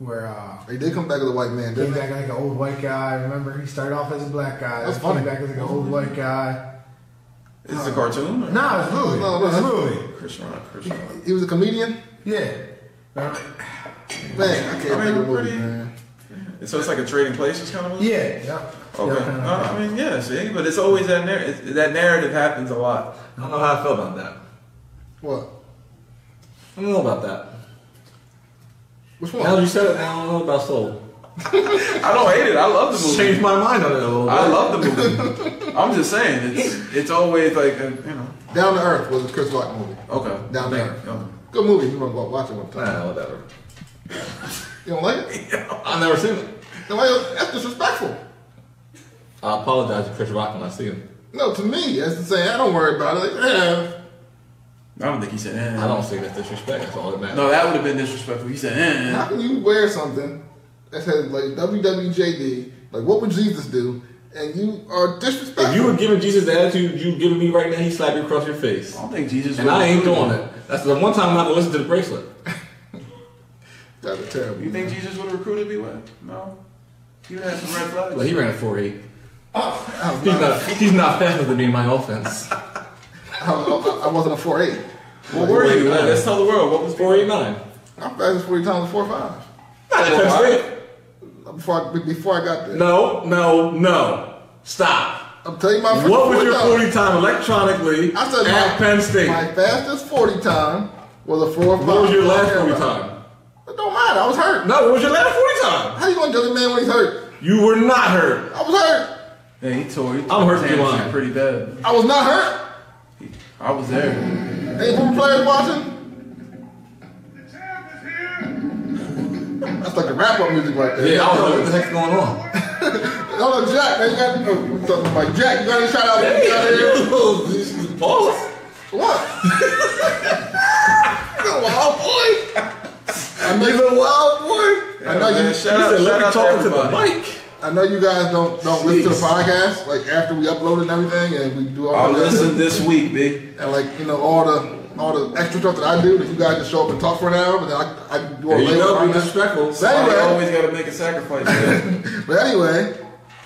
[SPEAKER 4] where uh,
[SPEAKER 1] They did come back as a white man,
[SPEAKER 4] came
[SPEAKER 1] didn't
[SPEAKER 4] back
[SPEAKER 1] they?
[SPEAKER 4] like an old white guy. Remember, he started off as a black guy.
[SPEAKER 1] That's
[SPEAKER 4] came
[SPEAKER 1] funny.
[SPEAKER 4] back as like an old white guy.
[SPEAKER 3] Is this a cartoon? Or?
[SPEAKER 4] Nah, it's a movie.
[SPEAKER 1] No, no,
[SPEAKER 4] it's a
[SPEAKER 1] that's-
[SPEAKER 4] movie.
[SPEAKER 3] Chris Rock, Chris Rock.
[SPEAKER 1] He was a comedian?
[SPEAKER 4] Yeah. Uh,
[SPEAKER 1] Man, I can't
[SPEAKER 3] I mean,
[SPEAKER 1] think of the movie,
[SPEAKER 3] pretty-
[SPEAKER 1] man.
[SPEAKER 3] And so it's like a trading places kind of movie.
[SPEAKER 4] Yeah, yeah.
[SPEAKER 3] Okay.
[SPEAKER 4] Yeah, kinda like
[SPEAKER 3] Uh, I mean, yeah. See, but it's always that narrative. That narrative happens a lot.
[SPEAKER 2] I don't know how I feel about that.
[SPEAKER 1] What?
[SPEAKER 2] I don't know about that.
[SPEAKER 1] Which
[SPEAKER 2] Now that
[SPEAKER 1] one?
[SPEAKER 2] you said it, now I don't know about Soul.
[SPEAKER 3] I don't hate it. I love the
[SPEAKER 2] Just
[SPEAKER 3] movie.
[SPEAKER 2] changed my mind on it a little bit.
[SPEAKER 3] I love the movie. I'm just saying, it's it's always like a, you know.
[SPEAKER 1] Down to Earth was a Chris Rock movie.
[SPEAKER 3] Okay.
[SPEAKER 1] Down
[SPEAKER 3] Thank
[SPEAKER 1] there.
[SPEAKER 3] you. Okay.
[SPEAKER 1] Good movie. You want to watch it one time?
[SPEAKER 2] Nah, whatever.
[SPEAKER 1] You don't like it?
[SPEAKER 2] I've never seen it.
[SPEAKER 1] Nobody else, that's disrespectful.
[SPEAKER 2] I apologize to Chris Rock when I see him.
[SPEAKER 1] No, to me, that's to say I don't worry about it. Like, eh.
[SPEAKER 3] I don't think he said. Eh.
[SPEAKER 2] I don't see that disrespect. That's all that matters.
[SPEAKER 3] No, that would have been disrespectful. He said, eh.
[SPEAKER 1] How can you wear something that says like WWJD? Like, what would Jesus do? And you are disrespectful.
[SPEAKER 2] If you were giving Jesus the attitude you giving me right now, he slap you across your face.
[SPEAKER 3] I don't think Jesus.
[SPEAKER 2] And I ain't doing it. That's the one time I'm not gonna listen to the bracelet.
[SPEAKER 1] That's a terrible.
[SPEAKER 3] You think Jesus would have recruited me? What? No. He would have some red flags.
[SPEAKER 2] But he ran a 4 8.
[SPEAKER 1] I was
[SPEAKER 2] He's
[SPEAKER 1] not,
[SPEAKER 2] not, he's not fast enough to be in my offense.
[SPEAKER 1] I, I, I wasn't a four eight.
[SPEAKER 3] what were
[SPEAKER 2] Wait,
[SPEAKER 3] you? Let's tell the world. What was
[SPEAKER 2] 4 8 9.
[SPEAKER 1] I'm fastest forty times four five. Before I, before I got there,
[SPEAKER 2] No, no, no. Stop.
[SPEAKER 1] I'm telling you my freaking
[SPEAKER 2] What was your
[SPEAKER 1] 40
[SPEAKER 2] 40 time electronically
[SPEAKER 1] I said
[SPEAKER 2] at
[SPEAKER 1] my,
[SPEAKER 2] Penn State?
[SPEAKER 1] My fastest forty time was a four five.
[SPEAKER 2] What was your last 40 time?
[SPEAKER 1] It don't matter. I was hurt.
[SPEAKER 2] No, what was your last 40 time?
[SPEAKER 1] How you gonna judge a man when he's hurt?
[SPEAKER 2] You were not hurt.
[SPEAKER 1] I was hurt.
[SPEAKER 3] Yeah, he tore. He tore
[SPEAKER 2] I'm hurt
[SPEAKER 3] his hamstring
[SPEAKER 2] July.
[SPEAKER 3] pretty bad.
[SPEAKER 1] I was not hurt.
[SPEAKER 3] I was there.
[SPEAKER 1] Any former players watching? That's like a wrap up music right there.
[SPEAKER 2] Yeah, I was like, what the heck's going on?
[SPEAKER 1] No, no, Jack, man, you got oh, something about Jack. You got any shout out to out here?
[SPEAKER 2] Pause.
[SPEAKER 1] What? You're a wild boy. I know,
[SPEAKER 2] He's a wild boy.
[SPEAKER 1] I know
[SPEAKER 3] man,
[SPEAKER 1] you.
[SPEAKER 3] shout
[SPEAKER 2] he
[SPEAKER 3] out-
[SPEAKER 2] said, let me
[SPEAKER 3] shout out
[SPEAKER 2] talk
[SPEAKER 3] to
[SPEAKER 2] to the
[SPEAKER 3] everybody."
[SPEAKER 2] mic.
[SPEAKER 1] I know you guys don't don't listen to the podcast like after we upload and everything, and we
[SPEAKER 2] Oh,
[SPEAKER 1] do all
[SPEAKER 3] I'll
[SPEAKER 1] the
[SPEAKER 3] listen this week, big.
[SPEAKER 1] and like you know all the all the extra stuff that I do. That you guys just show up and talk for an hour, but then I, I do a
[SPEAKER 2] There you
[SPEAKER 1] label
[SPEAKER 2] go,
[SPEAKER 1] on
[SPEAKER 2] be
[SPEAKER 1] that.
[SPEAKER 2] disrespectful.
[SPEAKER 1] So anyway,
[SPEAKER 3] I always got to make a sacrifice. yeah.
[SPEAKER 1] But anyway,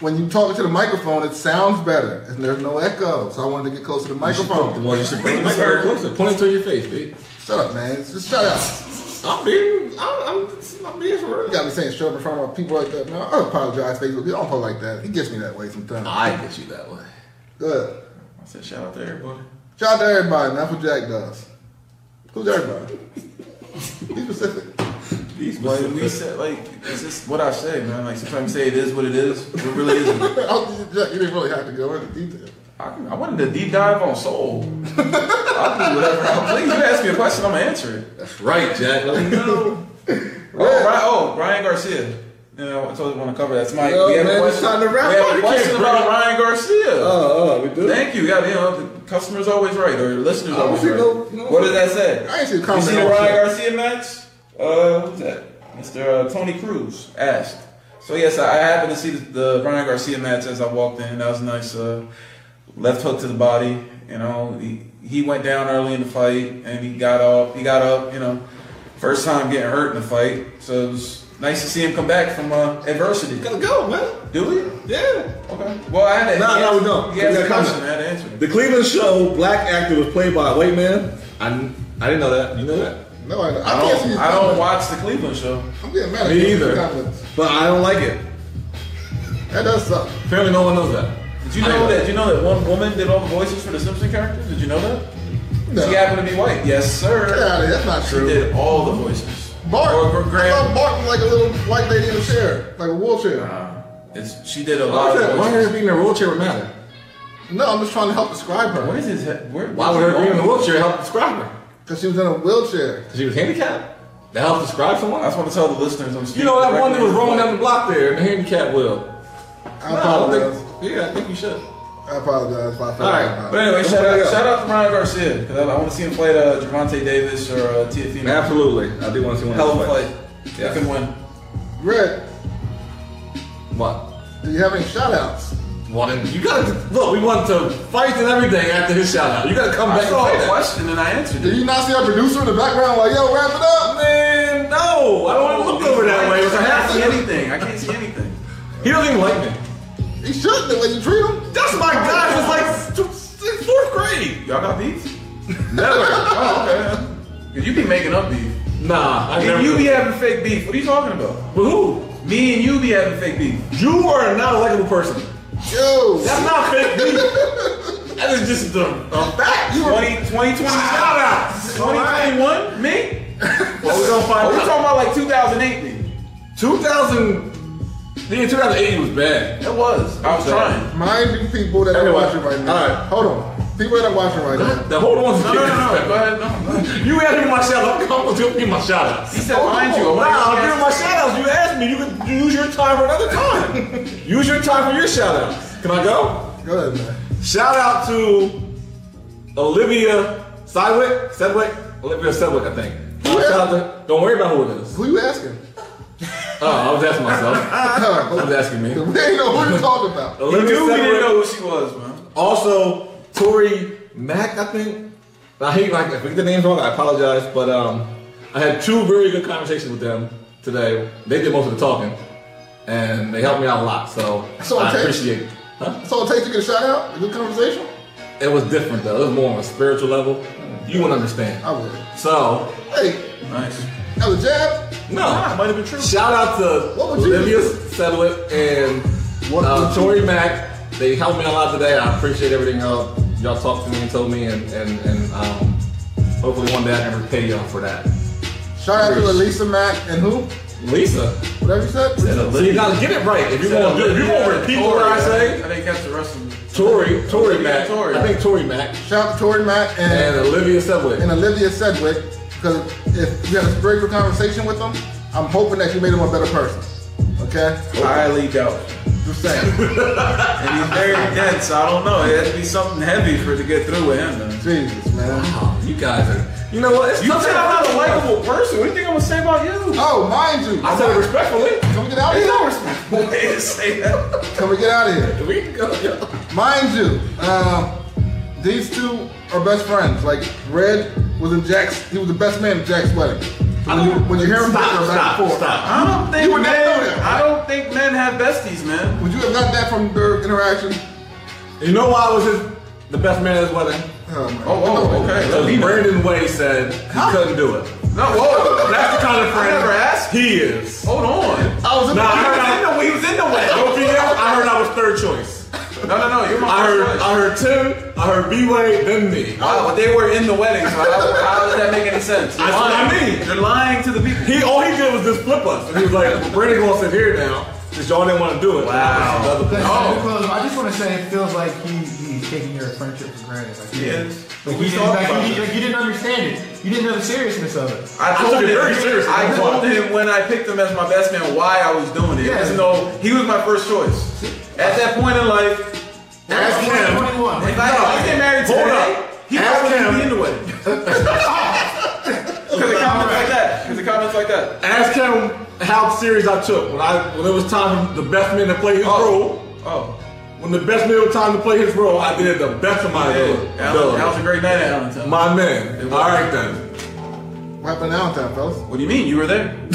[SPEAKER 1] when you talk to the microphone, it sounds better, and there's no echo. So I wanted to get close to the microphone.
[SPEAKER 2] Well, you should bring the mic very closer. Point it to your face, B.
[SPEAKER 1] Shut up, man. Just shut up.
[SPEAKER 2] I'm being, I'm, I'm, I'm being for
[SPEAKER 1] You
[SPEAKER 2] real.
[SPEAKER 1] got me saying shut up in front of people like that. Man, I apologize, Facebook. You don't talk like that. He gets me that way sometimes.
[SPEAKER 2] I get you that way.
[SPEAKER 1] Good.
[SPEAKER 3] I said, shout out to everybody.
[SPEAKER 1] Shout out to everybody. and That's what Jack does. Who's everybody? Be specific.
[SPEAKER 3] These boys, we said like it's just what I say, man. Like sometimes you say it is what it is, but it really isn't.
[SPEAKER 1] Jack, you didn't really have to go into detail.
[SPEAKER 3] I, can- I wanted to deep dive on soul. I'll do whatever I please. You ask me a question, I'm gonna answer it.
[SPEAKER 2] That's right, Jack. Let me know.
[SPEAKER 3] Oh, Ryan, oh, Ryan Garcia. You know, I told you I want to cover that. It's my,
[SPEAKER 2] Yo,
[SPEAKER 3] we have
[SPEAKER 2] man,
[SPEAKER 3] a
[SPEAKER 2] it's
[SPEAKER 3] question,
[SPEAKER 2] time to wrap
[SPEAKER 3] we have
[SPEAKER 2] up.
[SPEAKER 3] a
[SPEAKER 2] You
[SPEAKER 3] question
[SPEAKER 2] can't
[SPEAKER 3] about
[SPEAKER 2] bring-
[SPEAKER 3] Ryan Garcia.
[SPEAKER 2] Oh, we do.
[SPEAKER 3] Thank you. Yeah, you know, the customer's always right, or the listener's
[SPEAKER 1] don't
[SPEAKER 3] always
[SPEAKER 1] see
[SPEAKER 3] right.
[SPEAKER 1] no- no-
[SPEAKER 3] what did that say?
[SPEAKER 1] I ain't see a
[SPEAKER 3] You
[SPEAKER 1] comment.
[SPEAKER 3] see the
[SPEAKER 1] on
[SPEAKER 3] Ryan
[SPEAKER 1] shit.
[SPEAKER 3] Garcia match? Uh, who's that? Mr. Uh, Tony Cruz asked. So yes, I, I happened to see the, the Ryan Garcia match as I walked in. That was a nice uh, left hook to the body. You know, he, he went down early in the fight and he got up. He got up. You know, first time getting hurt in the fight, so it was nice to see him come back from uh, adversity.
[SPEAKER 2] Gotta go, man.
[SPEAKER 3] Do we?
[SPEAKER 2] Yeah.
[SPEAKER 3] Okay. Well, I had to.
[SPEAKER 2] No,
[SPEAKER 3] he
[SPEAKER 2] no, we
[SPEAKER 3] asked-
[SPEAKER 2] don't.
[SPEAKER 3] He
[SPEAKER 2] We got
[SPEAKER 3] asked a
[SPEAKER 2] a
[SPEAKER 3] question.
[SPEAKER 2] comment.
[SPEAKER 3] I had to answer. it.
[SPEAKER 2] The Cleveland show, black actor was played by a white man. I, I didn't know that. You know that?
[SPEAKER 1] No, I, I
[SPEAKER 3] Oh, I
[SPEAKER 1] can't see
[SPEAKER 3] don't,
[SPEAKER 1] his
[SPEAKER 3] I don't
[SPEAKER 1] comment.
[SPEAKER 3] watch the Cleveland show.
[SPEAKER 1] I'm getting mad at
[SPEAKER 2] Me
[SPEAKER 1] you.
[SPEAKER 2] either.
[SPEAKER 1] Comments.
[SPEAKER 2] But I don't like it.
[SPEAKER 1] That does suck.
[SPEAKER 2] Apparently, no one knows that.
[SPEAKER 3] Did you
[SPEAKER 2] I
[SPEAKER 3] know
[SPEAKER 2] know.
[SPEAKER 3] that? Did you know that one woman did all the voices for the Simpson characters? Did you know that?
[SPEAKER 1] No.
[SPEAKER 3] She happened to be white. Yes,
[SPEAKER 1] Get
[SPEAKER 3] sir.
[SPEAKER 1] out of here. That's not
[SPEAKER 3] She
[SPEAKER 1] true.
[SPEAKER 3] did all the voices.
[SPEAKER 1] Bart.
[SPEAKER 3] Or, or
[SPEAKER 1] I thought
[SPEAKER 3] Graham.
[SPEAKER 1] Bart was like a little white lady in a chair, like a wheelchair.
[SPEAKER 3] Uh, it's, she did a
[SPEAKER 2] Why
[SPEAKER 3] lot
[SPEAKER 2] would
[SPEAKER 3] of
[SPEAKER 2] her- why would her
[SPEAKER 3] voices.
[SPEAKER 2] being in a wheelchair would matter?
[SPEAKER 1] No, I'm just trying to help describe her.
[SPEAKER 3] Where's his head? Where,
[SPEAKER 2] Why would
[SPEAKER 3] where's
[SPEAKER 2] her being in a
[SPEAKER 3] going?
[SPEAKER 2] wheelchair help describe her?
[SPEAKER 1] Because she was in a wheelchair.
[SPEAKER 2] Because she was handicapped? That helped describe someone?
[SPEAKER 3] I just want to tell the listeners I'm
[SPEAKER 2] You know that one that was rolling down the block there in the handicap wheel?
[SPEAKER 1] I
[SPEAKER 2] No, I
[SPEAKER 1] apologize.
[SPEAKER 2] don't think, yeah, I think you should. All
[SPEAKER 1] I apologize if I felt
[SPEAKER 2] right.
[SPEAKER 1] like
[SPEAKER 3] But
[SPEAKER 1] that.
[SPEAKER 3] anyway, shout out, shout out to Ryan Garcia. 'cause I, I want to see him play uh, Javante Davis or uh, Tiafimo.
[SPEAKER 2] Absolutely. I do want to see one
[SPEAKER 3] Hell of a
[SPEAKER 2] those fights.
[SPEAKER 3] fight.
[SPEAKER 2] Yeah.
[SPEAKER 3] I can win.
[SPEAKER 1] Red,
[SPEAKER 2] What?
[SPEAKER 1] do you have any shout outs?
[SPEAKER 2] Well, then you gotta look. We want to fight and everything after his shout out. You gotta come back.
[SPEAKER 3] I saw
[SPEAKER 2] and
[SPEAKER 3] a
[SPEAKER 2] say that.
[SPEAKER 3] question and I answered
[SPEAKER 1] Did
[SPEAKER 3] it.
[SPEAKER 1] you not see our producer in the background like, yo, wrap it up?
[SPEAKER 2] Man, no, I don't want to look over that way. It's a
[SPEAKER 3] I can't see
[SPEAKER 2] hassle.
[SPEAKER 3] anything. I can't see anything.
[SPEAKER 2] He doesn't even like me.
[SPEAKER 1] He shouldn't the way you treat him.
[SPEAKER 2] That's my guy. It's like st- fourth grade.
[SPEAKER 3] Y'all got beef?
[SPEAKER 2] Never.
[SPEAKER 3] Oh, okay. You be making up beef.
[SPEAKER 2] Nah, I never.
[SPEAKER 3] you be having fake beef. What are you talking about?
[SPEAKER 2] But who?
[SPEAKER 3] Me and you be having fake beef.
[SPEAKER 2] You are not a likable person.
[SPEAKER 1] Yo,
[SPEAKER 2] That's not fake beef. That is just the a fact.
[SPEAKER 3] 20, 2020.
[SPEAKER 2] Shout outs. 2021?
[SPEAKER 3] Me?
[SPEAKER 2] Well, we're gonna
[SPEAKER 3] Oh,
[SPEAKER 2] find
[SPEAKER 3] we
[SPEAKER 2] out.
[SPEAKER 3] talking about like 2008 me.
[SPEAKER 2] 2000. Yeah, 2008 was bad.
[SPEAKER 3] It was. I was trying.
[SPEAKER 1] mind you people that are
[SPEAKER 2] Anyway,
[SPEAKER 1] watching right now.
[SPEAKER 2] all right.
[SPEAKER 1] Hold on, people that are watching right now.
[SPEAKER 2] The whole one's
[SPEAKER 3] No, no, no, no. Go ahead. No, no.
[SPEAKER 2] You asked me my shout out. I'm gonna give my shout outs.
[SPEAKER 3] He said, mind you.
[SPEAKER 2] Wow, I'll give you my shout outs. You asked me. You can use your time for another time. use your time for your shout outs. Can I go?
[SPEAKER 1] Go ahead, man.
[SPEAKER 2] Shout out to Olivia Sedwick. Sedwick? Olivia Sedwick, I think. Uh, shout out to, don't worry about who it is.
[SPEAKER 1] Who you asking?
[SPEAKER 2] Oh, I was asking myself. I was asking me.
[SPEAKER 1] we ain't know who you talking about.
[SPEAKER 3] You
[SPEAKER 2] Olivia
[SPEAKER 3] knew we didn't
[SPEAKER 2] Sedwick.
[SPEAKER 3] know who she was, man.
[SPEAKER 2] Also, Tori Mack, I think. I hate like if we get the names wrong, I apologize. But um, I had two very good conversations with them today. They did most of the talking, and they helped me out a lot. So
[SPEAKER 1] So
[SPEAKER 2] I
[SPEAKER 1] okay.
[SPEAKER 2] appreciate. It. Huh?
[SPEAKER 1] So it takes you to get a shout out, a good conversation.
[SPEAKER 2] It was different though. It was more on a spiritual level. You wouldn't understand.
[SPEAKER 1] I would.
[SPEAKER 2] So
[SPEAKER 1] Hey,
[SPEAKER 3] Nice.
[SPEAKER 1] that was a jab.
[SPEAKER 2] no.
[SPEAKER 3] might have been true.
[SPEAKER 2] Shout out to
[SPEAKER 1] What would you
[SPEAKER 2] Olivia Sedwick and
[SPEAKER 1] What
[SPEAKER 2] uh,
[SPEAKER 1] would you-
[SPEAKER 2] Tori Mack. They helped me a lot today. I appreciate everything y'all y'all talked to me and told me, and and, and um, hopefully one day I can repay y'all for that.
[SPEAKER 1] Shout out to Elisa Mack and who?
[SPEAKER 2] Lisa,
[SPEAKER 1] Whatever you said.
[SPEAKER 2] so you gotta get it right. If you want to, if you want to repeat what I say,
[SPEAKER 3] I didn't catch the rest of them.
[SPEAKER 2] Tori, Tori Mack,
[SPEAKER 3] Tori.
[SPEAKER 2] I think Tori Mack
[SPEAKER 1] Shout out to Tori Mack
[SPEAKER 2] and
[SPEAKER 1] and,
[SPEAKER 2] Olivia Sedwick.
[SPEAKER 1] and Olivia Sedgwick because if you had a spiritual conversation with them, I'm hoping that you made them a better person. Okay,
[SPEAKER 3] Highly doubt.
[SPEAKER 1] just saying.
[SPEAKER 3] And he's very dense. I don't know. It has to be something heavy for it to get through with him, though.
[SPEAKER 1] Jesus, man.
[SPEAKER 2] Wow, Oh, you guys are. You know what? It's
[SPEAKER 3] You
[SPEAKER 2] tough
[SPEAKER 3] said
[SPEAKER 2] to-
[SPEAKER 3] I'm not a likable person. What do you think I'm gonna say about you?
[SPEAKER 1] Oh, mind you,
[SPEAKER 2] I said it respectfully.
[SPEAKER 1] can we get out of
[SPEAKER 3] There's
[SPEAKER 1] here?
[SPEAKER 3] no respectful way to say that.
[SPEAKER 1] Can we get out of here?
[SPEAKER 2] We can go. yo.
[SPEAKER 1] Mind you, uh, these two are best friends. Like Red was in Jack's, he was the best man at Jack's wedding. So when, you, when you hear him
[SPEAKER 2] Stop,
[SPEAKER 1] bicker back and
[SPEAKER 2] stop,
[SPEAKER 1] forth,
[SPEAKER 2] stop.
[SPEAKER 3] I don't
[SPEAKER 1] You
[SPEAKER 3] think
[SPEAKER 1] would not know
[SPEAKER 3] men.
[SPEAKER 1] that.
[SPEAKER 3] I don't think men have besties, man.
[SPEAKER 1] would you have gotten that from their interaction?
[SPEAKER 2] You know why I was his, the best man at his wedding?
[SPEAKER 1] Oh, my
[SPEAKER 3] Oh, oh, okay.
[SPEAKER 2] Because Brandon Way said he couldn't do it.
[SPEAKER 3] No, whoa.
[SPEAKER 2] That's the kind of friend
[SPEAKER 3] never asked.
[SPEAKER 2] he is.
[SPEAKER 3] Hold on.
[SPEAKER 1] I was in
[SPEAKER 2] Nah, I heard I,
[SPEAKER 3] No, he was in the way.
[SPEAKER 2] I was being there, I heard I was third choice.
[SPEAKER 3] No, no, no. You're my
[SPEAKER 2] I heard
[SPEAKER 3] first
[SPEAKER 2] I
[SPEAKER 3] choice.
[SPEAKER 2] heard Tim, I heard B Way, then me.
[SPEAKER 3] Wow, but they were in the wedding, so how, how does that make any sense? You're
[SPEAKER 2] That's what I
[SPEAKER 3] lying.
[SPEAKER 2] mean.
[SPEAKER 3] You're lying to the people.
[SPEAKER 2] He all he did was just flip us. And he was like, Brandon gonna sit here now, since y'all didn't want to do it.
[SPEAKER 3] Wow. Oh.
[SPEAKER 2] Another thing.
[SPEAKER 3] No.
[SPEAKER 4] Close. I just want to say it feels like he, he's taking your friendship for granted. Like,
[SPEAKER 3] He
[SPEAKER 4] yeah.
[SPEAKER 3] is.
[SPEAKER 4] Like,
[SPEAKER 3] We
[SPEAKER 4] you, didn't,
[SPEAKER 3] talked
[SPEAKER 4] like,
[SPEAKER 3] about
[SPEAKER 4] you,
[SPEAKER 3] it.
[SPEAKER 4] like, you didn't understand it. You didn't know the seriousness of it.
[SPEAKER 3] I
[SPEAKER 2] I
[SPEAKER 3] told
[SPEAKER 2] took it
[SPEAKER 3] him
[SPEAKER 2] very seriously.
[SPEAKER 3] I
[SPEAKER 2] That's
[SPEAKER 3] told
[SPEAKER 2] why.
[SPEAKER 3] him when I picked him as my best man why I was doing it.
[SPEAKER 4] Yeah.
[SPEAKER 3] Even though he was my first choice. At that point in life,
[SPEAKER 2] Ask him.
[SPEAKER 4] 21.
[SPEAKER 3] if I, if I get married
[SPEAKER 2] Hold
[SPEAKER 3] today,
[SPEAKER 2] up.
[SPEAKER 3] he
[SPEAKER 2] Ask
[SPEAKER 3] probably wouldn't
[SPEAKER 2] him.
[SPEAKER 3] be in the wedding. Because of comments like that. Because of comments like that.
[SPEAKER 2] Ask him how serious I took when I when it was time for the best man to play his role.
[SPEAKER 3] Oh.
[SPEAKER 2] When the best man was time to play his role, I did the best of my
[SPEAKER 3] Hey,
[SPEAKER 2] ability.
[SPEAKER 3] that was- that was a great night at Allentown.
[SPEAKER 2] My man. All right then.
[SPEAKER 1] What happened now, time, fellas?
[SPEAKER 3] What do you mean? You were there?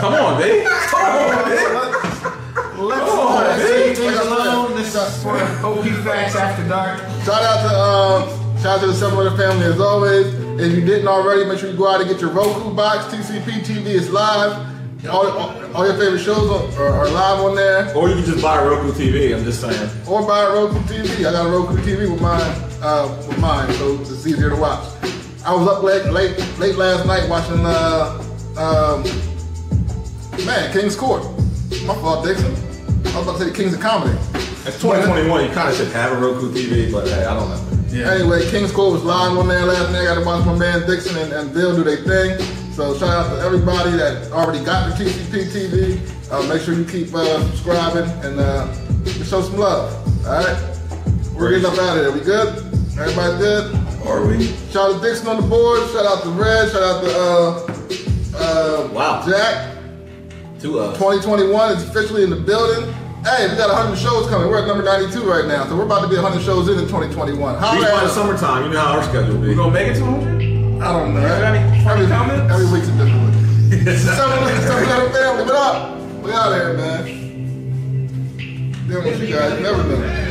[SPEAKER 3] Come on, babe.
[SPEAKER 4] Let's
[SPEAKER 3] Oh,
[SPEAKER 4] not
[SPEAKER 3] hey.
[SPEAKER 4] leave things alone. This is for OP Facts After Dark.
[SPEAKER 1] Shout out to um, shout out to the Supplemental family as always. If you didn't already, make sure you go out and get your Roku box. TCP TV is live. All, all, all your favorite shows on, are, are live on there.
[SPEAKER 2] Or you can just buy a Roku TV, I'm just saying.
[SPEAKER 1] Or buy a Roku TV. I got a Roku TV with mine, uh, with mine, so it's easier to watch. I was up late, late, late last night watching, uh, um, man, King's Court. My fault, Dixon. I was about to say Kings of Comedy.
[SPEAKER 2] It's 2021, you kinda should have a Roku TV, but hey, I don't know.
[SPEAKER 1] Anyway, King's Court was live on there last night. I got to watch my man Dixon and, and Bill do their thing. So shout out to everybody that already got the TCP TV. Uh, make sure you keep uh, subscribing and uh, show some love. All right, we're getting up out of here. We good? Everybody good?
[SPEAKER 3] Are we?
[SPEAKER 1] Shout out to Dixon on the board. Shout out to Red. Shout out to uh, uh,
[SPEAKER 2] Wow.
[SPEAKER 1] Jack.
[SPEAKER 2] Two of
[SPEAKER 1] 2021 is officially in the building. Hey, we got 100 shows coming. We're at number 92 right now, so we're about to be 100 shows in in 2021. How
[SPEAKER 2] Reach by the summertime, you know how our schedule
[SPEAKER 3] You
[SPEAKER 2] be.
[SPEAKER 3] gonna make it to 100?
[SPEAKER 1] I don't know.
[SPEAKER 3] got any
[SPEAKER 1] every,
[SPEAKER 3] comments?
[SPEAKER 1] every week's a different one. Something like a family. What up? We out here, man. Then what you guys never done.